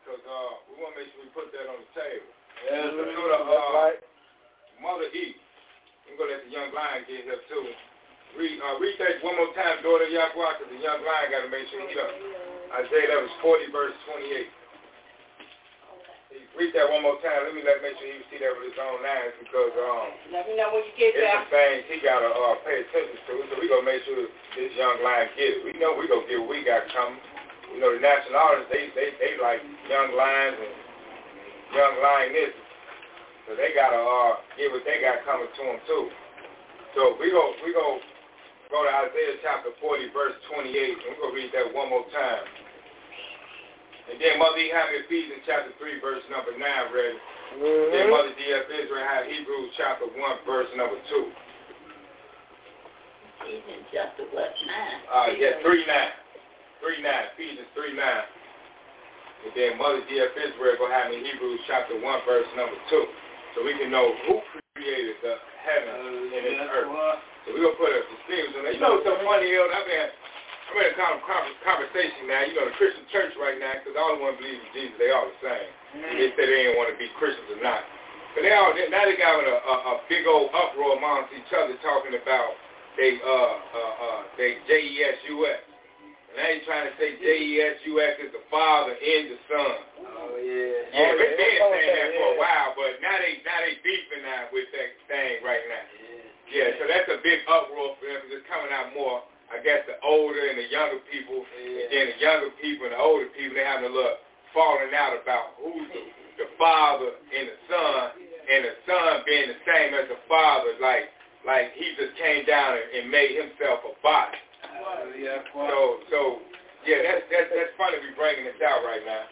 [SPEAKER 6] Because uh, we want to make sure we put that on the table.
[SPEAKER 3] Yes, sir.
[SPEAKER 6] Let's go to
[SPEAKER 4] That's
[SPEAKER 6] uh,
[SPEAKER 4] right.
[SPEAKER 6] Mother E. I'm going to let the young lion get here too. Read, uh, read that one more time, daughter Yahweh, because the young lion got to make sure he's up. Isaiah, that was 40, verse 28. Read read that one more time. Let me let make sure he see that with his own eyes because um,
[SPEAKER 1] Let me know when you get
[SPEAKER 6] it's
[SPEAKER 1] there.
[SPEAKER 6] some things he gotta uh, pay attention to. So we gonna make sure this young lion get it. We know we gonna get what we got coming. You know the national artists, they they they like young lions and young lionesses. So they gotta uh, get what they got coming to them too. So we go we go go to Isaiah chapter 40 verse 28 and we're gonna read that one more time. And then Mother E. have Ephesians chapter 3 verse number 9 read. Then
[SPEAKER 4] Mm-hmm.
[SPEAKER 6] Mother D.F. Israel had Hebrews chapter 1, verse number 2.
[SPEAKER 8] Ephesians chapter what, nine?
[SPEAKER 6] Uh, yeah, 3 9. 3 9. Ephesians 3 9. And then Mother D.F. Israel going to have in Hebrews chapter 1, verse number 2. So we can know who created the heaven and the
[SPEAKER 3] Uh,
[SPEAKER 6] earth. So we're going to put a distinction on that. You know what's so funny, El? I've been, I'm in a con- con- conversation now. You know, the Christian church right now, because all the one believes in Jesus, they all the same. They say they didn't want to be Christians or not. But now, now they got a, a, a big old uproar amongst each other talking about they uh uh uh they JESUS. And they ain't trying to say E JESUS is the Father and the Son.
[SPEAKER 4] Oh, yeah.
[SPEAKER 6] Yeah, they've been
[SPEAKER 4] Oh,
[SPEAKER 6] saying that for a
[SPEAKER 4] yeah.
[SPEAKER 6] while, but now they now they beefing now with that thing right now. Yeah, so that's a big uproar for them. 'cause It's coming out more. I guess the older and the younger people, and then the younger people and the older people, they having a little falling out about who's the, the father and the son, and the son being the same as the father, like like he just came down and, and made himself a body. So so yeah, that's that's that's funny. We bringing this out right now.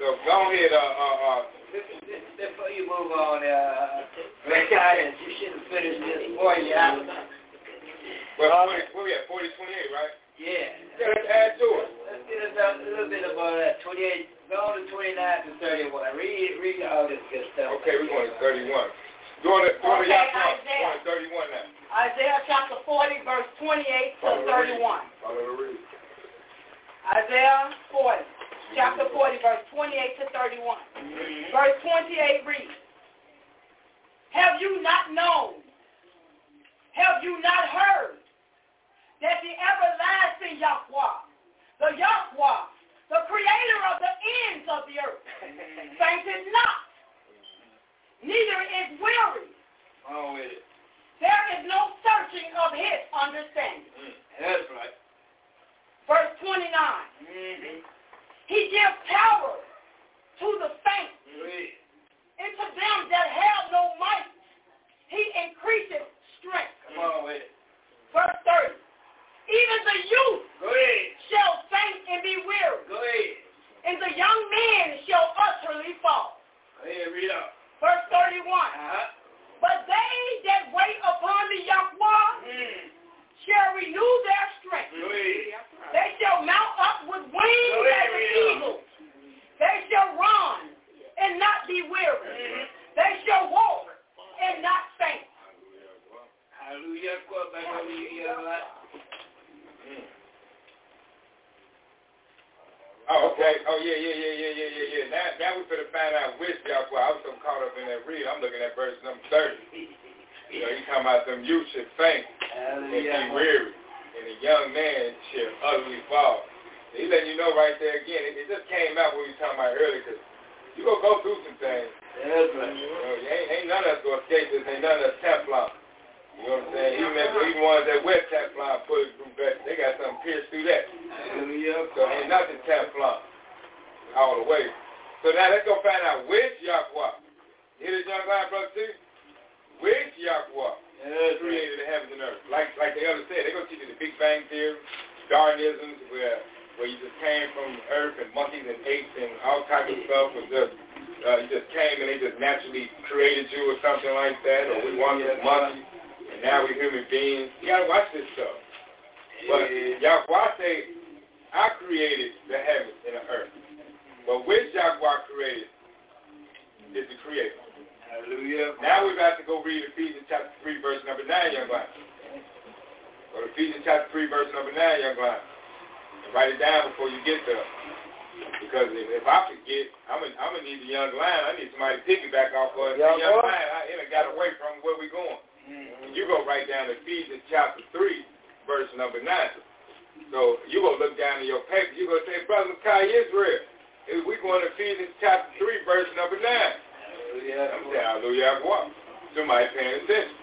[SPEAKER 6] So go ahead, uh uh. uh
[SPEAKER 3] Before you move on, uh, Matthias, you should have finished this for you.
[SPEAKER 6] well, where we at? Forty twenty eight, right?
[SPEAKER 3] Yeah.
[SPEAKER 6] Yeah, let's add to it.
[SPEAKER 3] Let's get about, a little bit about that. 28, go to 29 to 31. Read, read all this good stuff.
[SPEAKER 6] Okay, we're going to 31. Doing it, doing it, y'all.
[SPEAKER 1] Okay,
[SPEAKER 6] Going
[SPEAKER 1] Isaiah.
[SPEAKER 6] going to 31 now.
[SPEAKER 1] Isaiah chapter 40, verse 28 to 31.
[SPEAKER 6] Follow the read.
[SPEAKER 1] Isaiah 40, chapter 40, verse 28 to 31. Verse 28 reads, Have you not known, have you not heard, that the everlasting Yahweh, the Yahweh, the creator of the ends of the earth, fainted not, neither is weary,
[SPEAKER 3] Wrong with it.
[SPEAKER 1] there is no searching of his understanding.
[SPEAKER 3] Mm, That's right.
[SPEAKER 1] Verse 29,
[SPEAKER 3] Mm-hmm.
[SPEAKER 1] he gives power to the faint.
[SPEAKER 3] Read.
[SPEAKER 1] and to them that have no might, he increaseth strength.
[SPEAKER 3] Come on with it.
[SPEAKER 1] Verse 30. Even the youth
[SPEAKER 3] Go ahead.
[SPEAKER 1] shall faint and be weary,
[SPEAKER 3] Go ahead.
[SPEAKER 1] and the young men shall utterly fall.
[SPEAKER 3] Go ahead, read out.
[SPEAKER 1] Verse 31.
[SPEAKER 3] Uh-huh.
[SPEAKER 1] But they that wait upon the Yahweh
[SPEAKER 3] Mm.
[SPEAKER 1] shall renew their strength.
[SPEAKER 3] Go ahead.
[SPEAKER 1] They shall mount up with wings
[SPEAKER 3] Go ahead,
[SPEAKER 1] as an
[SPEAKER 3] read on.
[SPEAKER 1] eagle. They shall run and not be weary.
[SPEAKER 3] Mhm.
[SPEAKER 1] They shall walk and not faint.
[SPEAKER 3] Hallelujah. Go back over here.
[SPEAKER 6] Oh, okay. Oh, yeah, yeah, yeah, yeah, yeah, yeah, yeah. Now, now we're going to find out which y'all for. I was so caught up in that read. I'm looking at verse number 30. You know, you talking about them youth should faint and be
[SPEAKER 3] Hallelujah.
[SPEAKER 6] weary, and a young man should utterly fall. He letting you know right there again. It, it just came out when we were talking about earlier because you going to go through some things.
[SPEAKER 3] That's
[SPEAKER 6] You
[SPEAKER 3] right.
[SPEAKER 6] know, ain't, ain't none of us gonna escape this. Ain't none of us Teflon. You know what I'm saying? Even if even ones that wear Teflon put through that, they got something pierced through that.
[SPEAKER 3] Hallelujah.
[SPEAKER 6] So ain't nothing Teflon all the way. So now let's go find out which Yahweh. Hear this young line, brother too? Which Yahweh
[SPEAKER 3] That's right.
[SPEAKER 6] created the heavens and earth? Like like the elder said, they're gonna teach you the Big Bang theory, Darwinisms, where where you just came from the earth and monkeys and apes and all types of stuff was just uh, you just came and they just naturally created you or something like that, or we wanted a monkey, and now we're human beings. You gotta watch this stuff. But Yahweh say, I created the heavens and the earth. But which Yahweh created is the creator.
[SPEAKER 3] Hallelujah.
[SPEAKER 6] Now we're about to go read Ephesians chapter 3, verse number 9, young lion. Go to Ephesians chapter 3, verse number 9, young lion. And write it down before you get there. Because if, if I forget, I'm going I'm to need the young lion. I need somebody to piggyback off of us.
[SPEAKER 4] Young
[SPEAKER 6] The young
[SPEAKER 4] boy?
[SPEAKER 6] lion, I, it done got away from where we going.
[SPEAKER 3] Mm.
[SPEAKER 6] And you go right down to Ephesians chapter 3, verse number 9. So you go look down in your paper. you go say, Brother Kai Israel, is we're going to Ephesians chapter 3, verse number 9. I'm saying hallelujah, boy. Somebody paying attention.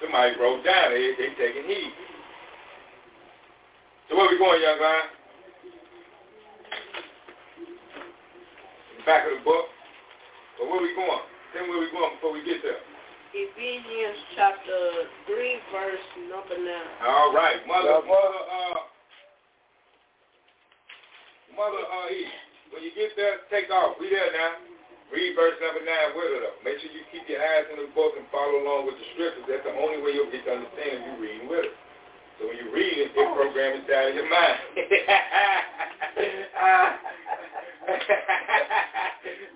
[SPEAKER 6] Somebody wrote down. They, they taking heed. So where we going, young man? Back of the book. But where we going? Then where we going before we get there?
[SPEAKER 8] Ephesians chapter 3, verse number 9.
[SPEAKER 6] All right, mother,
[SPEAKER 4] Yeah, boy.
[SPEAKER 6] mother, uh, mother, uh, E, when you get there, take off. We there now. Read verse number nine with her. Though. Make sure you keep your eyes in the book and follow along with the scriptures. That's the only way you'll get to understand if you're reading with her. So when you read it, it programs down in your mind.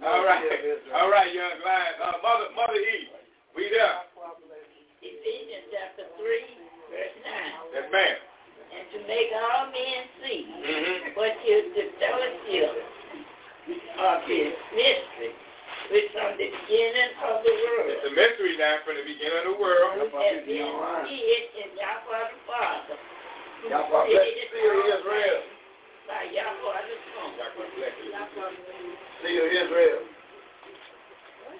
[SPEAKER 6] All right, all right, young lion. Uh, mother, mother E, we there.
[SPEAKER 8] Ephesians chapter 3, verse 9.
[SPEAKER 6] Yes, ma'am.
[SPEAKER 8] And to make all men see
[SPEAKER 6] Mhm.
[SPEAKER 8] what is the fellowship of his mystery, which from the beginning of the
[SPEAKER 6] It's
[SPEAKER 8] world,
[SPEAKER 6] a mystery now from the beginning of the world.
[SPEAKER 8] has been hid in Yahweh the Father. who
[SPEAKER 4] Yahweh bless
[SPEAKER 8] created
[SPEAKER 4] you, Spirit of
[SPEAKER 8] all
[SPEAKER 4] Israel.
[SPEAKER 8] things By Yahweh the Son.
[SPEAKER 6] Yahweh bless you.
[SPEAKER 4] Seal Israel.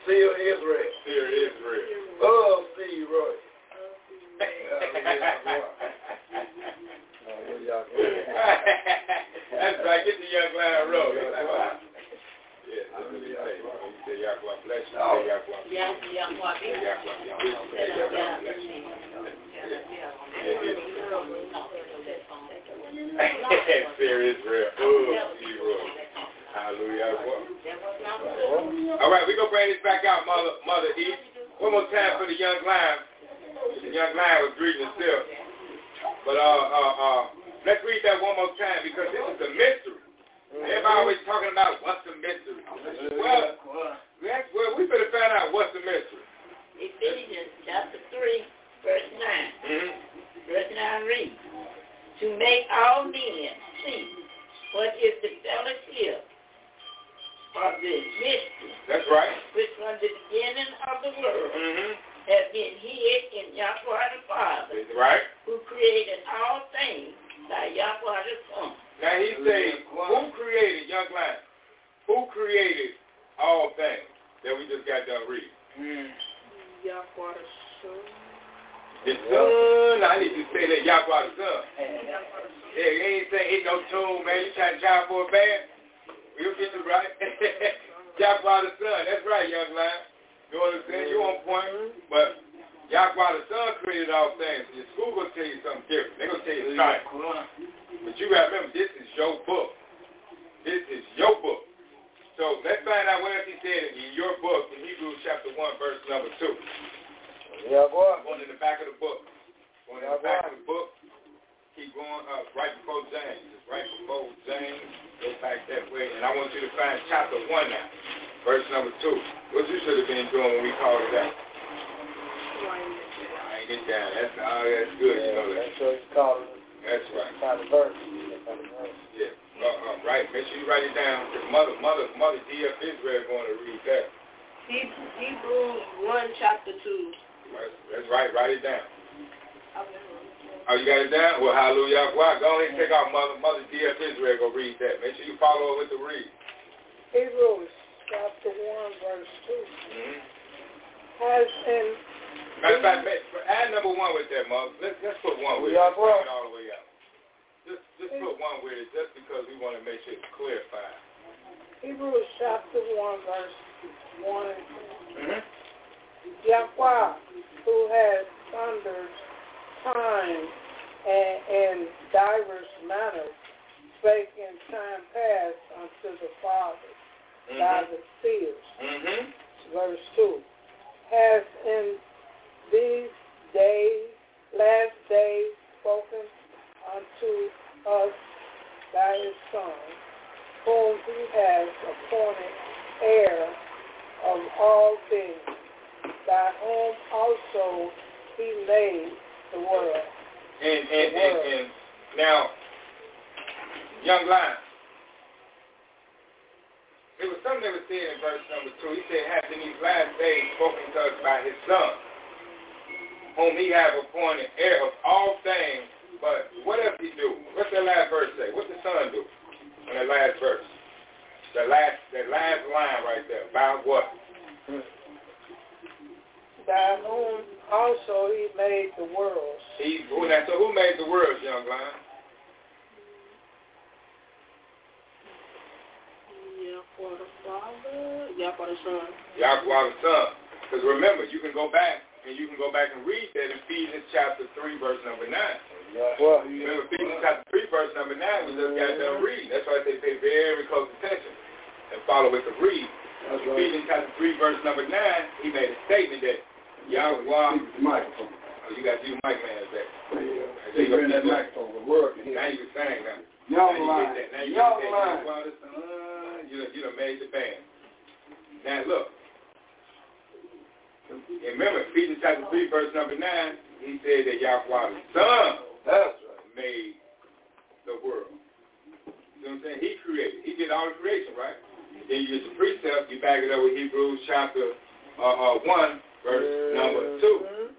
[SPEAKER 4] Seal Israel.
[SPEAKER 6] Fear Israel.
[SPEAKER 4] Oh, see, Roy.
[SPEAKER 6] That's right. Get the young lion roll. He's like, wow. Yeah, Oh. that's what he say. He say, Yahweh bless you. Say, Yahweh bless you.
[SPEAKER 8] Yah- Yahweh be-
[SPEAKER 6] Say, Yahweh bless you. Say, Yahweh bless you. Fear Israel. Oh, Israel. Hallelujah. All right, we're going to bring this back out, Mother, Mother E. One more time for the young lion. The young lion was greeting himself. But uh, uh, uh, let's read that one more time because this is a mystery. Everybody always talking about what's the mystery. Well, that's, well, we better find out what's the mystery.
[SPEAKER 8] Ephesians chapter 3, verse 9.
[SPEAKER 6] Mm-hmm.
[SPEAKER 8] Verse 9 reads, to make all men see what is the fellowship of the mystery
[SPEAKER 6] That's right.
[SPEAKER 8] which from the beginning of the world
[SPEAKER 6] Mm-hmm.
[SPEAKER 8] has been hid in Yahweh the Father,
[SPEAKER 6] That's right.
[SPEAKER 8] who created all things by Yahweh the Son.
[SPEAKER 6] Now he says, who created, young lion, who created all things that we just got done reading? His son, I need you to say that Yahweh the son. Yeah, you ain't say ain't no tune, man. You trying to drive for a band? We'll get you right. Yahweh the son, that's right, young lion. You understand? You on point. But Yahweh the son created all things. Your school gonna tell you something different. They gonna tell you something. But you gotta remember, this is your book. This is your book. So let's find out what else he said in your book in Hebrews chapter 1, verse number 2.
[SPEAKER 4] Yeah, boy.
[SPEAKER 6] Going in the back of the book. Going in the back of the book. Keep going up right before James. It's right before James. Go back that way. And I want you to find chapter 1 now, verse number 2. What you should have been doing when we called it out. I ain't get down. That's, oh, that's good. You know that.
[SPEAKER 4] That's what it's called.
[SPEAKER 6] That's right.
[SPEAKER 4] Kind of verse. Kind of verse.
[SPEAKER 6] Yeah, uh, uh, right. Make sure you write it down. 'cause Mother, mother, mother, DF Israel going to read that.
[SPEAKER 8] Hebrews 1 chapter 2.
[SPEAKER 6] That's, that's right. Write it down. Oh, you got it down? Well, hallelujah. Why? Go ahead and take out mother, mother, DF Israel going to read that. Make sure you follow her with the read.
[SPEAKER 2] Hebrews chapter 1, verse 2.
[SPEAKER 6] Mm-hmm.
[SPEAKER 2] As in,
[SPEAKER 6] Matter of fact, ma- ma- add number one with that, mother. Let's let's put one with
[SPEAKER 4] Yeah,
[SPEAKER 6] it.
[SPEAKER 4] bro.
[SPEAKER 6] Bring it all the way up. Just just put one with it, just because we want to make sure it's clarified.
[SPEAKER 2] Hebrews chapter 1, verse 1 and 2.
[SPEAKER 6] Mm-hmm.
[SPEAKER 2] Yahweh, who has thundered time and in divers manners, spake in time past unto the fathers by
[SPEAKER 6] Mm-hmm.
[SPEAKER 2] the seers.
[SPEAKER 6] Mm-hmm.
[SPEAKER 2] Verse 2. Has in these days, last days, spoken unto us by his Son, whom he has appointed heir of all things, by whom also he made the world.
[SPEAKER 6] And and and, and now, young lion. It was something that was said in verse number two. He said, "Hath in these last days spoken to us by his son, whom he have appointed heir of all things." But what else he do? What's that last verse say? What's the son do? In that last verse, The last, that last line right there, about what?
[SPEAKER 2] by whom also he made the world.
[SPEAKER 6] He, who, now, so who made the world, young man?
[SPEAKER 8] Yahweh the Father, Yahweh the Son.
[SPEAKER 6] Yahweh the Son. Because remember, you can go back and you can go back and read that in Ephesians chapter three, verse number nine.
[SPEAKER 4] Well,
[SPEAKER 6] Remember, Ephesians chapter three, verse number nine, we just got done reading. That's why I say pay very close attention and follow with the read. Ephesians chapter three, verse number nine, he made a statement that Yahweh. Oh,
[SPEAKER 12] microphone.
[SPEAKER 6] you got to use mic man back.
[SPEAKER 12] Yeah. You ran that microphone. The world can
[SPEAKER 6] Now
[SPEAKER 12] hear.
[SPEAKER 6] you can sing now.
[SPEAKER 12] Y'all
[SPEAKER 6] Now you
[SPEAKER 12] lying.
[SPEAKER 6] get that- now you
[SPEAKER 12] Y'all
[SPEAKER 6] get that
[SPEAKER 12] lying.
[SPEAKER 6] Yahweh the Son. You done- you done made the band. Now look. And remember, Ephesians chapter 3, verse number 9, he said that Yahweh the Son
[SPEAKER 12] That's right.
[SPEAKER 6] made the world. You know what I'm saying? He created. He did all the creation, right? Then you get the precept, you back it up with Hebrews chapter uh, uh, 1, verse number 2.
[SPEAKER 12] Mm-hmm.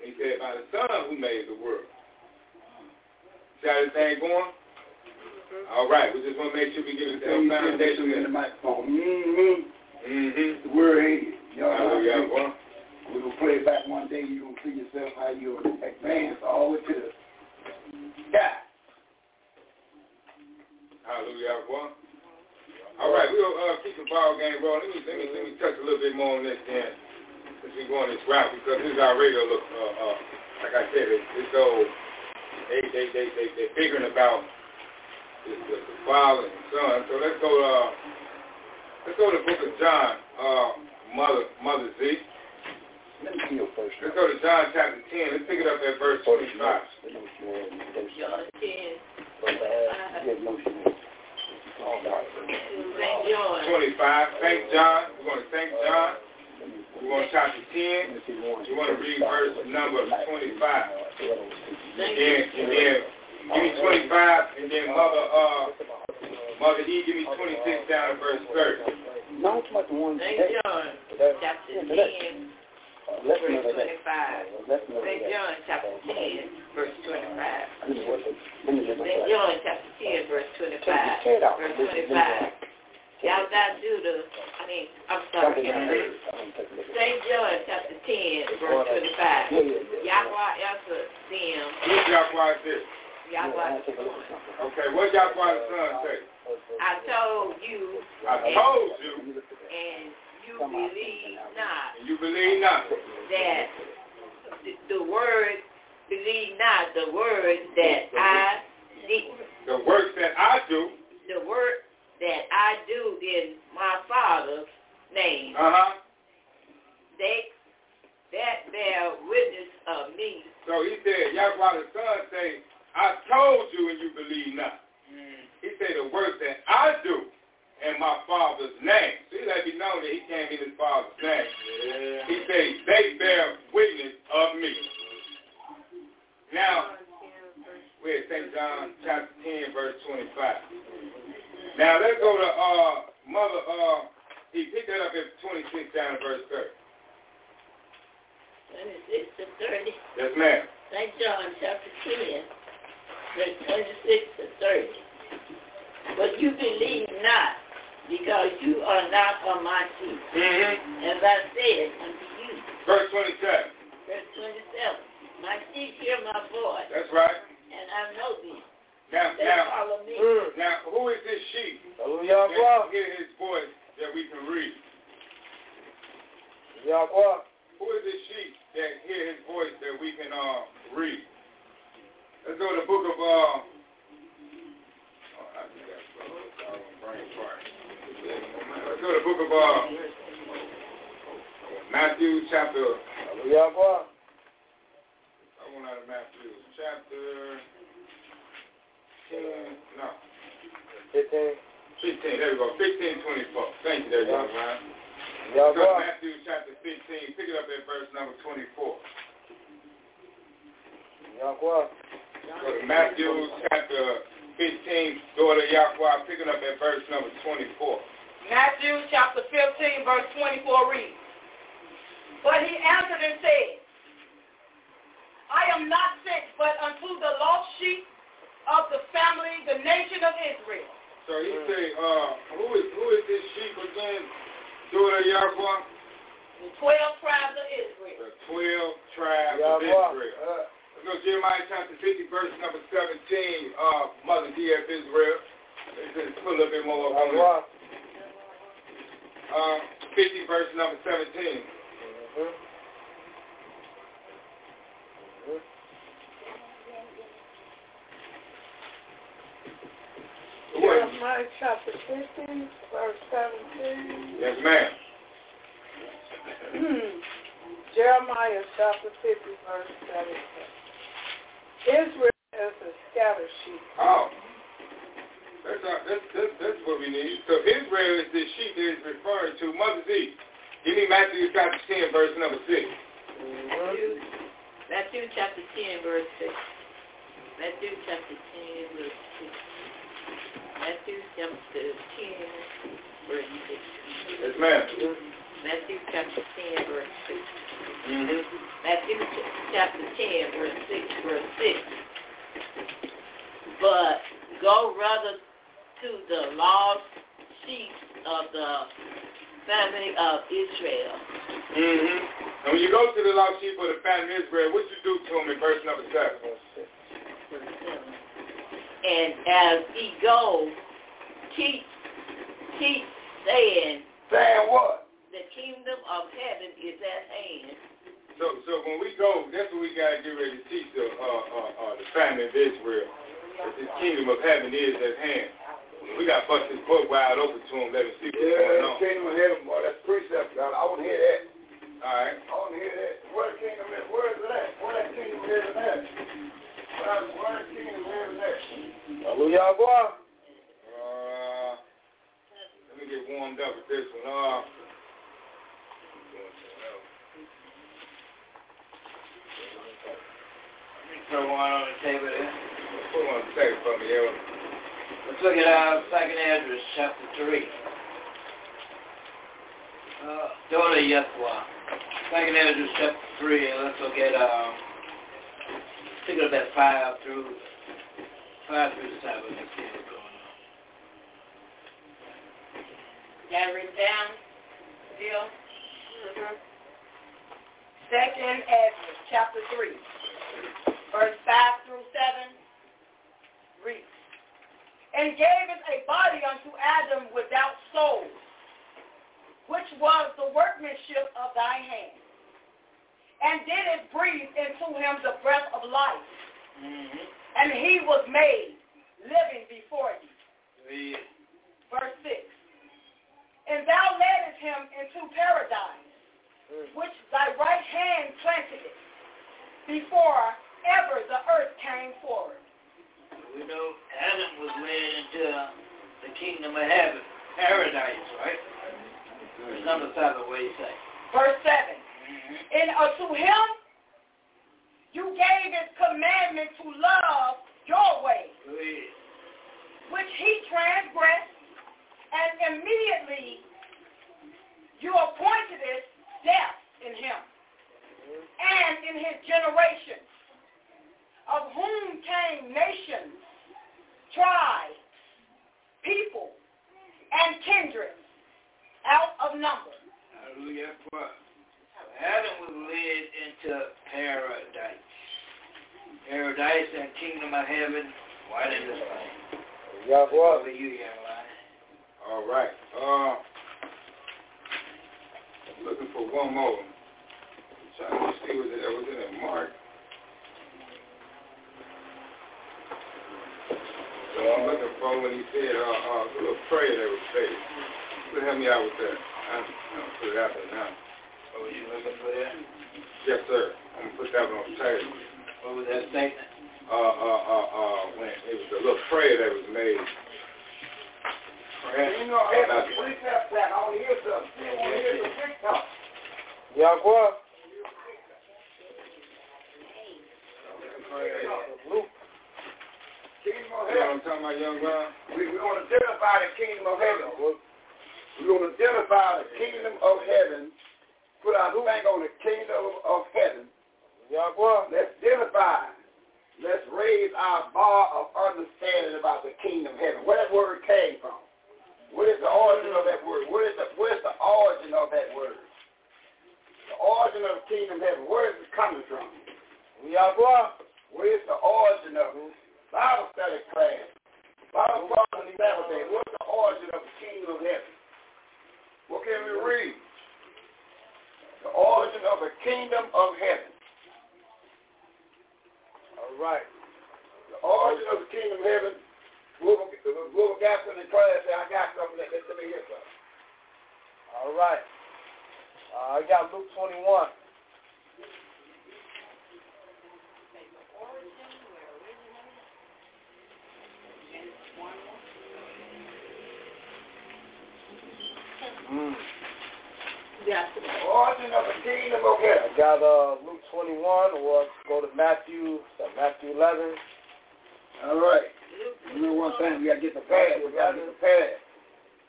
[SPEAKER 6] He said, by the Son who made the world. See how this thing going? All right, we just want to make sure we give it
[SPEAKER 12] Yeah,
[SPEAKER 6] some
[SPEAKER 12] Mm-hmm. you said that you in the
[SPEAKER 6] foundation.
[SPEAKER 12] microphone. Mm-hmm.
[SPEAKER 6] Mm-hmm.
[SPEAKER 12] The word ain't it. Y'all
[SPEAKER 6] Hallelujah,
[SPEAKER 12] lying.
[SPEAKER 6] boy.
[SPEAKER 12] We're going to play it back one day. You're going to see yourself how you advance all the way to the sky.
[SPEAKER 6] Hallelujah, boy. All right, we'll uh, keep the ball game rolling. Let me, let me, let me touch a little bit more on this then, since we're going this route, because this is already a look, uh, uh, like I said, it's, it's old. They, they, they, they, they're figuring about the, the, the father and son. So let's go, uh, let's go to the book of John, uh, Mother, Mother Z.
[SPEAKER 12] Let me see your first
[SPEAKER 6] Let's go to John chapter 10. Let's pick it up at verse 25.
[SPEAKER 12] Let me see your first
[SPEAKER 8] John 10,
[SPEAKER 12] Yeah, no, she didn't. All right.
[SPEAKER 8] St. John.
[SPEAKER 6] 25. Thank John. We're going to thank John.
[SPEAKER 12] Let me-
[SPEAKER 6] We're going to chapter 10.
[SPEAKER 12] let me see one.
[SPEAKER 6] You want to read verse number 25. And
[SPEAKER 8] Thank you.
[SPEAKER 6] then, and then, give me 25, and then Mother, uh, Mother E, give me 26 down to verse 30.
[SPEAKER 12] Not so much the one
[SPEAKER 8] St.
[SPEAKER 12] today.
[SPEAKER 8] John,
[SPEAKER 12] Today.
[SPEAKER 8] chapter 10,
[SPEAKER 12] Let's know the
[SPEAKER 8] verse
[SPEAKER 12] next.
[SPEAKER 8] 25.
[SPEAKER 12] Let's know the
[SPEAKER 8] St.
[SPEAKER 12] next.
[SPEAKER 8] John, chapter 10, verse
[SPEAKER 12] Let
[SPEAKER 8] 25.
[SPEAKER 12] me work it. Let me get my
[SPEAKER 8] St.
[SPEAKER 12] glasses.
[SPEAKER 8] John chapter 10, verse 25.
[SPEAKER 12] Take your shirt off.
[SPEAKER 8] Verse
[SPEAKER 12] This is- this is-
[SPEAKER 8] 25. Y'all not do the, I mean, I'm sorry.
[SPEAKER 12] Something down there. I'm gonna take a look at it.
[SPEAKER 8] St. John chapter 10,
[SPEAKER 12] Yeah,
[SPEAKER 8] verse 25.
[SPEAKER 12] yeah, yeah.
[SPEAKER 8] Yahweh answered them,
[SPEAKER 6] What Yahweh this?
[SPEAKER 12] Yeah, I'm
[SPEAKER 8] Yahweh
[SPEAKER 12] gonna take a look at something.
[SPEAKER 6] Okay, what Yahweh the Son say?
[SPEAKER 8] I told you,
[SPEAKER 6] I told you,
[SPEAKER 12] Let me look at that.
[SPEAKER 8] and you believe not
[SPEAKER 6] and you believe not.
[SPEAKER 8] that the- the word, believe not the word that I, the,
[SPEAKER 6] The works that I do,
[SPEAKER 8] the word that I do in my Father's name.
[SPEAKER 6] uh-huh.
[SPEAKER 8] they that bear witness of me.
[SPEAKER 6] So he said, Yahweh the Son say, I told you and you believe not. He said the works that I do in my father's name. So he let me know that he came in his father's name. He said, they bear witness of me. Now, we're at St. John chapter 10, verse 25. Now let's go to uh, Mother, uh, he picked that up at 26 down to verse 30.
[SPEAKER 8] Twenty-six to thirty.
[SPEAKER 6] Yes, ma'am.
[SPEAKER 8] St. John chapter ten, verse twenty-six to thirty. But you believe not, because you are not of my sheep,
[SPEAKER 6] Mm-hmm.
[SPEAKER 8] as I said unto you.
[SPEAKER 6] Verse 27.
[SPEAKER 8] Verse twenty-seven. My sheep hear my voice,
[SPEAKER 6] That's right.
[SPEAKER 8] and I know them.
[SPEAKER 6] Now,
[SPEAKER 8] They
[SPEAKER 6] now,
[SPEAKER 8] follow me.
[SPEAKER 6] now, who is this sheep that
[SPEAKER 4] Hallelujah.
[SPEAKER 6] can hear his voice that we can read?
[SPEAKER 4] Yahweh.
[SPEAKER 6] Who is this sheep that hear his voice that we can uh, read? Let's go to the book of, uh, oh, I think that's the book of, uh, brain fart. let's go to the book of uh, Matthew chapter,
[SPEAKER 4] Hallelujah.
[SPEAKER 6] I want out of Matthew, chapter 10, no,
[SPEAKER 4] 15.
[SPEAKER 6] 15, there we go, 1524. Thank you, there you go, man. Go to
[SPEAKER 4] Yahweh.
[SPEAKER 6] Matthew chapter 15, pick it up at verse number 24.
[SPEAKER 4] Yahweh.
[SPEAKER 6] Go to Matthew chapter 15, daughter Yahweh, pick it up at verse number 24.
[SPEAKER 1] Matthew chapter 15, verse 24 reads, But he answered and said, I am not sent but unto the lost sheep of the family, the nation of Israel.
[SPEAKER 6] So he say, uh, who is who is this sheep again? Daughter
[SPEAKER 1] The
[SPEAKER 6] Yahweh,
[SPEAKER 1] twelve tribes of Israel.
[SPEAKER 6] the twelve tribes of Israel. Let's go to Jeremiah chapter 50, verse number 17. Uh, Mother D.F. Israel. Let's just put a little bit more on it. Uh, 50, verse number 17. What?
[SPEAKER 2] Jeremiah chapter 15, verse 17.
[SPEAKER 6] Yes, ma'am.
[SPEAKER 2] Jeremiah chapter 50, verse 17. Israel is a scattered sheep.
[SPEAKER 6] Oh. That's, not, that's, that's, that's what we need. So Israel is the sheep that is referring to Mother Z. Give me Matthew chapter 10, verse number 6.
[SPEAKER 8] Matthew, Matthew chapter 10, verse 6. Matthew chapter 10, verse 6. Matthew chapter 10, verse 6.
[SPEAKER 6] Yes, ma'am.
[SPEAKER 8] Matthew chapter 10, verse 6.
[SPEAKER 6] Mm-hmm.
[SPEAKER 8] Matthew ch- chapter 10, verse 6, verse 6. But go rather to the lost sheep of the family of Israel.
[SPEAKER 6] Mm-hmm. And when you go to the lost sheep of the family of Israel, what you do to them in verse number 7?
[SPEAKER 8] And as he goes, teach, teach, saying,
[SPEAKER 12] Saying what?
[SPEAKER 8] the kingdom of heaven is at hand.
[SPEAKER 6] So, so when we go, that's what we got to get ready to teach the, uh, uh, uh, the family of Israel. That this kingdom of heaven is at hand. We got to bust this book wide open to them, let them see what's going
[SPEAKER 12] Yeah,
[SPEAKER 6] on.
[SPEAKER 12] kingdom of heaven, boy. That's precept, God. I want to hear that.
[SPEAKER 6] All right.
[SPEAKER 12] I want to hear that. Where the kingdom is, where is it at? Where that kingdom is at? Where, where the kingdom is at?
[SPEAKER 4] Hallelujah, boy.
[SPEAKER 6] Uh, let me get warmed up with this one. Uh,
[SPEAKER 3] Throw one on the table there.
[SPEAKER 6] put one second for me, yo.
[SPEAKER 3] Let's look at our second Ezra, chapter 3. Uh, daughter Yethwa. Second Ezra, chapter 3, and let's look at, um, pick up at 5 through, 5 through 7. Let's see what's going on.
[SPEAKER 8] That written down, Bill?
[SPEAKER 1] Second Ezra, chapter three, verse five through seven, reads, And gave us a body unto Adam without soul, which was the workmanship of thy hand. And did it breathe into him the breath of life,
[SPEAKER 3] Mm-hmm.
[SPEAKER 1] and he was made living before thee.
[SPEAKER 3] Read.
[SPEAKER 1] verse 6. And thou ledest him into paradise, which thy right hand planted it, before ever the earth came forward.
[SPEAKER 3] We know Adam was led into the kingdom of heaven, paradise, right? There's number seven, what do you say?
[SPEAKER 1] Verse 7.
[SPEAKER 3] Mm-hmm.
[SPEAKER 1] And unto him you gave his commandment to love your way,
[SPEAKER 3] Read.
[SPEAKER 1] which he transgressed, and immediately you appointed it death in him and in his generation, of whom came nations, tribes, people, and kindreds out of number.
[SPEAKER 3] Hallelujah. Adam was led into paradise. Paradise and kingdom of heaven. Why did this thing?
[SPEAKER 4] Yeah, boy.
[SPEAKER 3] Over you, young lion.
[SPEAKER 6] All right. Uh, I'm looking for one more. I'm trying to see was it was it in Mark. So I'm looking for when he said uh, uh, a little prayer that was said. Please help me out with that. I'm, I'm gonna put it out there now.
[SPEAKER 3] What were you looking for there?
[SPEAKER 6] Yes, sir. I'm gonna put that one on the table.
[SPEAKER 3] What was that statement?
[SPEAKER 6] uh, uh, uh, uh, when it was a little prayer that was made.
[SPEAKER 12] You know, hey, that's precept, that. I want to hear something. I want to hear some big talk.
[SPEAKER 4] Yeah, boy.
[SPEAKER 12] Luke. Kingdom of
[SPEAKER 6] You know what
[SPEAKER 12] heaven.
[SPEAKER 6] I'm talking about, young man?
[SPEAKER 12] We, we want to identify the kingdom of heaven. We're going to identify the kingdom of heaven. Put our thing on the kingdom of heaven.
[SPEAKER 4] Yeah, boy.
[SPEAKER 12] Let's identify
[SPEAKER 6] Let's raise our bar of understanding about the kingdom of heaven. Where that word came from. What is the origin of that word? What is the where's the origin of that word? The origin of the kingdom of heaven. Where is it coming from?
[SPEAKER 3] We are what?
[SPEAKER 6] Where's the origin of it? Bible study class. Bible study Bible day. What's the origin of the kingdom of heaven? What can we read? The origin of the kingdom of heaven.
[SPEAKER 3] All right.
[SPEAKER 6] The origin of the kingdom of heaven. Google got something in class. Say, I got something. Let, let me hear something.
[SPEAKER 3] All right. Uh, I got Luke 21. Mm.
[SPEAKER 6] The origin of the kingdom of
[SPEAKER 3] I
[SPEAKER 6] heaven.
[SPEAKER 3] got uh, Luke 21 or go to Matthew,
[SPEAKER 4] uh,
[SPEAKER 3] Matthew 11.
[SPEAKER 6] All right. You know one thing, we got to get the past. We got to get the past.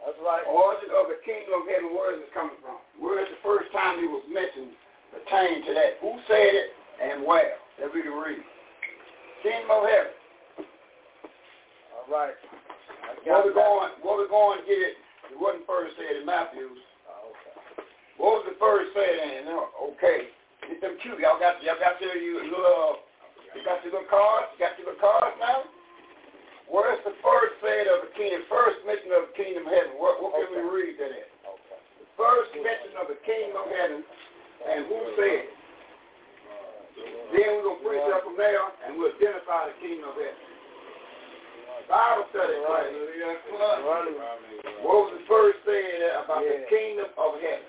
[SPEAKER 3] That's right.
[SPEAKER 6] The origin of the kingdom of heaven, where is it coming from? Where is the first time it was mentioned pertaining to that? Who said it and where? That we can read. Kingdom of heaven.
[SPEAKER 3] All right. I got
[SPEAKER 6] Where
[SPEAKER 3] Matthew-
[SPEAKER 6] we going? Where we going to get it? It wasn't first said in Matthew's.
[SPEAKER 3] Oh, okay.
[SPEAKER 6] What was the first saying? No, okay. Get them cute. Y'all got y'all got your you little you got your little cards? You got your little cards now? Where's the first saying of the kingdom? First mention of the kingdom of heaven. What what can we read that at?
[SPEAKER 3] Okay.
[SPEAKER 6] The first mention of the kingdom of heaven and who said it? Then we're gonna preach up from there and we'll identify the kingdom of heaven. Bible study, right?
[SPEAKER 3] Deuteronomy.
[SPEAKER 6] What was the first thing that- about the
[SPEAKER 3] Yeah.
[SPEAKER 6] kingdom of heaven?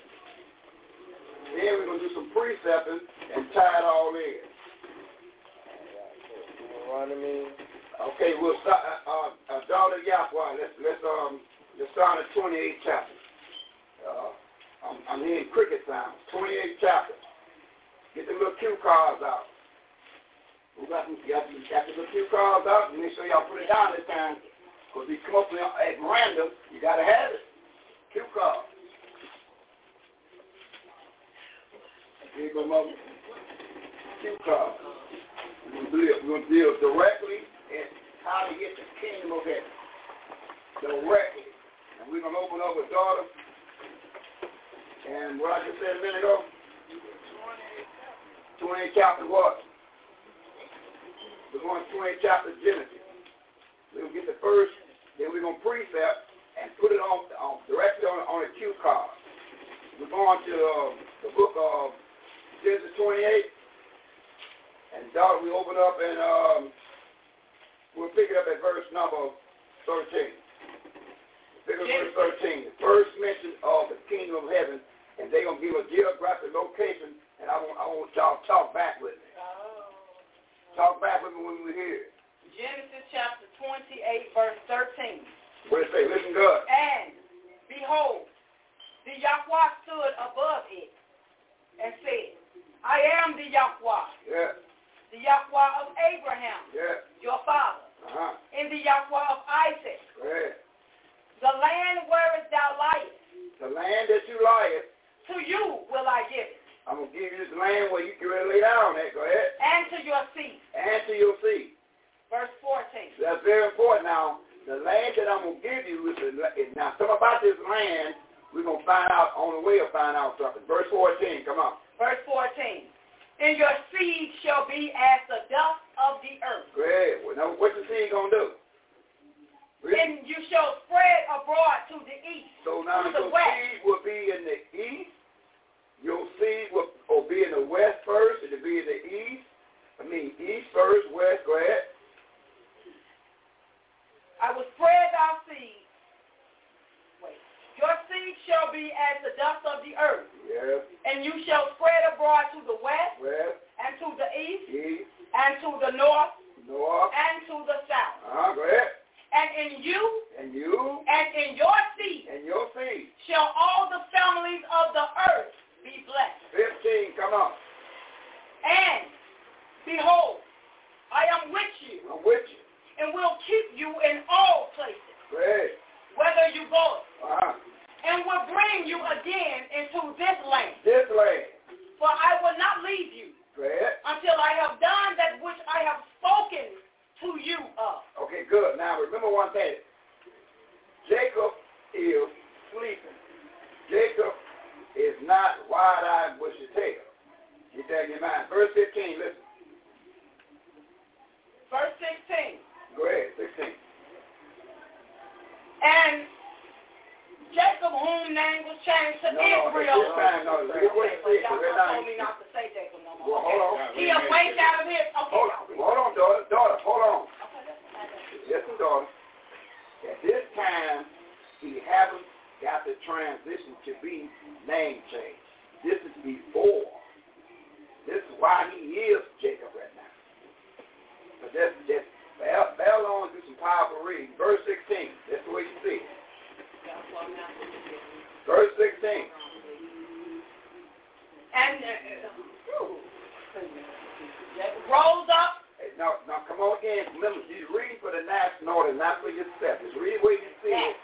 [SPEAKER 6] Then we're going to do some precepting and tie it all in.
[SPEAKER 3] Deuteronomy.
[SPEAKER 6] Okay, we'll start, uh, uh, daughter Yahweh, let's, let's, um, let's start at 28 chapter. Uh, I'm, I'm hearing cricket sounds, 28 chapter. Get the little cue cards out. We got, some- got, some- got the little cue cards out, and make sure y'all put it down this time, because we come up with- at random, you got to have it. Cue card. Here you go, mother. Cue card. We're going to deal, we're going to deal directly at how to get the kingdom of heaven. Directly. And we're going to open up with daughter. And what I just said a minute
[SPEAKER 3] oh,
[SPEAKER 6] ago, 28 chapter what? We're going to 28 chapter Genesis. We're going to get the first, then we're going to precept and put it on, on directly on, on a cue card. We're going to uh, the book of Genesis 28. And daughter, we open up and um, we'll pick it up at verse number 13. Pick up verse 13. The first mention of the kingdom of heaven, and they're going to give a geographic location, and I want, I want y'all to talk back with me. Talk back with me when we hear it.
[SPEAKER 8] Genesis chapter 28, verse 13.
[SPEAKER 6] What it say? Listen good.
[SPEAKER 8] And behold, the Yahweh stood above it and said, I am the Yahweh,
[SPEAKER 6] Yeah,
[SPEAKER 8] the Yahweh of Abraham,
[SPEAKER 6] yeah.
[SPEAKER 8] your father,
[SPEAKER 6] Uh-huh.
[SPEAKER 8] and the Yahweh of Isaac,
[SPEAKER 6] Go ahead.
[SPEAKER 8] the land wherein thou liest.
[SPEAKER 6] The land that you lie in,
[SPEAKER 8] To you will I give it,
[SPEAKER 6] I'm going to give you this land where you can really lay down at. Go ahead.
[SPEAKER 8] and to your seed.
[SPEAKER 6] And to your seed.
[SPEAKER 8] Verse 14.
[SPEAKER 6] That's very important. Now, the land that I'm gonna give you is the, la- now something about this land. We're gonna find out on the way to find out something. Verse 14. Come on.
[SPEAKER 8] Verse 14. And your seed shall be as the dust of the earth.
[SPEAKER 6] Go ahead. Well, now, what the seed gonna do? Really?
[SPEAKER 8] And you shall spread abroad to the east.
[SPEAKER 6] So now
[SPEAKER 8] to the
[SPEAKER 6] your
[SPEAKER 8] west.
[SPEAKER 6] seed will be in the east. Your seed will or be in the west first. It'll be in the east. I mean east first, west. Go ahead.
[SPEAKER 8] I will spread thy seed. Wait. Your seed shall be as the dust of the earth.
[SPEAKER 6] Yes.
[SPEAKER 8] And you shall spread abroad to the west,
[SPEAKER 6] West.
[SPEAKER 8] and to the east,
[SPEAKER 6] East.
[SPEAKER 8] and to the north,
[SPEAKER 6] North.
[SPEAKER 8] and to the south.
[SPEAKER 6] Uh-huh. Go ahead.
[SPEAKER 8] And in you,
[SPEAKER 6] And you
[SPEAKER 8] and in your seed,
[SPEAKER 6] and your seed.
[SPEAKER 8] shall all the families of the earth be blessed.
[SPEAKER 6] 15. Come on.
[SPEAKER 8] And behold, I am with you
[SPEAKER 6] I'm with you.
[SPEAKER 8] and will keep you in all places,
[SPEAKER 6] Go ahead.
[SPEAKER 8] whether you go,
[SPEAKER 6] Uh-huh.
[SPEAKER 8] and will bring you again into this land.
[SPEAKER 6] This land.
[SPEAKER 8] For I will not leave you
[SPEAKER 6] Go ahead.
[SPEAKER 8] until I have done that which I have spoken to you of.
[SPEAKER 3] Okay, good. Now remember one thing. Jacob is sleeping. Jacob is not wide-eyed with his tail. Get that in your mind. Verse 15, listen.
[SPEAKER 8] Verse 16.
[SPEAKER 3] Go ahead, 16.
[SPEAKER 8] And Jacob, whom name was changed to
[SPEAKER 3] No, no, this
[SPEAKER 8] Israel.
[SPEAKER 3] time, no, look at what
[SPEAKER 8] Okay,
[SPEAKER 3] it
[SPEAKER 8] but
[SPEAKER 3] says.
[SPEAKER 8] y'all
[SPEAKER 3] Right
[SPEAKER 8] y'all
[SPEAKER 3] now,
[SPEAKER 8] told me not to say Jacob no
[SPEAKER 3] Well,
[SPEAKER 8] more.
[SPEAKER 3] hold
[SPEAKER 8] Okay.
[SPEAKER 3] on.
[SPEAKER 8] He awaked out of his. Okay.
[SPEAKER 3] Hold on, hold on, daughter, daughter, hold on.
[SPEAKER 8] Okay, that's what I did.
[SPEAKER 3] Listen, daughter. At this time, he haven't got the transition to be name change. This is before. This is why he is Jacob right now. But that's just Bal- Babylon do some powerful reading. Verse 16. That's the way you see it. Verse 16.
[SPEAKER 8] And uh, whew, Jacob rose up.
[SPEAKER 3] Hey, Now, now come on again. Remember, you read for the national order, not for yourself. Just read where you see it.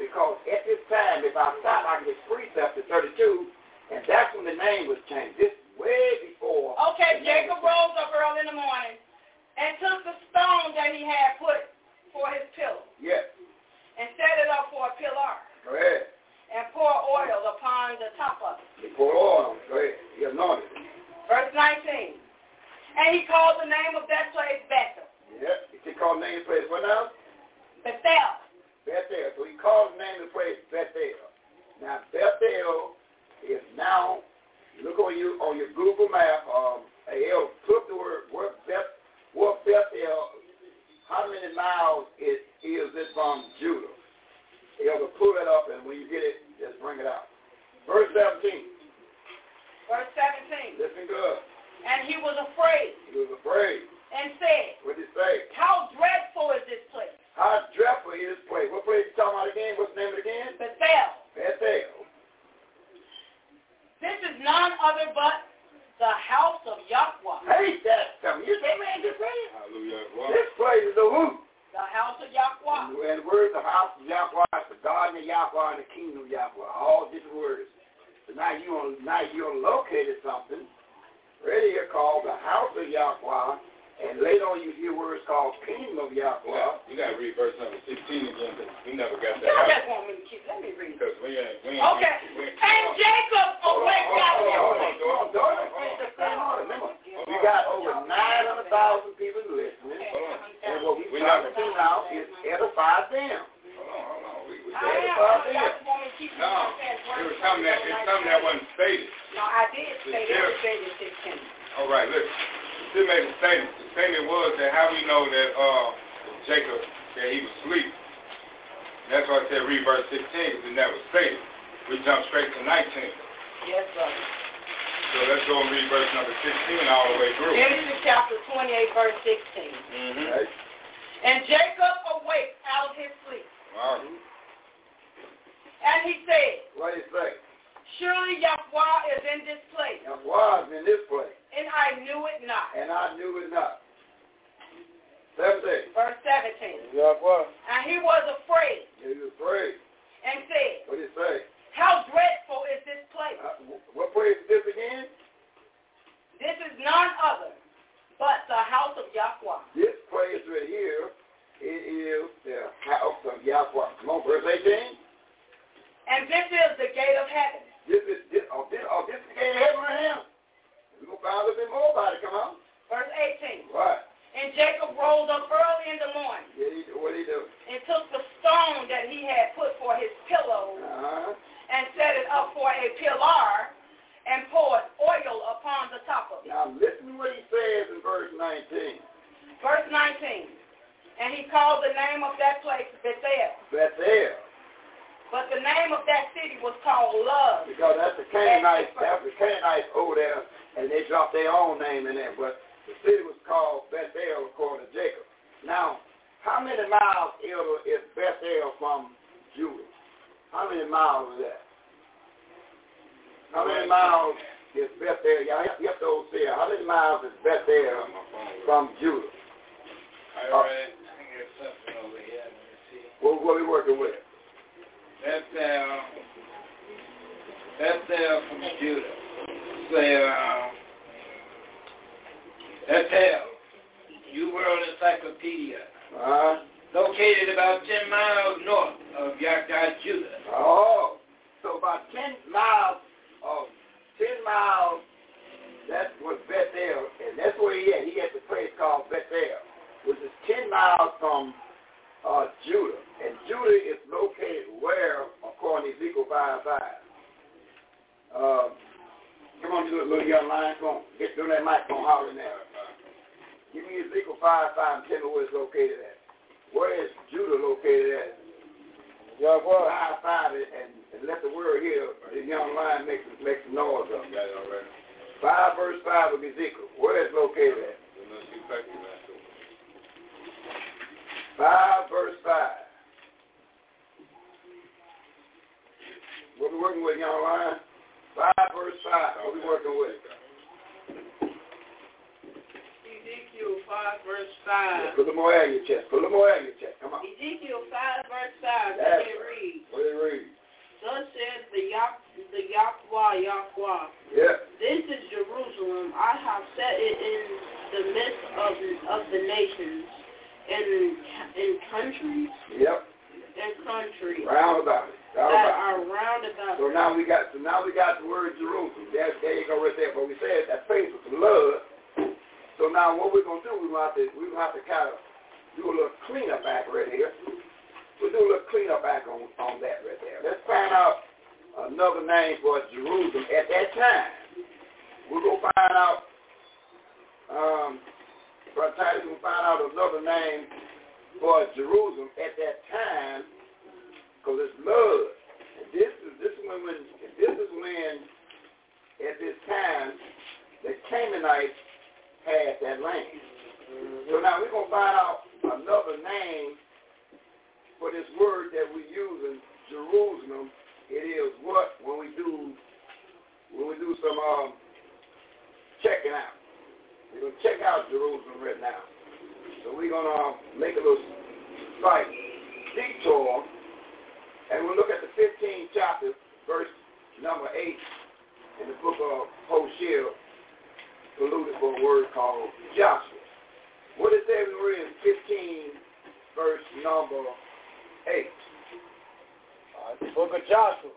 [SPEAKER 3] Because at this time, if I stop, I can get precept to 32, and that's when the name was changed. This is way before.
[SPEAKER 8] Okay,
[SPEAKER 3] the name was
[SPEAKER 8] Jacob
[SPEAKER 3] changed.
[SPEAKER 8] rose up early in the morning and took the stone that he had put for his pillow
[SPEAKER 3] Yes,
[SPEAKER 8] and set it up for a pillar
[SPEAKER 3] go ahead.
[SPEAKER 8] and poured oil upon the top of it.
[SPEAKER 3] He poured oil on it. Go ahead. He anointed it.
[SPEAKER 8] Verse 19. And he called the name of that place Bethel.
[SPEAKER 3] Yep. He called the name of the place what now?
[SPEAKER 8] Bethel.
[SPEAKER 3] Bethel. So he called the name of the place Bethel. Now Bethel is now look on you on your Google map. Um, Al put the word what Beth what Bethel. How many miles is is it from Judah? Al will pull it up, and when you get it, just bring it out. Verse 17.
[SPEAKER 8] Verse 17.
[SPEAKER 3] Listen good.
[SPEAKER 8] And he was afraid
[SPEAKER 3] He was afraid.
[SPEAKER 8] and said,
[SPEAKER 3] What did he say?
[SPEAKER 8] How dreadful is this place,
[SPEAKER 3] How dreadful is this place? What place you talking about again? What's the name of it again?
[SPEAKER 8] Bethel?
[SPEAKER 3] Bethel.
[SPEAKER 8] This is none other but the house of Yahweh.
[SPEAKER 3] Hate that stuff. You say, man, this place,
[SPEAKER 6] Hallelujah. Well,
[SPEAKER 3] this place is a hoot.
[SPEAKER 8] The house of Yahweh.
[SPEAKER 3] And the words the house of Yahweh, the garden of Yahweh, and the kingdom of Yahweh. All different words. So now you on now you on located something right here called the house of Yahweh, and later on you hear words called kingdom of Yahweh.
[SPEAKER 6] well, you got to read verse number 16 again because we never got that
[SPEAKER 8] Y'all
[SPEAKER 6] out.
[SPEAKER 8] just want me to keep, let me read.
[SPEAKER 6] Because we ain't. We ain't
[SPEAKER 8] Okay.
[SPEAKER 6] We ain't Oh,
[SPEAKER 8] And Jacob
[SPEAKER 3] Hold on,
[SPEAKER 8] awaked
[SPEAKER 3] hold
[SPEAKER 8] out
[SPEAKER 3] on,
[SPEAKER 8] of his
[SPEAKER 3] hold on,
[SPEAKER 8] sleep.
[SPEAKER 3] hold on, hold on, hold on. Stand on, remember,
[SPEAKER 6] oh.
[SPEAKER 3] We got over 900,000 people listening, and what we're talking to now is edify them.
[SPEAKER 6] hold on, hold on. We, we,
[SPEAKER 8] I am. Y'all just want me to keep
[SPEAKER 6] no,
[SPEAKER 8] what I'm saying.
[SPEAKER 6] it was something that, it's something that wasn't stated.
[SPEAKER 8] No, I did say that. I said it to him.
[SPEAKER 6] All right, look. She made a statement. The statement was that how we know that uh, Jacob, that he was asleep. That's why I said read verse 16 because it never stated. We jumped straight to 19.
[SPEAKER 8] Yes, brother.
[SPEAKER 6] So let's go and read verse number 16 all the way through.
[SPEAKER 8] Genesis chapter 28, verse 16.
[SPEAKER 6] Mm-hmm.
[SPEAKER 3] Right?
[SPEAKER 8] And Jacob awaked out of his sleep,
[SPEAKER 6] Wow.
[SPEAKER 8] and he said,
[SPEAKER 3] What do you say?
[SPEAKER 8] Surely Yahweh is in this place,
[SPEAKER 3] Yahweh is in this place.
[SPEAKER 8] and I knew it not.
[SPEAKER 3] and I knew it not. Seven days.
[SPEAKER 8] Verse 17.
[SPEAKER 13] Yeah, boy.
[SPEAKER 8] And he was afraid,
[SPEAKER 3] He was afraid.
[SPEAKER 8] and said,
[SPEAKER 3] What did he say?
[SPEAKER 8] How dreadful is this place?
[SPEAKER 3] Uh, wh- what place is this again?
[SPEAKER 8] This is none other but the house of Yahweh.
[SPEAKER 3] This place right here, it is the house of Yahweh. Come on, verse 18.
[SPEAKER 8] And this is the gate of heaven.
[SPEAKER 3] This is this, oh, this, oh, this is the gate of heaven right here. We're going to find a little bit more about it. Come on.
[SPEAKER 8] Verse 18.
[SPEAKER 3] What?
[SPEAKER 8] And Jacob rolled up early in the morning
[SPEAKER 3] Yeah, he, what did he do?
[SPEAKER 8] and took the stone that he had put for his pillow
[SPEAKER 3] Uh-huh.
[SPEAKER 8] and set it up for a pillar and poured oil upon the top of it.
[SPEAKER 3] Now, listen to what he says in verse 19.
[SPEAKER 8] Verse 19. And he called the name of that place Bethel,
[SPEAKER 3] Bethel.
[SPEAKER 8] but the name of that city was called Love.
[SPEAKER 3] Because that's the Canaanites, that's the Canaanites over there, and they dropped their own name in there. But the city was called Bethel according to Jacob. Now, how many miles Elder, is Bethel from Judah? How many miles is that? How many miles is Bethel? Y'all have, you have to always say, how many miles is
[SPEAKER 6] Got
[SPEAKER 3] Bethel
[SPEAKER 6] my phone with me.
[SPEAKER 3] from Judah?
[SPEAKER 14] All right, I got something over here. Let me see.
[SPEAKER 3] What, what we working with?
[SPEAKER 14] Bethel, Bethel from Judah. Say, uh,
[SPEAKER 15] That's hell. New World Encyclopedia.
[SPEAKER 3] Uh-huh.
[SPEAKER 15] Located about 10 miles north of Yakdai, Judah.
[SPEAKER 3] Oh, so about 10 miles, oh, 10 miles, that was Bethel, and that's where he at. He at the place called Bethel, which is 10 miles from uh, Judah. And Judah is located where, according to Ezekiel 5, 5. Uh, come on, you little young lion, come on. Get through that microphone, holler now. Give me Ezekiel 5, 5, and tell me where it's located at. Where is Judah located at?
[SPEAKER 16] Young boy.
[SPEAKER 3] high five it and, and let the world hear the young lion make some, make some noise up.
[SPEAKER 6] You got it already.
[SPEAKER 3] Five verse five of Ezekiel. Where is located at?
[SPEAKER 6] You know, she's back in that door.
[SPEAKER 3] Five verse five. What we working with, young lion? Five verse five. What we working with?
[SPEAKER 8] Ezekiel 5 verse 5.
[SPEAKER 3] Yeah, put a little more air in your chest. Put a little more air in your chest. Come on.
[SPEAKER 8] Ezekiel 5 verse
[SPEAKER 3] That's
[SPEAKER 8] 5, let me read.
[SPEAKER 3] What did it read?
[SPEAKER 8] Thus says the Yah the Yahweh, Yahweh.
[SPEAKER 3] Yeah.
[SPEAKER 8] This is Jerusalem. I have set it in the midst of of the nations, and in countries
[SPEAKER 3] Yep.
[SPEAKER 8] and countries
[SPEAKER 3] Round about it. Round about
[SPEAKER 8] that
[SPEAKER 3] it.
[SPEAKER 8] are round about.
[SPEAKER 3] So now we got so now we got the word Jerusalem. There, there you go right there. But we said that faith was love. So now what we're gonna do, we're gonna have to we're gonna have to kind of do a little cleanup act right here. We'll do a little cleanup act on, on that right there. Let's find out another name for Jerusalem at that time. We're gonna find out um Brother Titus will find out another name for Jerusalem at that time, because it's love. And this is this is when when- and this is when at this time the Canaanites had that land. So now we're gonna find out another name for this word that we use in Jerusalem. It is what when we do when we do some um, checking out. We're gonna check out Jerusalem right now. So we're gonna uh, make a little slight detour and we'll look at the 15th chapter, verse number 8, in the book of Hosea, alluded for a word called Joshua. What is that we're in 15, verse number 8?
[SPEAKER 16] Uh, the book of Joshua.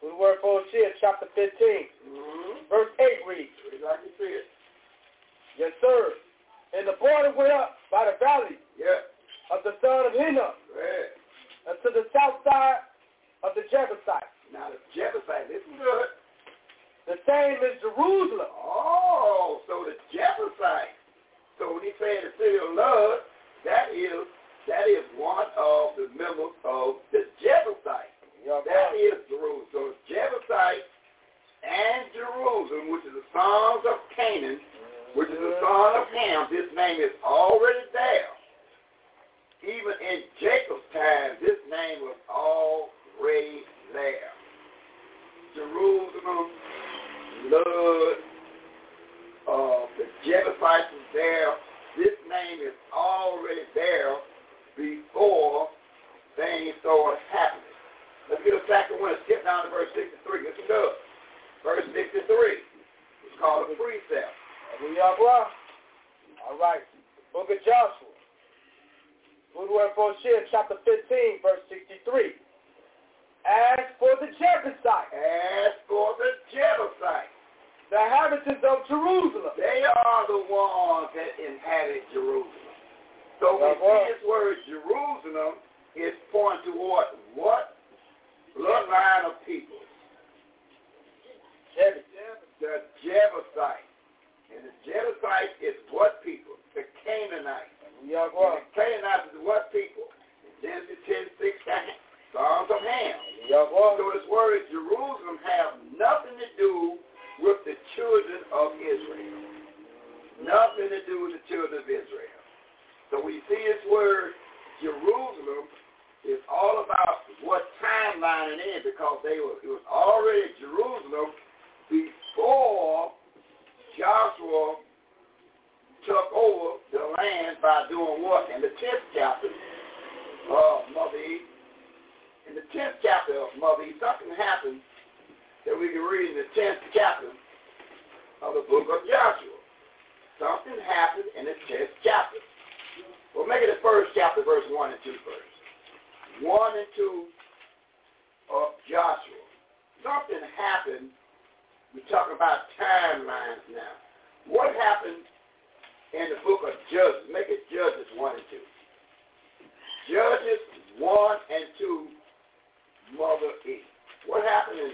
[SPEAKER 16] Through the word for Hosea, chapter 15,
[SPEAKER 3] Mm-hmm.
[SPEAKER 16] verse 8 reads,
[SPEAKER 3] Like you see it.
[SPEAKER 16] Yes, sir. And the border went up by the valley
[SPEAKER 3] Yeah,
[SPEAKER 16] of the son of Hinnom
[SPEAKER 3] go ahead.
[SPEAKER 16] unto the south side of the Jebusite.
[SPEAKER 3] Now the Jebusite, listen good.
[SPEAKER 16] The same is Jerusalem.
[SPEAKER 3] Oh, so the Jebusite. So when he said the city of love, that is that is one of the members of the Jebusites.
[SPEAKER 16] Young
[SPEAKER 3] That
[SPEAKER 16] boy.
[SPEAKER 3] is Jerusalem. So Jebusite and Jerusalem, which is the sons of Canaan, which is the son of Ham, this name is already there. Even in Jacob's time, this name was already there. Jerusalem, blood of the Jebusites is there. This name is already there before things started happening. Let's get a second one. Skip down to verse 63. Listen up. Verse 63. It's called a precept.
[SPEAKER 16] Hallelujah, bro. All right. Book of Joshua. Good word for Hosea, chapter 15, verse 63. As for the Jebusites,
[SPEAKER 3] As for the Jebusites,
[SPEAKER 16] the inhabitants of Jerusalem,
[SPEAKER 3] they are the ones that inhabit Jerusalem. So we
[SPEAKER 16] That's
[SPEAKER 3] see
[SPEAKER 16] right.
[SPEAKER 3] this word Jerusalem is pointing toward what? Bloodline of people.
[SPEAKER 16] Jebusites,
[SPEAKER 3] The Jebusites. And the Jebusites is what people? The Canaanites.
[SPEAKER 16] Hallelujah, bro.
[SPEAKER 3] And the Canaanites is what people? Genesis 10, 6, Sons of Ham.
[SPEAKER 16] Hallelujah, bro.
[SPEAKER 3] So this word Jerusalem have nothing to do with the children of Israel. Nothing to do with the children of Israel. So when you see this word Jerusalem, it's all about what timeline it is because they were it was already Jerusalem before Joshua took over the land by doing what? In the tenth chapter of Mother Eve in the tenth chapter of Mother, something happened that we can read in the tenth chapter of the book of Joshua. something happened in the 10th chapter. Well, make it the first chapter, verse 1 and 2 first. 1 and 2 of Joshua. Something happened. We talk about timelines now. What happened in the book of Judges? Make it Judges 1 and 2. Judges 1 and 2, Mother E. What happened in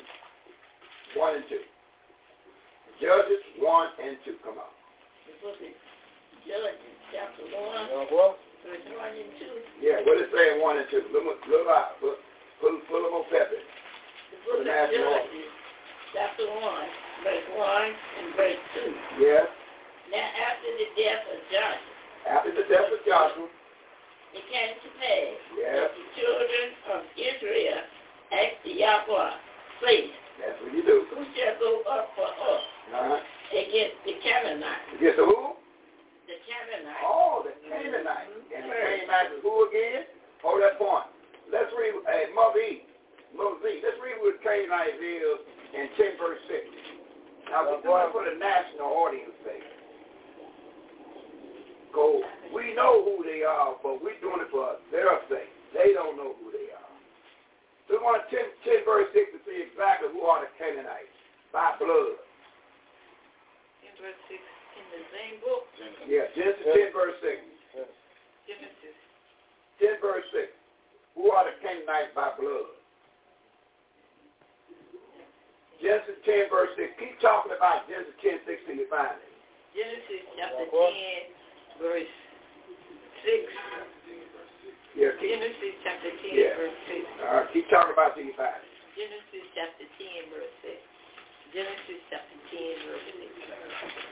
[SPEAKER 3] 1 and 2? Judges 1 and 2. Come on.
[SPEAKER 8] The book of Judges, chapter one,
[SPEAKER 4] know what?
[SPEAKER 8] verse one and two.
[SPEAKER 3] Yeah, what it say in 1 and 2? Look, look out. Look, put, put them on pepper.
[SPEAKER 8] The book of
[SPEAKER 3] Last one.
[SPEAKER 8] Judges, chapter one, verse one and verse two.
[SPEAKER 3] Yes.
[SPEAKER 8] Now after the death of Joshua,
[SPEAKER 3] After the death of Joshua.
[SPEAKER 8] it came to pass
[SPEAKER 3] Yes.
[SPEAKER 8] that the children of Israel asked the Yahweh, saying,
[SPEAKER 3] That's what you do.
[SPEAKER 8] Who shall go up for us
[SPEAKER 3] Uh-huh.
[SPEAKER 8] against the Canaanites?
[SPEAKER 3] Against the who?
[SPEAKER 8] The Canaanites.
[SPEAKER 3] Oh, the Canaanites. And the Canaanites is who again? Hold that point. Let's read, uh, Mother E, Mother Z, let's read what Canaanites is in 10 verse 6. Now, we're doing it for the national audience sake. Go, we know who they are, but we're doing it for their sake. They don't know who they are. So we want 10, 10 verse 6 to see exactly who are the Canaanites by blood.
[SPEAKER 17] In verse 6,
[SPEAKER 8] In the same book,
[SPEAKER 3] Yeah, Genesis 10 verse 6.
[SPEAKER 17] Genesis
[SPEAKER 3] 10 verse 6. Who are the Canaanites by blood? Genesis 10 verse 6. Keep talking about Genesis 10, 6 till you find it.
[SPEAKER 8] Genesis chapter
[SPEAKER 4] Like what?
[SPEAKER 8] ten, verse six.
[SPEAKER 3] Yeah, keep,
[SPEAKER 8] Genesis chapter ten,
[SPEAKER 3] Yeah.
[SPEAKER 8] verse six.
[SPEAKER 3] uh, keep talking about till you find it.
[SPEAKER 8] Genesis chapter 10, verse 6. Genesis chapter 10, verse 6.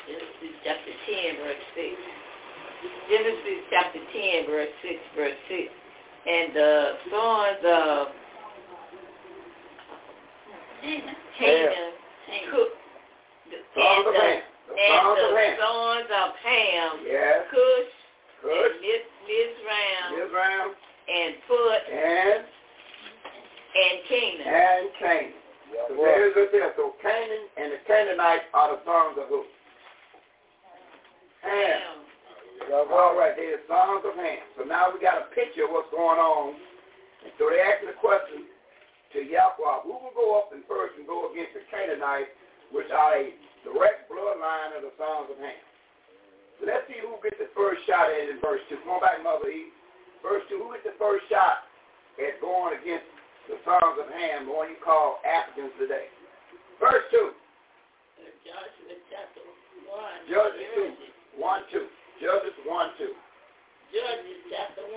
[SPEAKER 8] Genesis chapter 10, verse 6. Genesis chapter 10, verse 6, verse 6. And the sons of Canaan cooked. the-
[SPEAKER 3] Sons
[SPEAKER 8] And
[SPEAKER 3] of
[SPEAKER 8] the,
[SPEAKER 3] Ham. The
[SPEAKER 8] and
[SPEAKER 3] sons of
[SPEAKER 8] the
[SPEAKER 3] Ham.
[SPEAKER 8] sons of Ham,
[SPEAKER 3] Yes.
[SPEAKER 8] Cush,
[SPEAKER 3] Good.
[SPEAKER 8] and Mis- Mizraim,
[SPEAKER 3] Israel
[SPEAKER 8] and Put,
[SPEAKER 3] and,
[SPEAKER 8] and Canaan.
[SPEAKER 3] and Canaan. So there's a there. So Canaan and the Canaanites are the sons of who? Ham.
[SPEAKER 8] Ham.
[SPEAKER 3] All right, they the sons of Ham. So now we got a picture of what's going on. And so they asked the question to Yahweh, who will go up and first and go against the Canaanites, which are a direct bloodline of the sons of Ham? So let's see who gets the first shot at it in verse 2. Come on back, Mother Eve. Verse 2, who gets the first shot at going against the sons of Ham, the one you call Africans today? Verse 2,
[SPEAKER 8] Joshua chapter 1.
[SPEAKER 3] Judges 2, 1, 2. Judges 1, 2.
[SPEAKER 8] Judges chapter 1,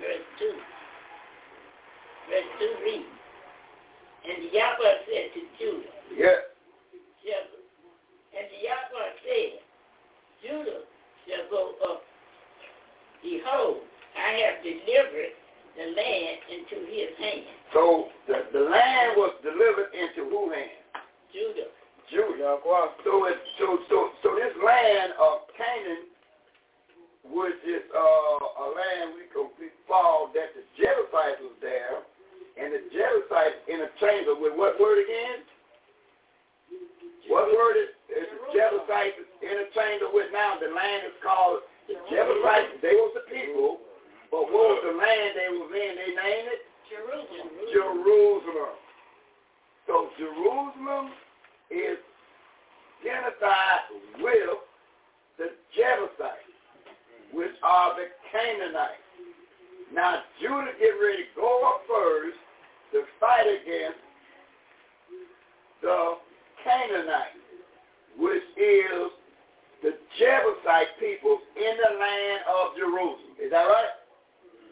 [SPEAKER 8] verse 2. Verse 2 reads, And the Yahweh said to Judah,
[SPEAKER 3] Yeah.
[SPEAKER 8] Judah, and the Yahweh said, Judah shall go up. Behold, I have delivered the land into his hand.
[SPEAKER 3] So the, the land was delivered into who hand?
[SPEAKER 8] Judah.
[SPEAKER 3] Judah. So it so so so this land of Canaan, which is uh, a land we could we fall that the Jebusites was there, and the Jebusites in a chamber with what word again? What word is, is the Jebusites in a chamber with now? The land is called the Jebusites. They was the people, but what was the land they was in? They named it.
[SPEAKER 8] Jerusalem.
[SPEAKER 3] Jerusalem. So Jerusalem is identified with the Jebusites, which are the Canaanites. Now Judah get ready to go up first to fight against the Canaanites, which is the Jebusite people in the land of Jerusalem. Is that right?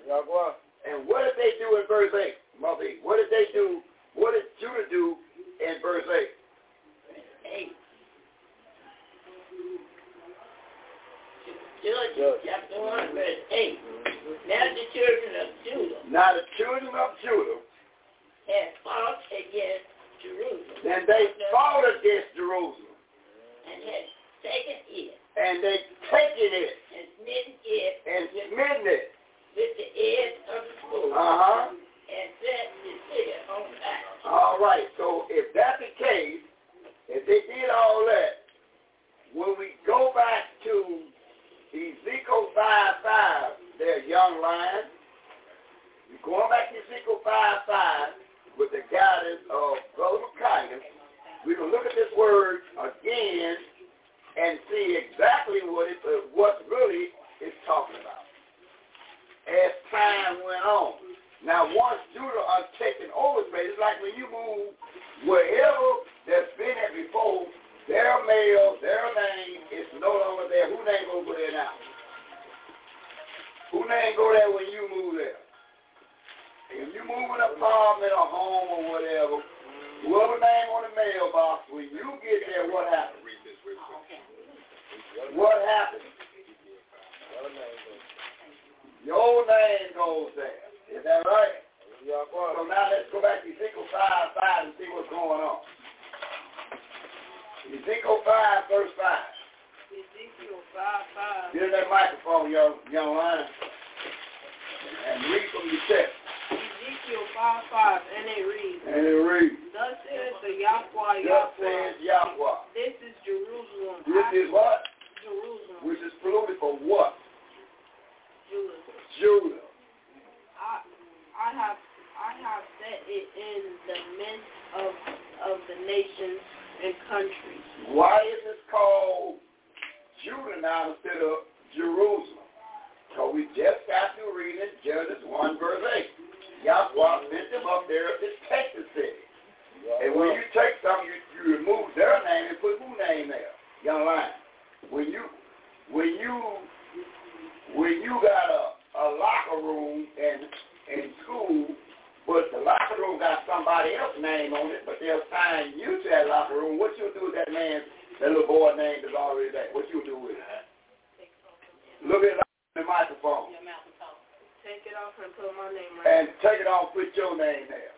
[SPEAKER 4] Yagua.
[SPEAKER 3] And what did they do in verse 8? Mother, E? what did they do? What did Judah do in verse 8?
[SPEAKER 8] Eight. Judges
[SPEAKER 4] Judges.
[SPEAKER 8] chapter 1, verse 8. Now the children of Judah
[SPEAKER 3] Mm-hmm. Now the children of Judah,
[SPEAKER 8] had fought against Jerusalem
[SPEAKER 3] and they fought against Jerusalem,
[SPEAKER 8] and had taken it
[SPEAKER 3] and they taken it
[SPEAKER 8] and smitten it
[SPEAKER 3] and smitten it.
[SPEAKER 8] with the edge of the sword
[SPEAKER 3] Uh-huh.
[SPEAKER 8] and set the city on fire.
[SPEAKER 3] All right, so if that's the case, if they did all that, when we go back to Ezekiel 5 5, there, young lion, you're going back to Ezekiel 5 5 with the guidance of Brother Micaiah, we can look at this word again and see exactly what it uh, what really it's talking about. As time went on. Now once Judah are taken over space, it's like when you move wherever that's been at before, their male, their name is no longer there. Who name go there now? Who name go there when you move there? If you move an apartment or home or whatever, whoever name on the mailbox, when you get there, what happens? What happens? Your name goes there. Is that right? So now let's go back to Ezekiel 5, 5 and see what's going on. Ezekiel 5, verse 5.
[SPEAKER 8] Ezekiel five five.
[SPEAKER 3] Get in that microphone, young, young lion, and read from your text.
[SPEAKER 8] Ezekiel five five, and it reads,
[SPEAKER 3] And it reads,
[SPEAKER 8] Thus says the
[SPEAKER 3] Thus
[SPEAKER 8] Yahweh, Yahweh,
[SPEAKER 3] says Yahweh.
[SPEAKER 8] this is Jerusalem, I
[SPEAKER 3] This is what?
[SPEAKER 8] Jerusalem,
[SPEAKER 3] Which is polluted for what?
[SPEAKER 8] Jerusalem.
[SPEAKER 3] Judah.
[SPEAKER 8] I I have I have set it in the midst of of the nations and countries.
[SPEAKER 3] Why is it called Judah now instead of Jerusalem? So we just got to read it, Genesis 1, verse 8. Yahweh sent them up there to Texas city. And when you take something, you, you remove their name and put who name there? Young lion. When you when you when you got a, a locker room and in school, but the locker room got somebody else's name on it, but they'll sign you to that locker room, what you do with that man's that little boy's name that's already there? What you do with it? Look at it on the microphone
[SPEAKER 8] Take it off and put my name
[SPEAKER 3] and
[SPEAKER 8] right.
[SPEAKER 3] take it off, put your name there.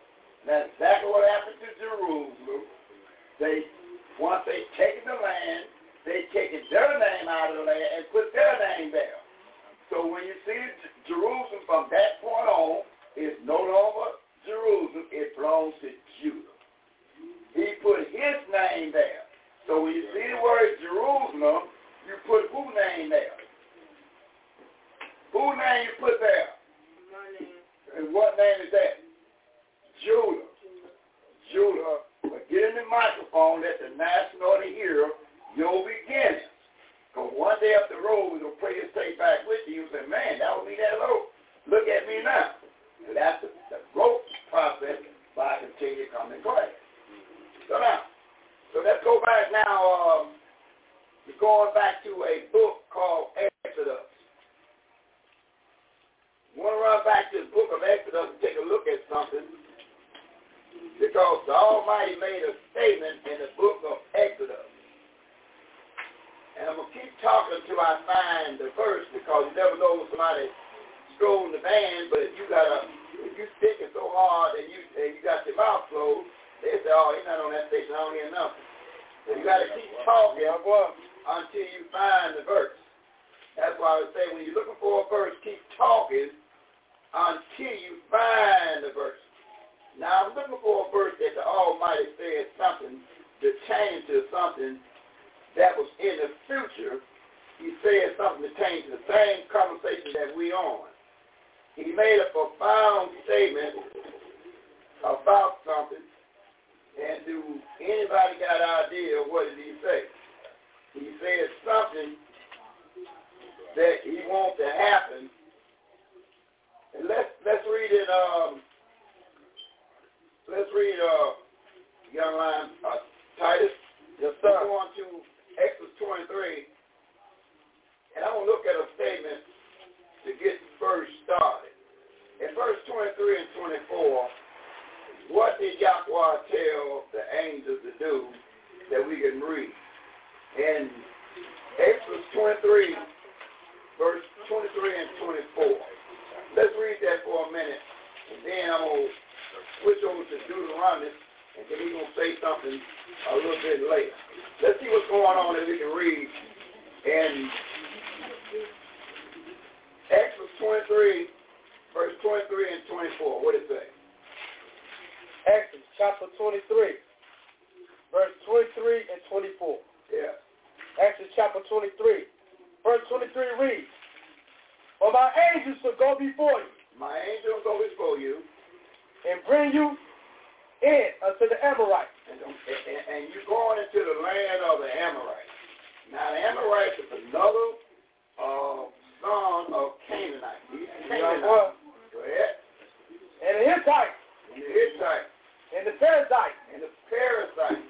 [SPEAKER 3] That's exactly what happened to Jerusalem. They once they taken the land, they taken their name out of the land and put their name there. So when you see J- Jerusalem from that point on, it's no longer Jerusalem. It belongs to Judah. He put his name there. So when you see the word Jerusalem, you put who name there? Who name you put there?
[SPEAKER 8] My name.
[SPEAKER 3] And what name is that? Judah. Judah. But get in the microphone, let the national order hear your beginning. Because one day up the road, we're going to pray this tape back with you and say, man, that would be that low. Look at me now. And that's the, the growth process by continued coming Christ. So now, so let's go back now. Um, we're going back to a book called Exodus want to run back to the book of Exodus and take a look at something because the Almighty made a statement in the book of Exodus. And I'm going to keep talking until I find the verse because you never know when somebody strolling the van, but if you got a, if you sticking so hard and you and you got your mouth closed, they say, oh, he's not on that station, I don't hear nothing. So you got to keep talking until you find the verse. That's why I would say when you're looking for a verse, keep talking until you find the verse. Now I'm looking for a verse that the Almighty said something to change to something that was in the future. He said something to change the same conversation that we on. He made a profound statement about something. And do anybody got an idea of what did he say? He said something that he wants to happen. And let's let's read it. Um, let's read uh, young lion uh, Titus. Yes, sir. Go on to Exodus 23, and I want to look at a statement to get first started. In verse 23 and 24, what did Yahweh tell the angels to do that we can read? In Exodus 23, verse 23 and 24. Let's read that for a minute, and then I'm going to switch over to Deuteronomy, and then he's going to say something a little bit later. Let's see what's going on that we can read in Exodus 23, verse 23 and 24. What it say?
[SPEAKER 6] Exodus chapter 23, verse 23 and 24.
[SPEAKER 3] Yeah.
[SPEAKER 18] Exodus chapter 23. Verse 23 reads, For my angels shall go before you
[SPEAKER 3] My angel go before you,
[SPEAKER 18] and bring you in unto the Amorites.
[SPEAKER 3] and, don't- and, and- and you're going into the land of the Amorites. Now, the Amorites is another uh, son of Canaanite. He's a
[SPEAKER 18] You know
[SPEAKER 3] Canaanite.
[SPEAKER 18] what?
[SPEAKER 3] Go ahead.
[SPEAKER 18] And the Hittites,
[SPEAKER 3] And the Hittite,
[SPEAKER 18] and the Perizzites,
[SPEAKER 3] and the Parasite,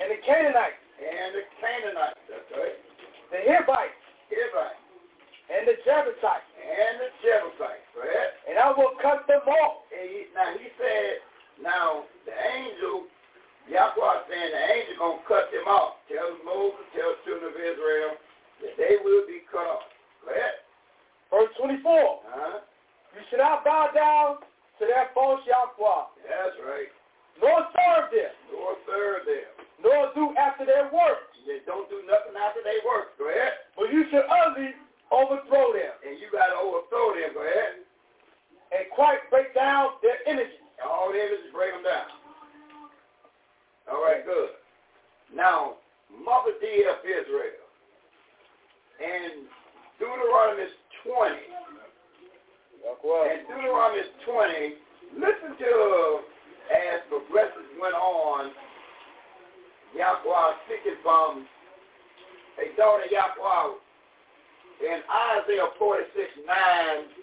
[SPEAKER 18] and the Canaanites,
[SPEAKER 3] and the Canaanite. That's right.
[SPEAKER 18] the Hivites,
[SPEAKER 3] Hivite,
[SPEAKER 18] and the Jebusites,
[SPEAKER 3] and the Jebusite. Go ahead.
[SPEAKER 18] and I will cut them off.
[SPEAKER 3] And he, now he said, now the angel, Yahweh saying the angel gonna cut them off. Tell Moses, tell the children of Israel that they will be cut off. Go ahead.
[SPEAKER 18] Verse 24,
[SPEAKER 3] Huh?
[SPEAKER 18] You shall not bow down to their false Yahweh,
[SPEAKER 3] That's right.
[SPEAKER 18] nor serve them,
[SPEAKER 3] Nor serve them.
[SPEAKER 18] nor do after their works,
[SPEAKER 3] They don't do nothing after they work. Go ahead.
[SPEAKER 18] but you shall utterly overthrow them,
[SPEAKER 3] And you gotta overthrow them. Go ahead.
[SPEAKER 18] and quite break down their images.
[SPEAKER 3] All they is break them down. All right, good. Now, Mother D of Israel, and Deuteronomy 20,
[SPEAKER 18] Yahweh.
[SPEAKER 3] And Deuteronomy 20, listen to as progressives went on, Yahweh speaking from a daughter of Yahweh in Isaiah 46, 9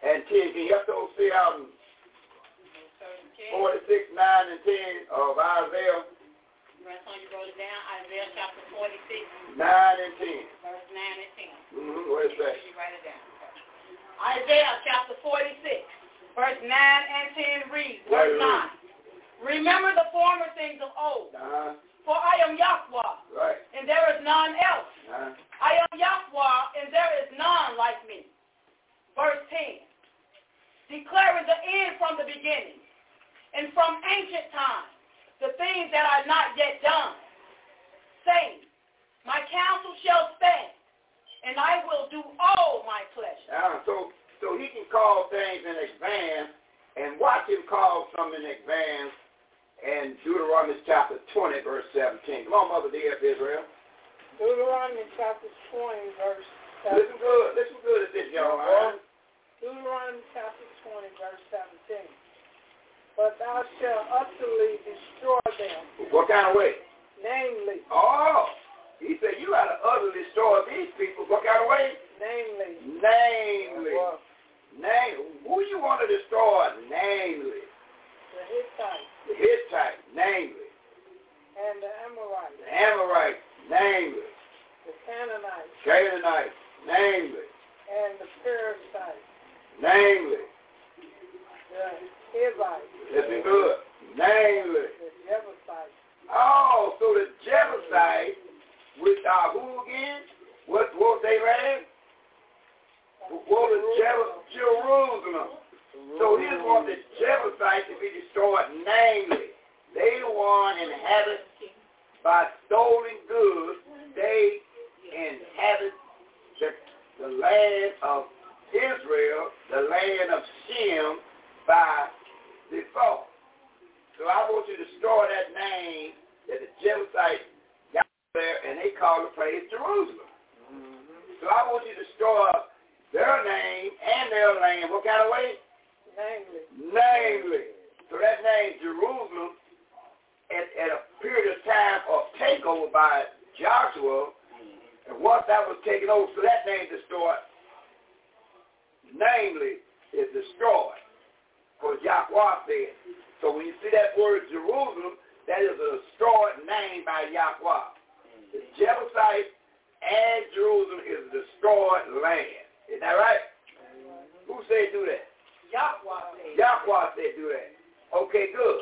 [SPEAKER 3] and 10. Can you help those see um, out in 46, 9 and 10 of Isaiah
[SPEAKER 8] Rest on you wrote it down, Isaiah chapter forty-six,
[SPEAKER 3] 9 and
[SPEAKER 8] verse nine and ten.
[SPEAKER 3] 10? Mm-hmm. What is that?
[SPEAKER 8] You write it down. Isaiah chapter forty-six, verse nine and ten reads,
[SPEAKER 3] Right,
[SPEAKER 8] verse
[SPEAKER 3] right.
[SPEAKER 8] nine. Remember the former things of old,
[SPEAKER 3] Uh-huh.
[SPEAKER 8] for I am Yahweh,
[SPEAKER 3] Right.
[SPEAKER 8] and there is none else.
[SPEAKER 3] Uh-huh.
[SPEAKER 8] I am Yahweh, and there is none like me. Verse 10. Declaring the end from the beginning, and from ancient times, the things that are not yet done. Saying, my counsel shall stand, and I will do all my pleasure.
[SPEAKER 3] Uh, so, so he can call things in advance, and watch him call something in advance. And Deuteronomy chapter 20, verse 17. Come on, Mother dear of Israel.
[SPEAKER 2] Deuteronomy chapter 20, verse 17.
[SPEAKER 3] Listen good. Listen good at this, y'all. all right?
[SPEAKER 2] Deuteronomy chapter 20, verse 17. But thou shalt utterly destroy them,
[SPEAKER 3] What kind of way?
[SPEAKER 2] namely,
[SPEAKER 3] Oh, he said, you got to utterly destroy these people. What kind of way?
[SPEAKER 2] namely,
[SPEAKER 3] Namely.
[SPEAKER 2] Yahweh,
[SPEAKER 3] Name. Who you want to destroy? Namely.
[SPEAKER 2] the Hittites
[SPEAKER 3] The Hittites, namely.
[SPEAKER 2] and the Amorites,
[SPEAKER 3] The Amorites, namely.
[SPEAKER 2] the Canaanites
[SPEAKER 3] Canaanites, namely.
[SPEAKER 2] and the Perizzites,
[SPEAKER 3] Namely.
[SPEAKER 2] the Hivites,
[SPEAKER 3] Listen good. Namely.
[SPEAKER 2] the Jebusites,
[SPEAKER 3] Oh, so the Jebusites, which are who again? What what they ran? What was Jebu- Jerusalem? So he just wants the Jebusites to be destroyed namely. They the one inhabit by stolen goods. They inhabit the, the land of Israel, the land of Shem by default. So I want you to store that name that the Jebusites got there and they call the place Jerusalem. So I want you to store their name and their land. What kind of way?
[SPEAKER 2] namely,
[SPEAKER 3] Namely. So that name Jerusalem at, at a period of time of takeover by Joshua, and once that was taken over, so that name destroyed, namely, is destroyed. Because Yahweh said. So when you see that word Jerusalem, that is a destroyed name by Yahweh. The Jebusites and Jerusalem is a destroyed land. Isn't that right? Who said do that? Yahweh said do that. Okay, good.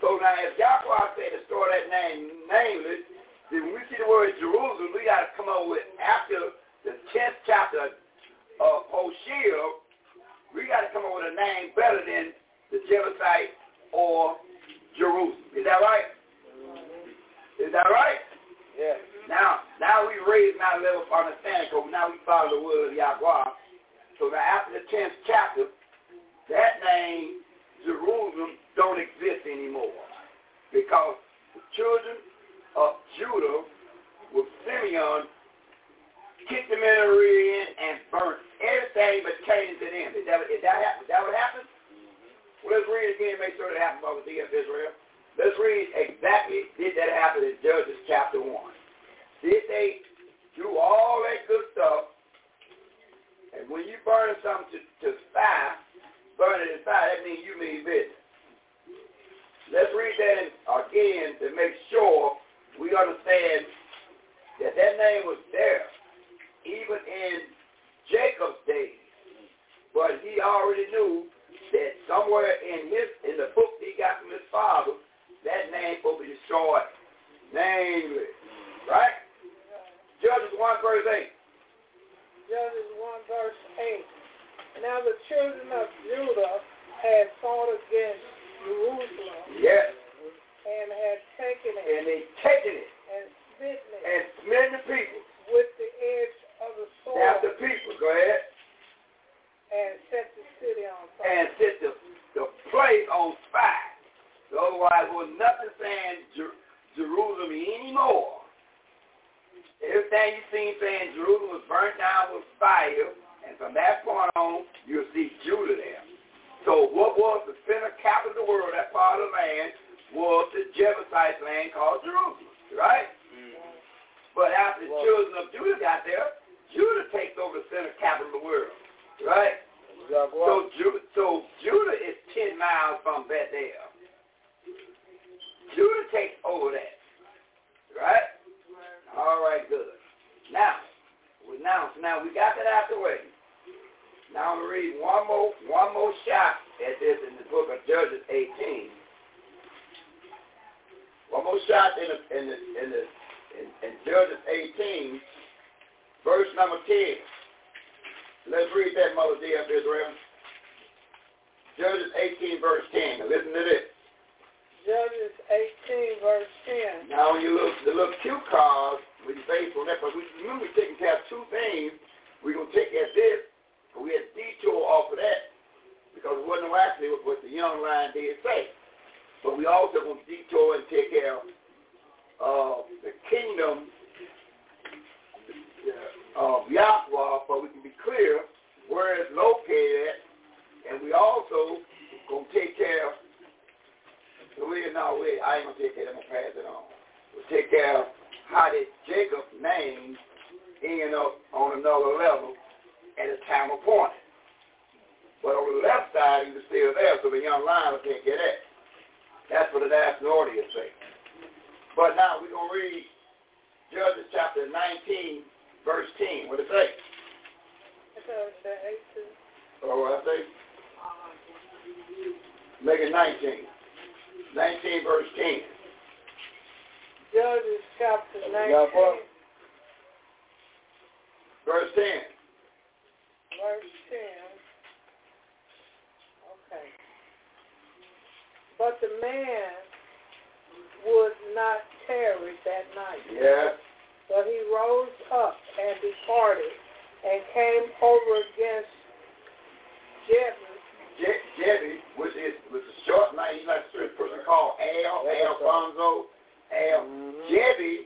[SPEAKER 3] So now if Yahweh said to store that name nameless, then when we see the word Jerusalem, we got to come up with after the 10th chapter of Hosea, we got to come up with a name better than the Jebusite or Jerusalem. Is that right? Is that right?
[SPEAKER 18] Yeah.
[SPEAKER 3] Now, now we raise our level of understanding because now we follow the word of Yahweh. So now after the 10th chapter, that name, Jerusalem, don't exist anymore because the children of Judah with Simeon, kicked them in the rear end and burnt everything but Cain's and them. Is that, is that, hap- is that what happened? Well, let's read it again and make sure that happened over the of Israel. Let's read exactly did that happen in Judges chapter 1. Did they do all that good stuff, and when you burn something to, to fire, burn it in fire, that means you mean business. Let's read that in, again to make sure we understand that that name was there, even in Jacob's days. But he already knew that somewhere in his in the book that he got from his father, that name will be destroyed nameless. Right? Judges 1 verse 8.
[SPEAKER 2] Judges 1 verse 8. Now the children of Judah had fought against Jerusalem
[SPEAKER 3] Yes.
[SPEAKER 2] and had taken it
[SPEAKER 3] And they taken it
[SPEAKER 2] and smitten it
[SPEAKER 3] and smitten the people.
[SPEAKER 2] with the edge of the
[SPEAKER 3] Now the
[SPEAKER 2] sword
[SPEAKER 3] people, go ahead,
[SPEAKER 2] and set the city on fire.
[SPEAKER 3] and set the, the place on fire. So otherwise, we're nothing saying Jer- Jerusalem anymore. Everything you seen saying Jerusalem was burnt down with fire, and from that point on, you'll see Judah there. So what was the center capital of the world, that part of the land, was the Jebusite land called Jerusalem, right? But after the
[SPEAKER 19] Well-
[SPEAKER 3] children of Judah got there, Judah takes over the center capital of the world, right?
[SPEAKER 19] Jaguar.
[SPEAKER 3] So, Ju- so Judah is 10 miles from Bethel. Judah takes over that. Right? All right, good. Now, we now, so now we got that out the way. Now I'm going to read one more, one more shot at this in the book of Judges 18. One more shot in the, in the, in the, in, in Judges 18, verse number 10. Let's read that, Mother dear of Israel. Judges 18, verse 10. Now listen to this.
[SPEAKER 2] Judges 18 verse 10.
[SPEAKER 3] Now when you look, the little cue cards, when you base on that, but we, remember we're taking care of two things. We're going to take care of this, but we had to detour off of that because it wasn't actually what, what the young lion did say. But we also going to detour and take care of uh, the kingdom of Yahweh so we can be clear where it's located at. And we also going to take care of, wait, no, wait, I ain't going to take care of it. I'm going to pass it on. We'll take care of how did Jacob's name end up on another level at a time appointed. But on the left side, he was still there, so the young lion can't get at. That's what the national audience say. But now we're going to read Judges chapter 19, verse 10. What it say?
[SPEAKER 2] Because the 18
[SPEAKER 3] Or Oh, what I say? Make it 19. 19 verse 10.
[SPEAKER 2] Judges chapter
[SPEAKER 19] Yeah,
[SPEAKER 2] 19
[SPEAKER 19] boy.
[SPEAKER 3] Verse 10.
[SPEAKER 2] verse 10. Okay. But the man would not tarry that night.
[SPEAKER 3] Yeah.
[SPEAKER 2] But he rose up and departed and came over against Jebus.
[SPEAKER 3] Je- Jebby, which is was a short name, he's like a certain person called Al,
[SPEAKER 19] That's
[SPEAKER 3] Alfonso, Al.
[SPEAKER 2] Mm-hmm.
[SPEAKER 3] Jebby,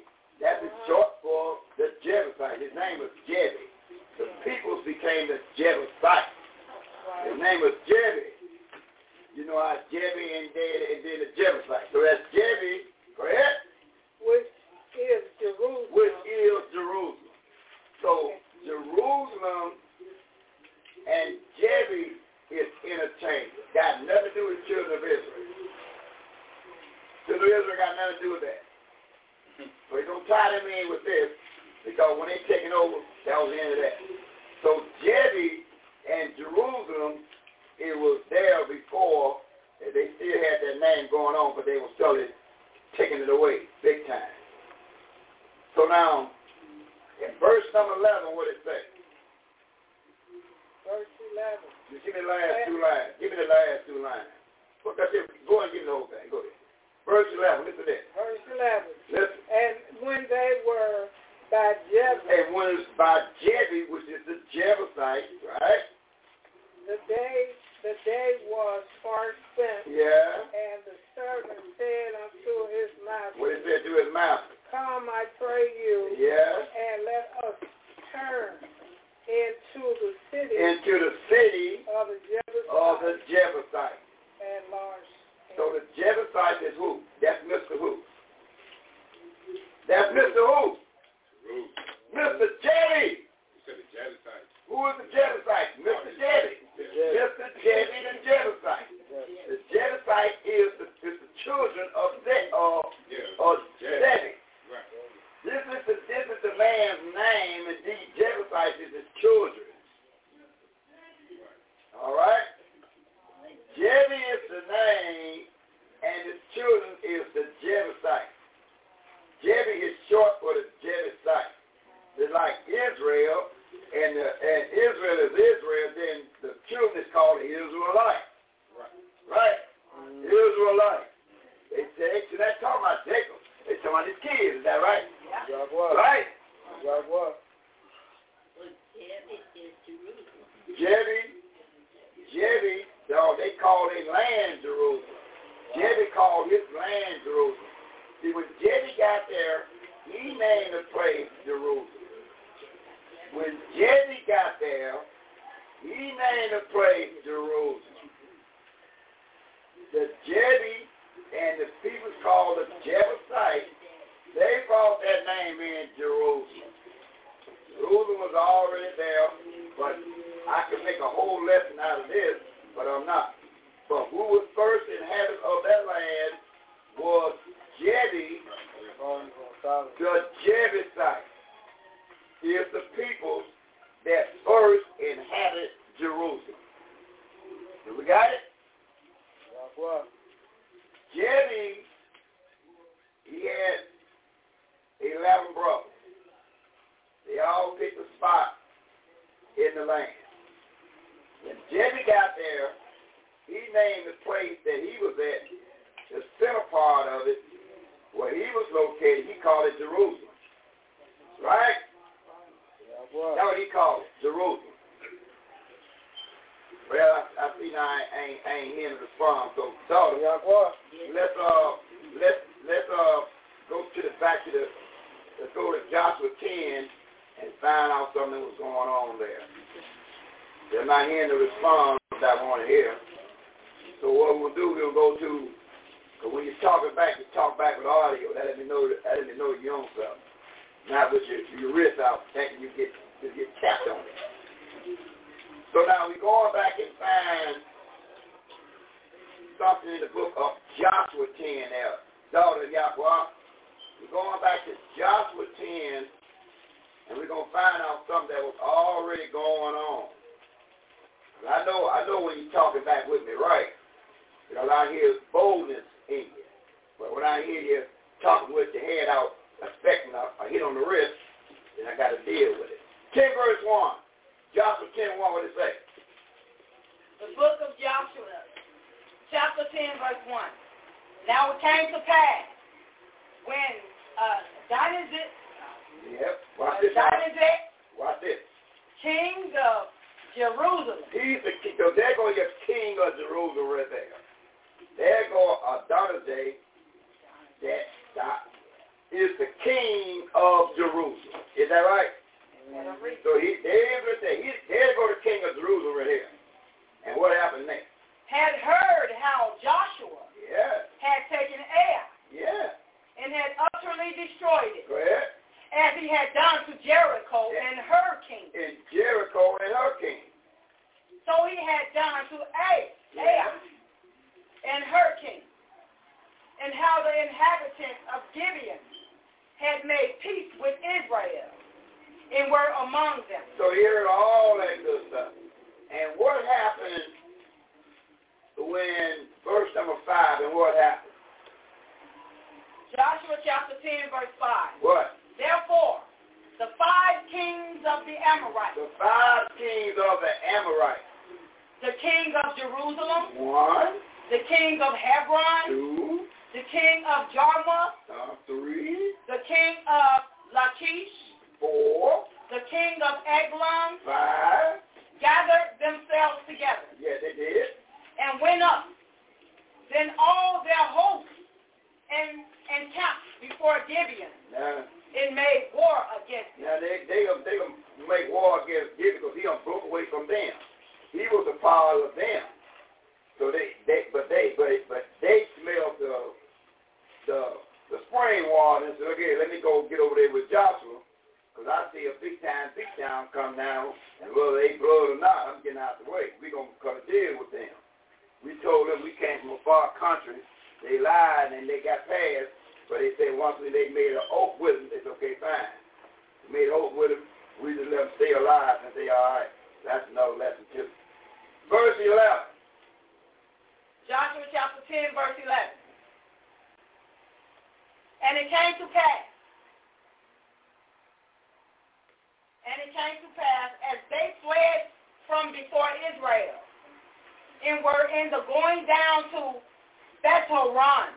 [SPEAKER 3] that's a
[SPEAKER 2] Uh-huh.
[SPEAKER 3] short for the Jebusite. His name was Jebby. The peoples became the Jebusite. His name was Jebby. You know how Jebby and then, and then the Jebusite. So that's Jebby, correct?
[SPEAKER 2] which is Jerusalem.
[SPEAKER 3] which is Jerusalem. So Jerusalem and Jebby is interchanged. Got nothing to do with the children of Israel. Children of Israel got nothing to do with that. So you don't tie them in with this because when they taken over, that was the end of that. So Jebby and Jerusalem, it was there before. and They still had that name going on, but they were slowly taking it away big time. So now, in verse number 11, what it say?
[SPEAKER 2] Verse 11.
[SPEAKER 3] You give me the last two lines. Give me the last two lines. What that is, Go and give me the whole thing. Go ahead. Verse 11, listen to that.
[SPEAKER 2] Verse 11.
[SPEAKER 3] Listen.
[SPEAKER 2] And when they were by Jebus,
[SPEAKER 3] And one is by Jebby, which is the Jebusite, right?
[SPEAKER 2] the day the day was far spent,
[SPEAKER 3] Yeah.
[SPEAKER 2] and the servant said unto his
[SPEAKER 3] What
[SPEAKER 2] master,
[SPEAKER 3] it said to his master.
[SPEAKER 2] Come come, I pray you,
[SPEAKER 3] Yes.
[SPEAKER 2] and let us turn into the city
[SPEAKER 3] Into the city
[SPEAKER 2] of the
[SPEAKER 3] of the
[SPEAKER 2] Jebusites
[SPEAKER 3] Jebusites.
[SPEAKER 2] and large.
[SPEAKER 3] So the Jebusites is who? That's Mr. Who? That's Mr. Who?
[SPEAKER 20] Rude.
[SPEAKER 3] Mr. Jetty.
[SPEAKER 20] You said the Jebusites.
[SPEAKER 3] Who is the Jebusite? Mr. Jetty. Mr. Jetty the Jebusite. The Jebusite is the, is the children of Ze- of,
[SPEAKER 20] Yeah.
[SPEAKER 3] of Zebedee.
[SPEAKER 20] Right.
[SPEAKER 3] This is the this is the man's name, and these Jebusites is his children. All right. Jebby is the name, and his children is the Jebusite. Jebby is short for the Jebusite. It's like Israel, and the, and Israel is Israel. Then the children is called the Israelite. Right. Israelite. They say, they're not talking about Jacob. They talking about his kids. Is that right?
[SPEAKER 21] Jaguar.
[SPEAKER 3] Right.
[SPEAKER 21] Jaguar.
[SPEAKER 3] Jebby, Jebby, no, they called it land Jerusalem. Jebby called his land Jerusalem. See, when Jebby got there, he named the place Jerusalem. When Jebby got there, he named the place Jerusalem. The Jebby and the people called the Jebusites, they brought that name in Jerusalem. Jerusalem was already there, but I could make a whole lesson out of this, but I'm not. But who was first inhabitant of that land was Jebby,
[SPEAKER 21] Ron Gonzalez.
[SPEAKER 3] the Jebusite. Is the people that first inhabited Jerusalem. Do we got it?
[SPEAKER 21] Jaguar.
[SPEAKER 3] Jimmy, he had 11 brothers. They all picked a spot in the land. When Jimmy got there, he named the place that he was at, the center part of it, where he was located, he called it Jerusalem. Right?
[SPEAKER 21] Jaguar.
[SPEAKER 3] That's what he called it, Jerusalem. Well, I, I see now I ain't, I ain't hearing the response, so daughter,
[SPEAKER 21] Jaguar.
[SPEAKER 3] let's uh let's let's uh go to the back of the let's go to Joshua ten and find out something that was going on there. They're not hearing the response that I want to hear. So what we'll do, we'll go to because when you're talking back, you talk back with audio. That let me know that let me know your own stuff. Not with your your wrist out thinking you get you get tapped on it. So now we're going back and find something in the book of Joshua 10 there. Daughter of Yahweh, we're going back to Joshua 10, and we're going to find out something that was already going on. And I know, I know when you're talking back with me, right? Because I hear boldness in you. But when I hear you talking with your head out, affecting a, a hit on the wrist, then I got to deal with it. 10 verse 1. Joshua 10 1, what it say?
[SPEAKER 8] The book of Joshua, chapter 10, verse 1. Now it came to pass when uh, Dionysius,
[SPEAKER 3] Yep.
[SPEAKER 8] uh,
[SPEAKER 3] Watch this. now.
[SPEAKER 8] Dionysius,
[SPEAKER 3] Watch this.
[SPEAKER 8] king of Jerusalem,
[SPEAKER 3] He's the king. So there go your king of Jerusalem right there. There go Adonijah that, that is the king of Jerusalem. Is that right? So he, there's right there. He, there go the king of Jerusalem right here. And what happened next?
[SPEAKER 8] had heard how Joshua
[SPEAKER 3] Yeah,
[SPEAKER 8] had taken air
[SPEAKER 3] yeah.
[SPEAKER 8] and had utterly destroyed it,
[SPEAKER 3] Go ahead.
[SPEAKER 8] as he had done to Jericho and her king.
[SPEAKER 3] In Jericho and her king.
[SPEAKER 8] So he had done to Ai, Ai and her king, and how the inhabitants of Gibeon had made peace with Israel and were among them.
[SPEAKER 3] So here's all that good stuff. And what happened when verse number five? And what happened?
[SPEAKER 8] Joshua chapter 10, verse 5.
[SPEAKER 3] What?
[SPEAKER 8] Therefore, the five kings of the Amorites,
[SPEAKER 3] The five kings of the Amorites.
[SPEAKER 8] the king of Jerusalem,
[SPEAKER 3] One,
[SPEAKER 8] the king of Hebron,
[SPEAKER 3] two,
[SPEAKER 8] the king of Jarmuth,
[SPEAKER 3] uh, three,
[SPEAKER 8] the king of Lachish,
[SPEAKER 3] four,
[SPEAKER 8] the king of Eglon,
[SPEAKER 3] five.
[SPEAKER 8] gathered themselves together
[SPEAKER 3] Yeah, they did.
[SPEAKER 8] and went up. Then all their hosts and encamped for Gibeon
[SPEAKER 3] Now,
[SPEAKER 8] and made war against it.
[SPEAKER 3] now they they gonna, they gonna make war against Gideon because he done broke away from them. He was a part of them. So they they but they but but they smelled the the the spring water and said, okay, let me go get over there with Joshua. Because I see a big time, big time come down, and whether they blood or not, I'm getting out the way. We're going to cut a deal with them. We told them we came from a far country. They lied and they got passed, but they said once we they made an oath with them, it's okay, fine. We made an oath with them, we just let them stay alive and say, all right, that's another lesson too. Verse 11.
[SPEAKER 8] Joshua chapter 10, verse 11. And it came to pass. And it came to pass as they fled from before Israel and were in the going down to Beth-horon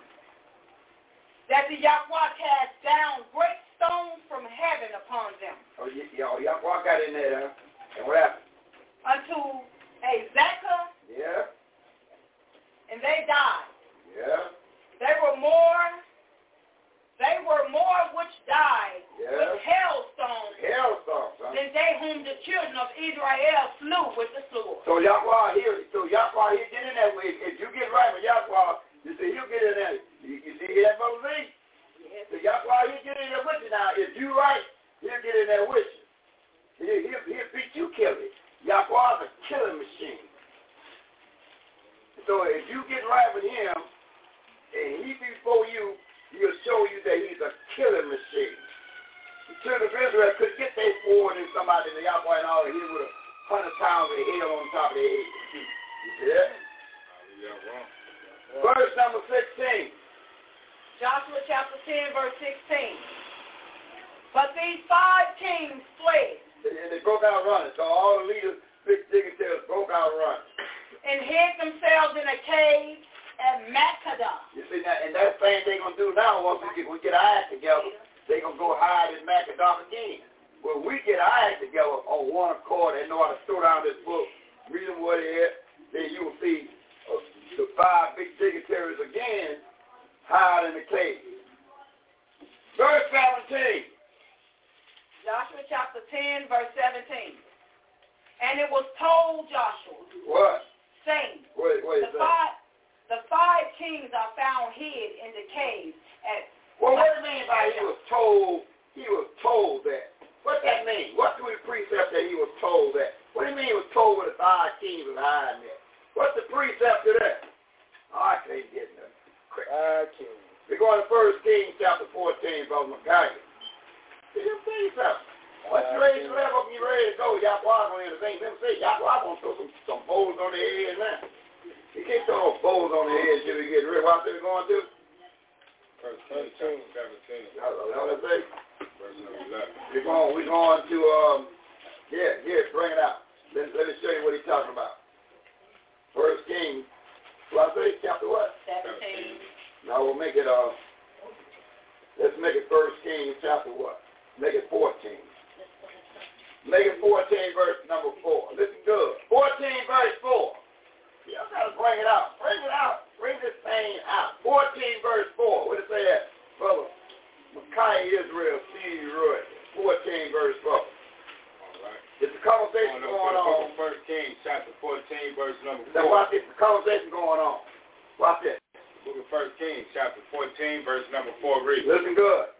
[SPEAKER 8] that the Yahweh cast down great stones from heaven upon them
[SPEAKER 3] Oh, y- y'all, y'all walk out in there, huh? And what happened?
[SPEAKER 8] unto Azekah
[SPEAKER 3] Yeah,
[SPEAKER 8] and they died.
[SPEAKER 3] yeah,
[SPEAKER 8] They were more, they were more which died
[SPEAKER 3] yeah.
[SPEAKER 8] with hailstones
[SPEAKER 3] Hell song, son.
[SPEAKER 8] than they whom the children of Israel slew with the sword.
[SPEAKER 3] So Yahweh here, so Yahweh here get in that way. If you get right with Yahweh, you see he'll get in there. You, you see that brother Lee? So Yahweh he'll get in there with you now. If you right, he'll get in there with you. He, he'll, he'll beat you killing. Yahweh's a killing machine. So if you get right with him, and he before you, he'll show you that he's a killing machine. The children of Israel could get their sword in somebody, the Yahweh and all, and he would have hundred pounds of hair on top of their head. You see that? Verse number 16.
[SPEAKER 8] Joshua chapter 10, verse 16. But these five kings fled
[SPEAKER 3] They, they broke out running. So all the leaders, big dignitaries, broke out running.
[SPEAKER 8] and hid themselves in a cave at Machadah.
[SPEAKER 3] You see that? And that's the thing they're going to do now once we get, we get our act together. They're going to go hide in Macadam again. When we get our act together on one accord and know how to throw down this book, read them what it is, then you will see uh, the five big dignitaries again hide in the cave. Verse 17.
[SPEAKER 8] Joshua chapter 10, verse 17. And it was told Joshua,
[SPEAKER 3] What?
[SPEAKER 8] saying,
[SPEAKER 3] Wait, wait a
[SPEAKER 8] the
[SPEAKER 3] second.
[SPEAKER 8] five, the five kings are found hid in the cave at
[SPEAKER 3] Well, what it mean by he was told, he was told that? What that mean? What do we precept that he was told that? What do you mean he was told with his eye kings was hiding there? What's the precept of that? Oh, I can't get nothing. Crap.
[SPEAKER 22] Okay.
[SPEAKER 3] We're going to 1 Kings chapter 14, Brother McGuire. See them precepts. Once you raise your level up and you ready to go, Yahweh going to intervene. Them say, Yahweh going to throw some, some bowls on their head now. You can't throw no bowls on their head until we get rid of what they're going to do.
[SPEAKER 6] First Kings chapter 17,
[SPEAKER 3] That's what I'm saying.
[SPEAKER 6] verse number 11.
[SPEAKER 3] We're going, we're going to, um, yeah, yeah, bring it out. Let, let me show you what he's talking about. First Kings, well, I say chapter what?
[SPEAKER 8] 17.
[SPEAKER 3] Now we'll make it, uh, let's make it First Kings chapter what? Make it 14. Make it 14 verse number 4. Listen good. 14 verse 4. Y'all gotta bring it out. Bring it out. Bring this thing out. 14 verse 4. What it say that? Brother, Micaiah Israel, C. Roy. 14 verse 4.
[SPEAKER 6] All right.
[SPEAKER 3] It's a conversation
[SPEAKER 6] Going
[SPEAKER 3] going
[SPEAKER 6] over
[SPEAKER 3] on.
[SPEAKER 6] to First Kings chapter 14, verse number
[SPEAKER 3] Now
[SPEAKER 6] 4.
[SPEAKER 3] watch this. It's a conversation going on. Watch this.
[SPEAKER 6] Book of First Kings chapter 14, verse number 4 reads,
[SPEAKER 3] Listen good.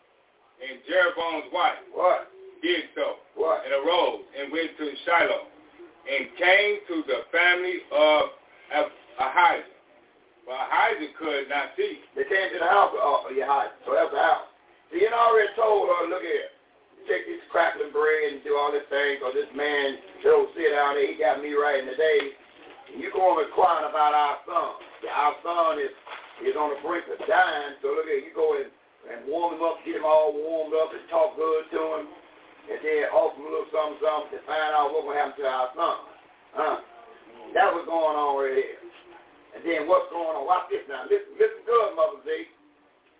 [SPEAKER 6] And Jeroboam's wife
[SPEAKER 3] What?
[SPEAKER 6] did so,
[SPEAKER 3] What?
[SPEAKER 6] and arose and went to Shiloh, and came to the family of Ah- Ahijah. But Ahijah could not see.
[SPEAKER 3] They came to the house of uh, your house, so that's the house. See, it already told her, look here, take this crackling bread and do all this thing, because this man that don't sit down there, he got me right in the day. And you going inquiring about our son. Yeah, Our son is is on the brink of dying, so look here, you go and, and warm him up, get him all warmed up and talk good to him, and then offer him a little something, something to find out what will happen to our son. Huh? That was going on right here. And then what's going on? Watch this now. Listen, listen good, Mother Z.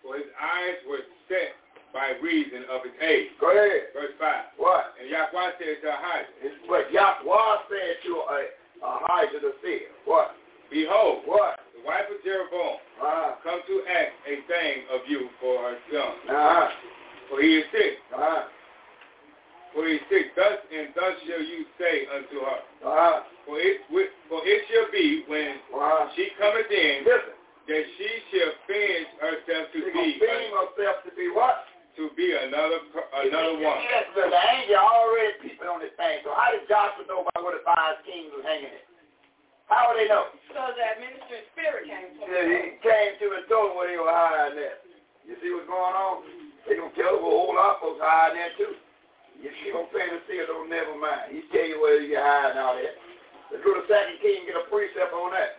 [SPEAKER 6] For his eyes were set by reason of his age.
[SPEAKER 3] Go ahead.
[SPEAKER 6] Verse 5.
[SPEAKER 3] What?
[SPEAKER 6] And Yahweh said to Ahijah,
[SPEAKER 3] It's what Yahweh said to a, a Elijah the seer. What?
[SPEAKER 6] Behold,
[SPEAKER 3] What?
[SPEAKER 6] the wife of Jeroboam
[SPEAKER 3] Uh,
[SPEAKER 6] come to ask a thing of you for her son.
[SPEAKER 3] uh,
[SPEAKER 6] 46.
[SPEAKER 3] Uh-huh.
[SPEAKER 6] 46. Thus and thus shall you say unto her.
[SPEAKER 3] Uh-huh.
[SPEAKER 6] For it, wi- for it shall be when
[SPEAKER 3] Uh-huh.
[SPEAKER 6] she cometh in
[SPEAKER 3] Listen.
[SPEAKER 6] that she shall finish herself to
[SPEAKER 3] She's
[SPEAKER 6] be
[SPEAKER 3] going to feed herself to be what?
[SPEAKER 6] to be another per- another one.
[SPEAKER 3] Yes, sir. The angel already people on this thing. So how did Joshua know about where the five kings was hanging at? How would they know?
[SPEAKER 23] So the administering spirit came from
[SPEAKER 3] Yeah, he came to and told them where they were hiding there. You see what's going on? They gonna tell us well, all our folks hiding there too. You see what fantasy or don't never mind. He tell you where you hiding out at. Let's go to Second King and get a precept on that.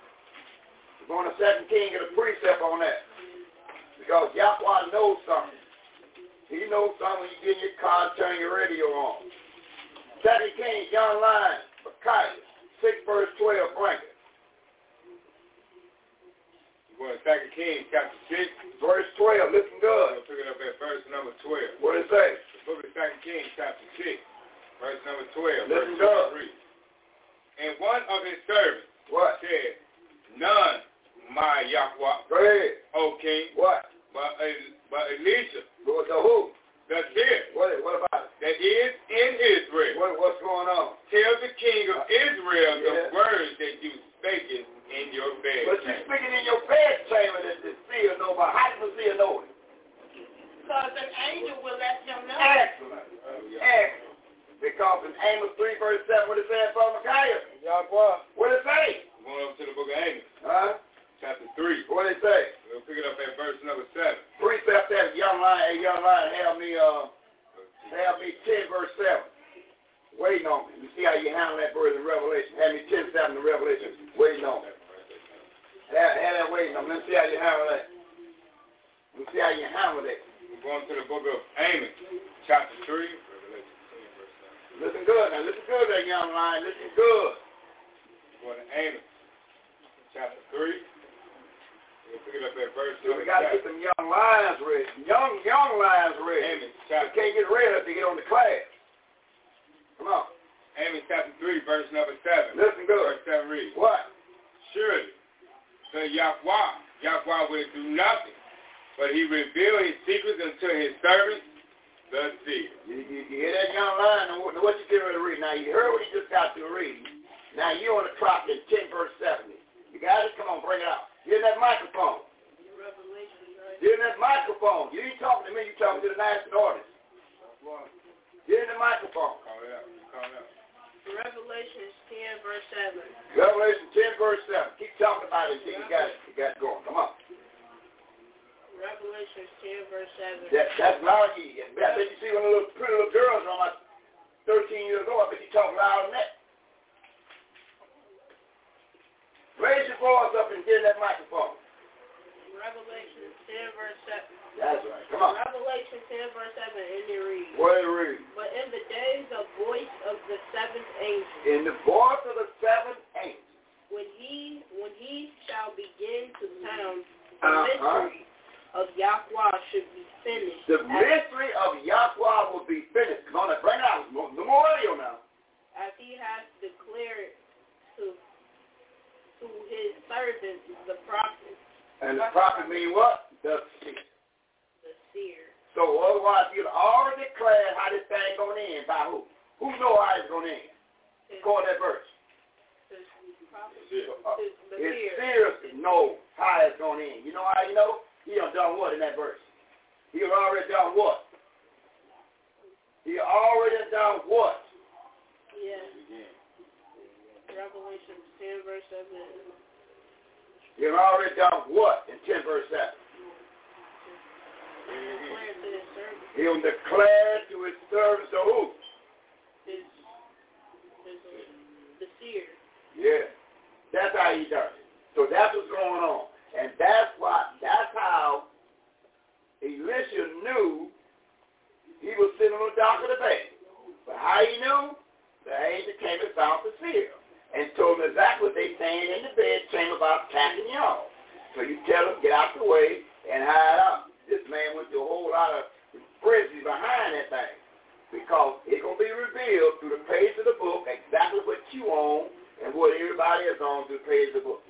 [SPEAKER 3] We're going to Second King and get a precept on that. Because Yahweh knows something. He knows something when you get in your car and turn your radio on. Second King, young lion, Micaiah, six verse twelve, blanket.
[SPEAKER 6] We're in 2 Kings chapter 6.
[SPEAKER 3] Verse twelve, listen
[SPEAKER 6] We're
[SPEAKER 3] good.
[SPEAKER 6] going to pick it up at verse number 12.
[SPEAKER 3] What it say?
[SPEAKER 6] The book of 2 Kings, chapter 6, verse number 12, verse
[SPEAKER 3] Listen up.
[SPEAKER 6] 23. And one of his servants
[SPEAKER 3] What?
[SPEAKER 6] said, None, my Yahweh,
[SPEAKER 3] Go ahead.
[SPEAKER 6] O king,
[SPEAKER 3] What?
[SPEAKER 6] but, El- but Elisha,
[SPEAKER 3] What the who?
[SPEAKER 6] the seer,
[SPEAKER 3] What? What about it?
[SPEAKER 6] that is in Israel,
[SPEAKER 3] What? What's going on?
[SPEAKER 6] tell the king of Israel
[SPEAKER 3] Yeah.
[SPEAKER 6] the words that you spake in your
[SPEAKER 3] But you
[SPEAKER 6] bed.
[SPEAKER 3] speaking in your bed chamber that the seer know about. How does the seer know it?
[SPEAKER 23] Because an angel will let them know.
[SPEAKER 3] Excellent. Excellent. Because in Amos 3 verse 7, what it says for Micaiah?
[SPEAKER 24] Yahweh.
[SPEAKER 3] What it say?
[SPEAKER 6] Going over to the book of Amos,
[SPEAKER 3] Huh?
[SPEAKER 6] chapter 3.
[SPEAKER 3] What it say?
[SPEAKER 6] We'll pick it up at verse number 7.
[SPEAKER 3] Precept that young lion, hey, young lion, have me, uh, have me 10 verse 7. Waiting on me. You see how you handle that verse in Revelation. Have me 10 7 in Revelation. Waiting on me. Have, have that waiting on me. Let's see how you handle that. Let's see how you handle that.
[SPEAKER 6] We're going to the book of Amos, chapter 3. Revelation 10, verse 7.
[SPEAKER 3] Listen good now. Listen good there, young lion. Listen good.
[SPEAKER 6] Going to Amos, chapter 3. We'll pick it up at verse
[SPEAKER 3] So we
[SPEAKER 6] number
[SPEAKER 3] got to get
[SPEAKER 6] seven.
[SPEAKER 3] them young lions ready. Young, young lions ready.
[SPEAKER 6] Amos
[SPEAKER 3] You
[SPEAKER 6] chapter,
[SPEAKER 3] can't get ready to get on the class. Come on.
[SPEAKER 6] Amos chapter 3, verse number 7.
[SPEAKER 3] Listen good.
[SPEAKER 6] Verse 7 reads,
[SPEAKER 3] What?
[SPEAKER 6] Surely to Yahweh, Yahweh will do nothing, but he reveal his secrets unto his servants, the seer.
[SPEAKER 3] You, you, you hear that young lion and what, what you getting ready to read? Now you heard what he just got through reading. Now you on the clock in 10 verse 70. You got it? Come on, bring it out. Get in that microphone. Get in that microphone. You ain't talking to me. You talking to the national audience. Get in the microphone.
[SPEAKER 6] Call it out. Call it out.
[SPEAKER 8] Revelation 10 verse 7.
[SPEAKER 3] Revelation 10 verse 7. Keep talking about it until you got it. You got it going. Come on.
[SPEAKER 8] Revelation 10 verse 7.
[SPEAKER 3] That, that's loud. You, I bet you see one of those pretty little girls on like 13 years old. I bet you talk loud than that. Raise your voice up and get in that microphone.
[SPEAKER 8] Revelation 10 verse 7.
[SPEAKER 3] That's right. Come on.
[SPEAKER 8] Revelation 10 verse 7 and it reads.
[SPEAKER 3] Word read.
[SPEAKER 8] But in the days of voice of the seventh angel,
[SPEAKER 3] In the voice of the seventh angel.
[SPEAKER 8] when he when he shall begin to sound, the
[SPEAKER 3] Uh-huh.
[SPEAKER 8] mystery of Yahweh should be finished.
[SPEAKER 3] The
[SPEAKER 8] as,
[SPEAKER 3] mystery of Yahweh will be finished. Come on, now, bring it out. The more audio now.
[SPEAKER 8] as he has declared to to his servants the prophets,
[SPEAKER 3] And the prophet mean what? The seer.
[SPEAKER 8] the seer.
[SPEAKER 3] So otherwise you'd already declared how this thing gonna end by who? Who know how it's gonna end?
[SPEAKER 8] His,
[SPEAKER 3] Go on that verse.
[SPEAKER 8] his prophets,
[SPEAKER 6] Yeah.
[SPEAKER 3] Uh,
[SPEAKER 8] his, the
[SPEAKER 3] It's
[SPEAKER 8] seer.
[SPEAKER 3] serious to know how it's going to end. You know how you know? He done done what in that verse? He done already done what? He already done what?
[SPEAKER 8] Yeah. Revelation 10 verse 7.
[SPEAKER 3] He done already done what in 10 verse 7?
[SPEAKER 8] Declared to his servants,
[SPEAKER 3] He done declared to his servants to who?
[SPEAKER 8] his, his, the seer.
[SPEAKER 3] Yeah. That's how he does it. So that's what's going on. And that's why, that's how Elisha knew he was sitting on the dock of the bay. But how he knew? The angel came and found the seal and told him exactly what they saying in the bed chamber about attacking y'all. So you tell them, get out the way and hide up. This man went through a whole lot of frenzy behind that thing because it's going to be revealed through the page of the book exactly what you own and what everybody is on through the page of the book.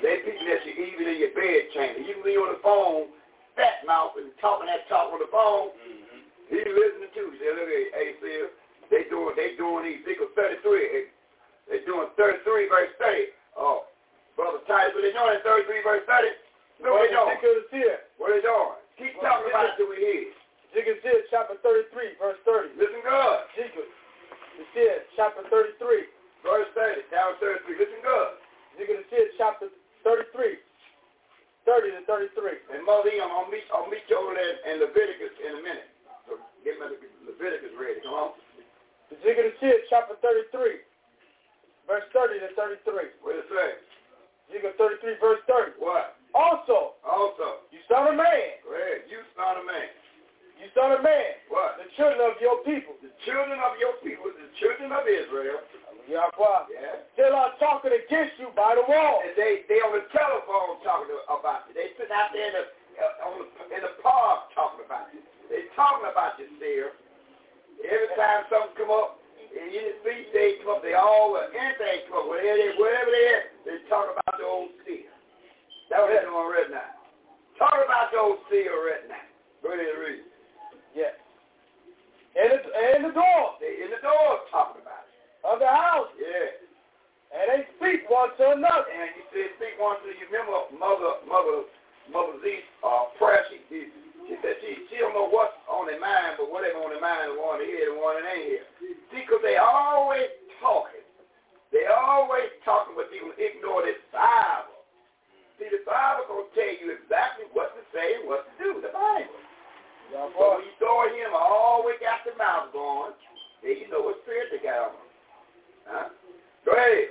[SPEAKER 3] They people that you even in your bed chamber. You can be on the phone fat mouth and talking that talk on the phone.
[SPEAKER 25] Mm-hmm.
[SPEAKER 3] He listening to. He said, look at hey, Phil, they doing they doing Ezekiel 33. eh, They doing 33 verse 30. Oh, brother Titus, what they doing in 33 verse 30? Look what they doing.
[SPEAKER 6] Ezekiel is here.
[SPEAKER 3] What they doing? Keep talking
[SPEAKER 6] Brother
[SPEAKER 3] about it
[SPEAKER 6] Titus.
[SPEAKER 3] till we hear. it.
[SPEAKER 6] Ezekiel is here, chapter 33, verse 30.
[SPEAKER 3] Listen good.
[SPEAKER 6] Ezekiel is here, chapter 33.
[SPEAKER 3] Verse 30, down 33. Listen good.
[SPEAKER 6] Ezekiel is here, chapter 33. 30 to 33.
[SPEAKER 3] And Mother E, I'm gonna meet I'll meet you over there in Leviticus in a minute. So get me the Leviticus ready. Come on.
[SPEAKER 6] Ezekiel is here, chapter 33. Verse 30 to 33.
[SPEAKER 3] What it say?
[SPEAKER 6] Ezekiel 33, verse 30.
[SPEAKER 3] What?
[SPEAKER 6] Also,
[SPEAKER 3] Also,
[SPEAKER 6] you son of man,
[SPEAKER 3] go ahead. You son of man.
[SPEAKER 6] you son of man,
[SPEAKER 3] What?
[SPEAKER 6] the children of your people,
[SPEAKER 3] The children of your people, the children of Israel.
[SPEAKER 6] Yahweh,
[SPEAKER 3] Yeah.
[SPEAKER 6] still are talking against you by the wall.
[SPEAKER 3] And they they on the telephone talking to- about you. They sitting out there in the uh, on the, in the park talking about you. They talking about you still. Every time something come up, and you just see they come up, they all uh, anything come up, whatever they whatever they at, they talk about the old seal. That's what they're doing right now. Talk about the old seal right now. Go ahead and read.
[SPEAKER 6] Yes. And the, and the door
[SPEAKER 3] They in the door talking about it.
[SPEAKER 6] of the house,
[SPEAKER 3] Yeah.
[SPEAKER 6] and they speak one to another.
[SPEAKER 3] And you said, speak one to you. Remember, mother, mother, mother Z, uh, prayer. She, she, she said she, she don't know what's on their mind, but whatever on their mind, the one here, the one that ain't here. See, 'cause they always talking. They always talking, but people ignore this Bible. See, the Bible gonna tell you exactly what to say and what to do. The Bible. So
[SPEAKER 6] Yahweh,
[SPEAKER 3] when you saw him, always got the mouth going. Then you know what spirit they got on. 'em. Huh? Go ahead.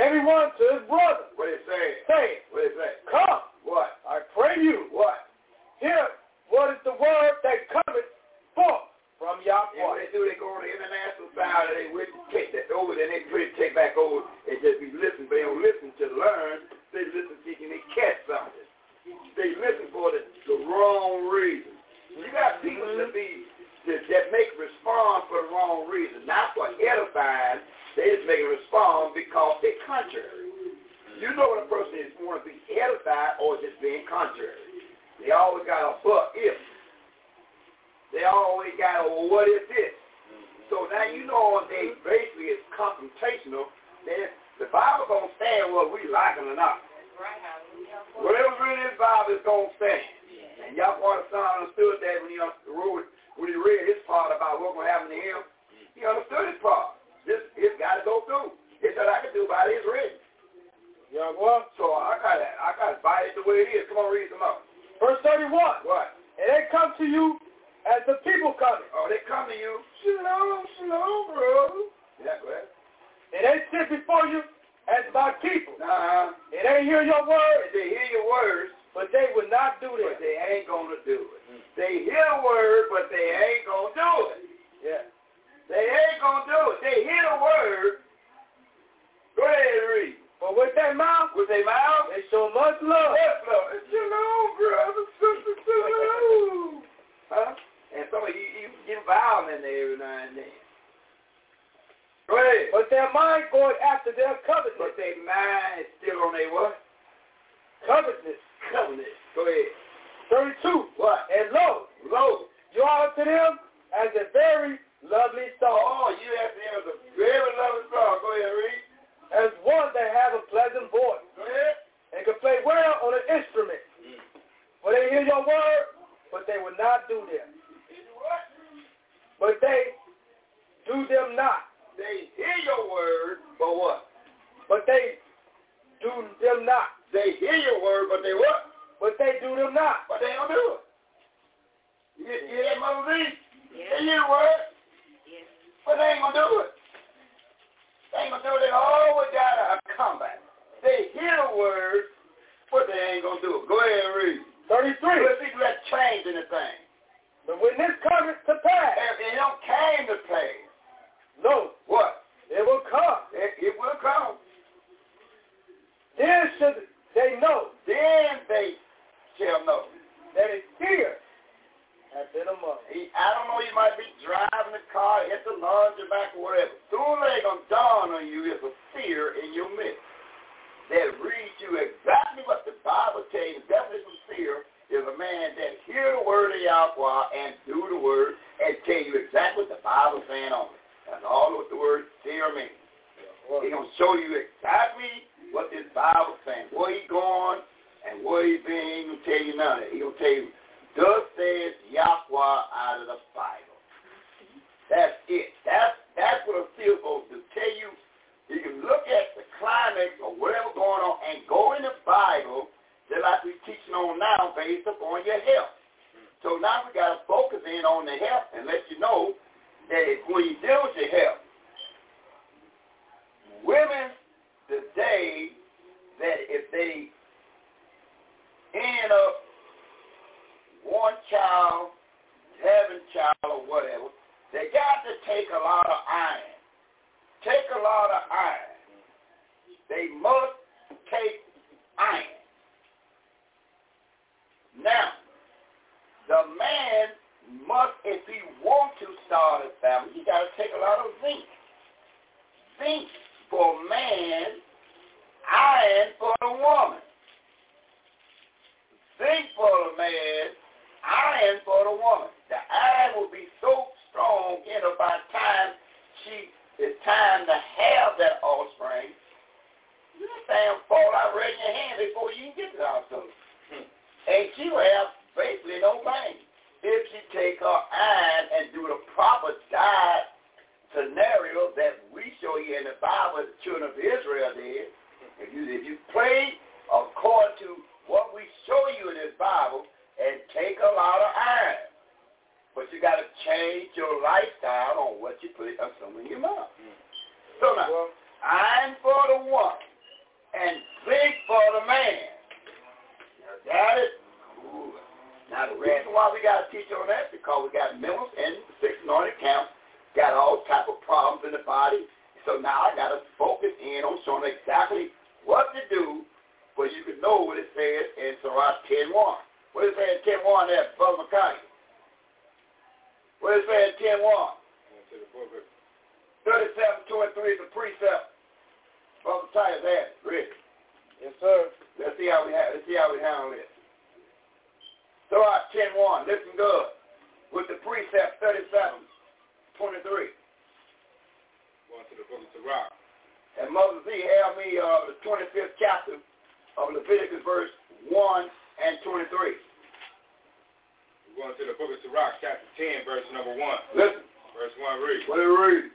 [SPEAKER 6] Everyone to his brother,
[SPEAKER 3] What it saying?
[SPEAKER 6] saying,
[SPEAKER 3] What it saying?
[SPEAKER 6] Come,
[SPEAKER 3] What?
[SPEAKER 6] I pray you,
[SPEAKER 3] What?
[SPEAKER 6] hear what is the word that cometh forth
[SPEAKER 3] And
[SPEAKER 6] from
[SPEAKER 3] when
[SPEAKER 6] Yahweh.
[SPEAKER 3] they do, they go on the international side and they would take that over, then they put it take back over and just be listening. But they don't listen to learn. They listen to can they catch something. They listen for the, the wrong reason. You got people to be that, that make respond for the wrong reason, not for edifying. They just make a respond because they're contrary. You know when a person is want to be edified or just being contrary. They always got a but if. They always got a well, what if this? So now you know they basically is confrontational. Then the Bible gonna stand whether we like it or not. Whatever's in this Bible is gonna stand. And y'all boy the son understood that when he un- wrote when he read his part about what's gonna happen to him. He understood his part. This it's gotta go through. It's nothing I can do about it, it's written.
[SPEAKER 6] Yahweh,
[SPEAKER 3] So I gotta I gotta bite it the way it is. Come on, read some up.
[SPEAKER 6] verse 31.
[SPEAKER 3] What?
[SPEAKER 6] And they come to you as the people coming.
[SPEAKER 3] Oh, they come to you. Shalom, shalom, bro. Yeah, go ahead.
[SPEAKER 6] It ain't sit before you as my people.
[SPEAKER 3] Nah.
[SPEAKER 6] It ain't hear your word,
[SPEAKER 3] Uh-huh. They hear your words,
[SPEAKER 6] but they will not do
[SPEAKER 3] but
[SPEAKER 6] that.
[SPEAKER 3] they ain't gonna do it.
[SPEAKER 6] Mm.
[SPEAKER 3] They hear a word, but they ain't gonna do it.
[SPEAKER 6] Yeah.
[SPEAKER 3] They ain't gonna do it. They hear the word. Go ahead and read.
[SPEAKER 6] But with their mouth,
[SPEAKER 3] With their mouth,
[SPEAKER 6] they show much love.
[SPEAKER 3] yes, Lord. It's your own brother, sister, shalom. Huh? And some of you, you get violent in there every now and then. Go ahead.
[SPEAKER 6] But their mind going after their
[SPEAKER 3] But
[SPEAKER 6] covetousness.
[SPEAKER 3] their mind is still on their what?
[SPEAKER 6] Covetousness.
[SPEAKER 3] Covenant. Go ahead.
[SPEAKER 6] 32.
[SPEAKER 3] What?
[SPEAKER 6] And lo,
[SPEAKER 3] Low.
[SPEAKER 6] you are to them as a very lovely song,
[SPEAKER 3] Oh, you have to have a very loving song. Go ahead, read.
[SPEAKER 6] as one that have a pleasant voice,
[SPEAKER 3] Go ahead.
[SPEAKER 6] and can play well on an instrument.
[SPEAKER 3] Mm.
[SPEAKER 6] For they hear your word, but they will not do them. But they do them not.
[SPEAKER 3] They hear your word, but what?
[SPEAKER 6] But they do them not.
[SPEAKER 3] They hear your word, but they what?
[SPEAKER 6] But they do them not.
[SPEAKER 3] But they don't do it. You, you hear that, Mother Lee? They
[SPEAKER 26] Yes,
[SPEAKER 3] hear the word,
[SPEAKER 26] yes.
[SPEAKER 3] but they ain't going to do it. They ain't going to do it. They always got a comeback. They hear the word, but they ain't going to do it. Go ahead and read.
[SPEAKER 6] 33.
[SPEAKER 3] Let's see if that changed anything.
[SPEAKER 6] But when this cometh to pass,
[SPEAKER 3] If it don't came to play,
[SPEAKER 6] lo,
[SPEAKER 3] what?
[SPEAKER 6] it will come.
[SPEAKER 3] It, it will come.
[SPEAKER 6] Then should they know
[SPEAKER 3] Then they shall know.
[SPEAKER 6] that it here has been among them.
[SPEAKER 3] He, I don't know, you might be driving the car, hit the lunge, and back or whatever. Soon as they gonna dawn on you is a fear in your midst that reads you exactly what the Bible tells you. The definition of fear is is a man that hear the word of Yahweh and do the word and tell you exactly what the Bible's saying on it. That's all what the word hear means. He's going to show you exactly what this Bible's saying, where he going and where he been. He going to tell you none of it. He going to tell you, thus says Yahweh out of the Bible. That's it. That's, that's what a seal's supposed to do. Tell you, you can look at the climax or whatever going on and go in the Bible just like we're teaching on now based upon your health. So now we got to focus in on the health and let you know that if when you deal with your health, women today that if they end up one child, having child or whatever, they got to take a lot of iron. Take a lot of iron. They must take iron. Now, the man must, if he wants to start a family, he got to take a lot of zinc. Zinc for man, iron for the woman. Zinc for the man, iron for the woman. The iron will be so strong in her by the time she it's time to have that offspring. You damn fall out right in your hand before you even get to the hospital and she will have basically no pain if she take her iron and do the proper diet scenario that we show you in the Bible the children of Israel did. If you if you play according to what we show you in this Bible and take a lot of iron. But you gotta change your lifestyle on what you put assuming your mouth. So now iron for the woman and zinc for the man. That is cool. Now the reason why we got to teach on that because we got members in the six anointed camp, got all type of problems in the body. So now I got to focus in on showing exactly what to do, but you can know what it says in Sirach 10.1. What it says in 10.1 there, Brother McCarty? What it says in 10.1? 37, 2 and 3 is a precept. Brother Titus asked, Rick.
[SPEAKER 27] Yes, sir.
[SPEAKER 3] Let's see how we ha- let's see how we handle this. So out 10 1, listen good. With the precept 37, 23.
[SPEAKER 6] Going to the book of Sirach.
[SPEAKER 3] And Mother Z held me uh, the 25th chapter of Leviticus verse 1 and 23.
[SPEAKER 6] We're going to the book of Sirach, chapter 10, verse number 1.
[SPEAKER 3] Listen,
[SPEAKER 6] Verse 1 reads,
[SPEAKER 3] what it read?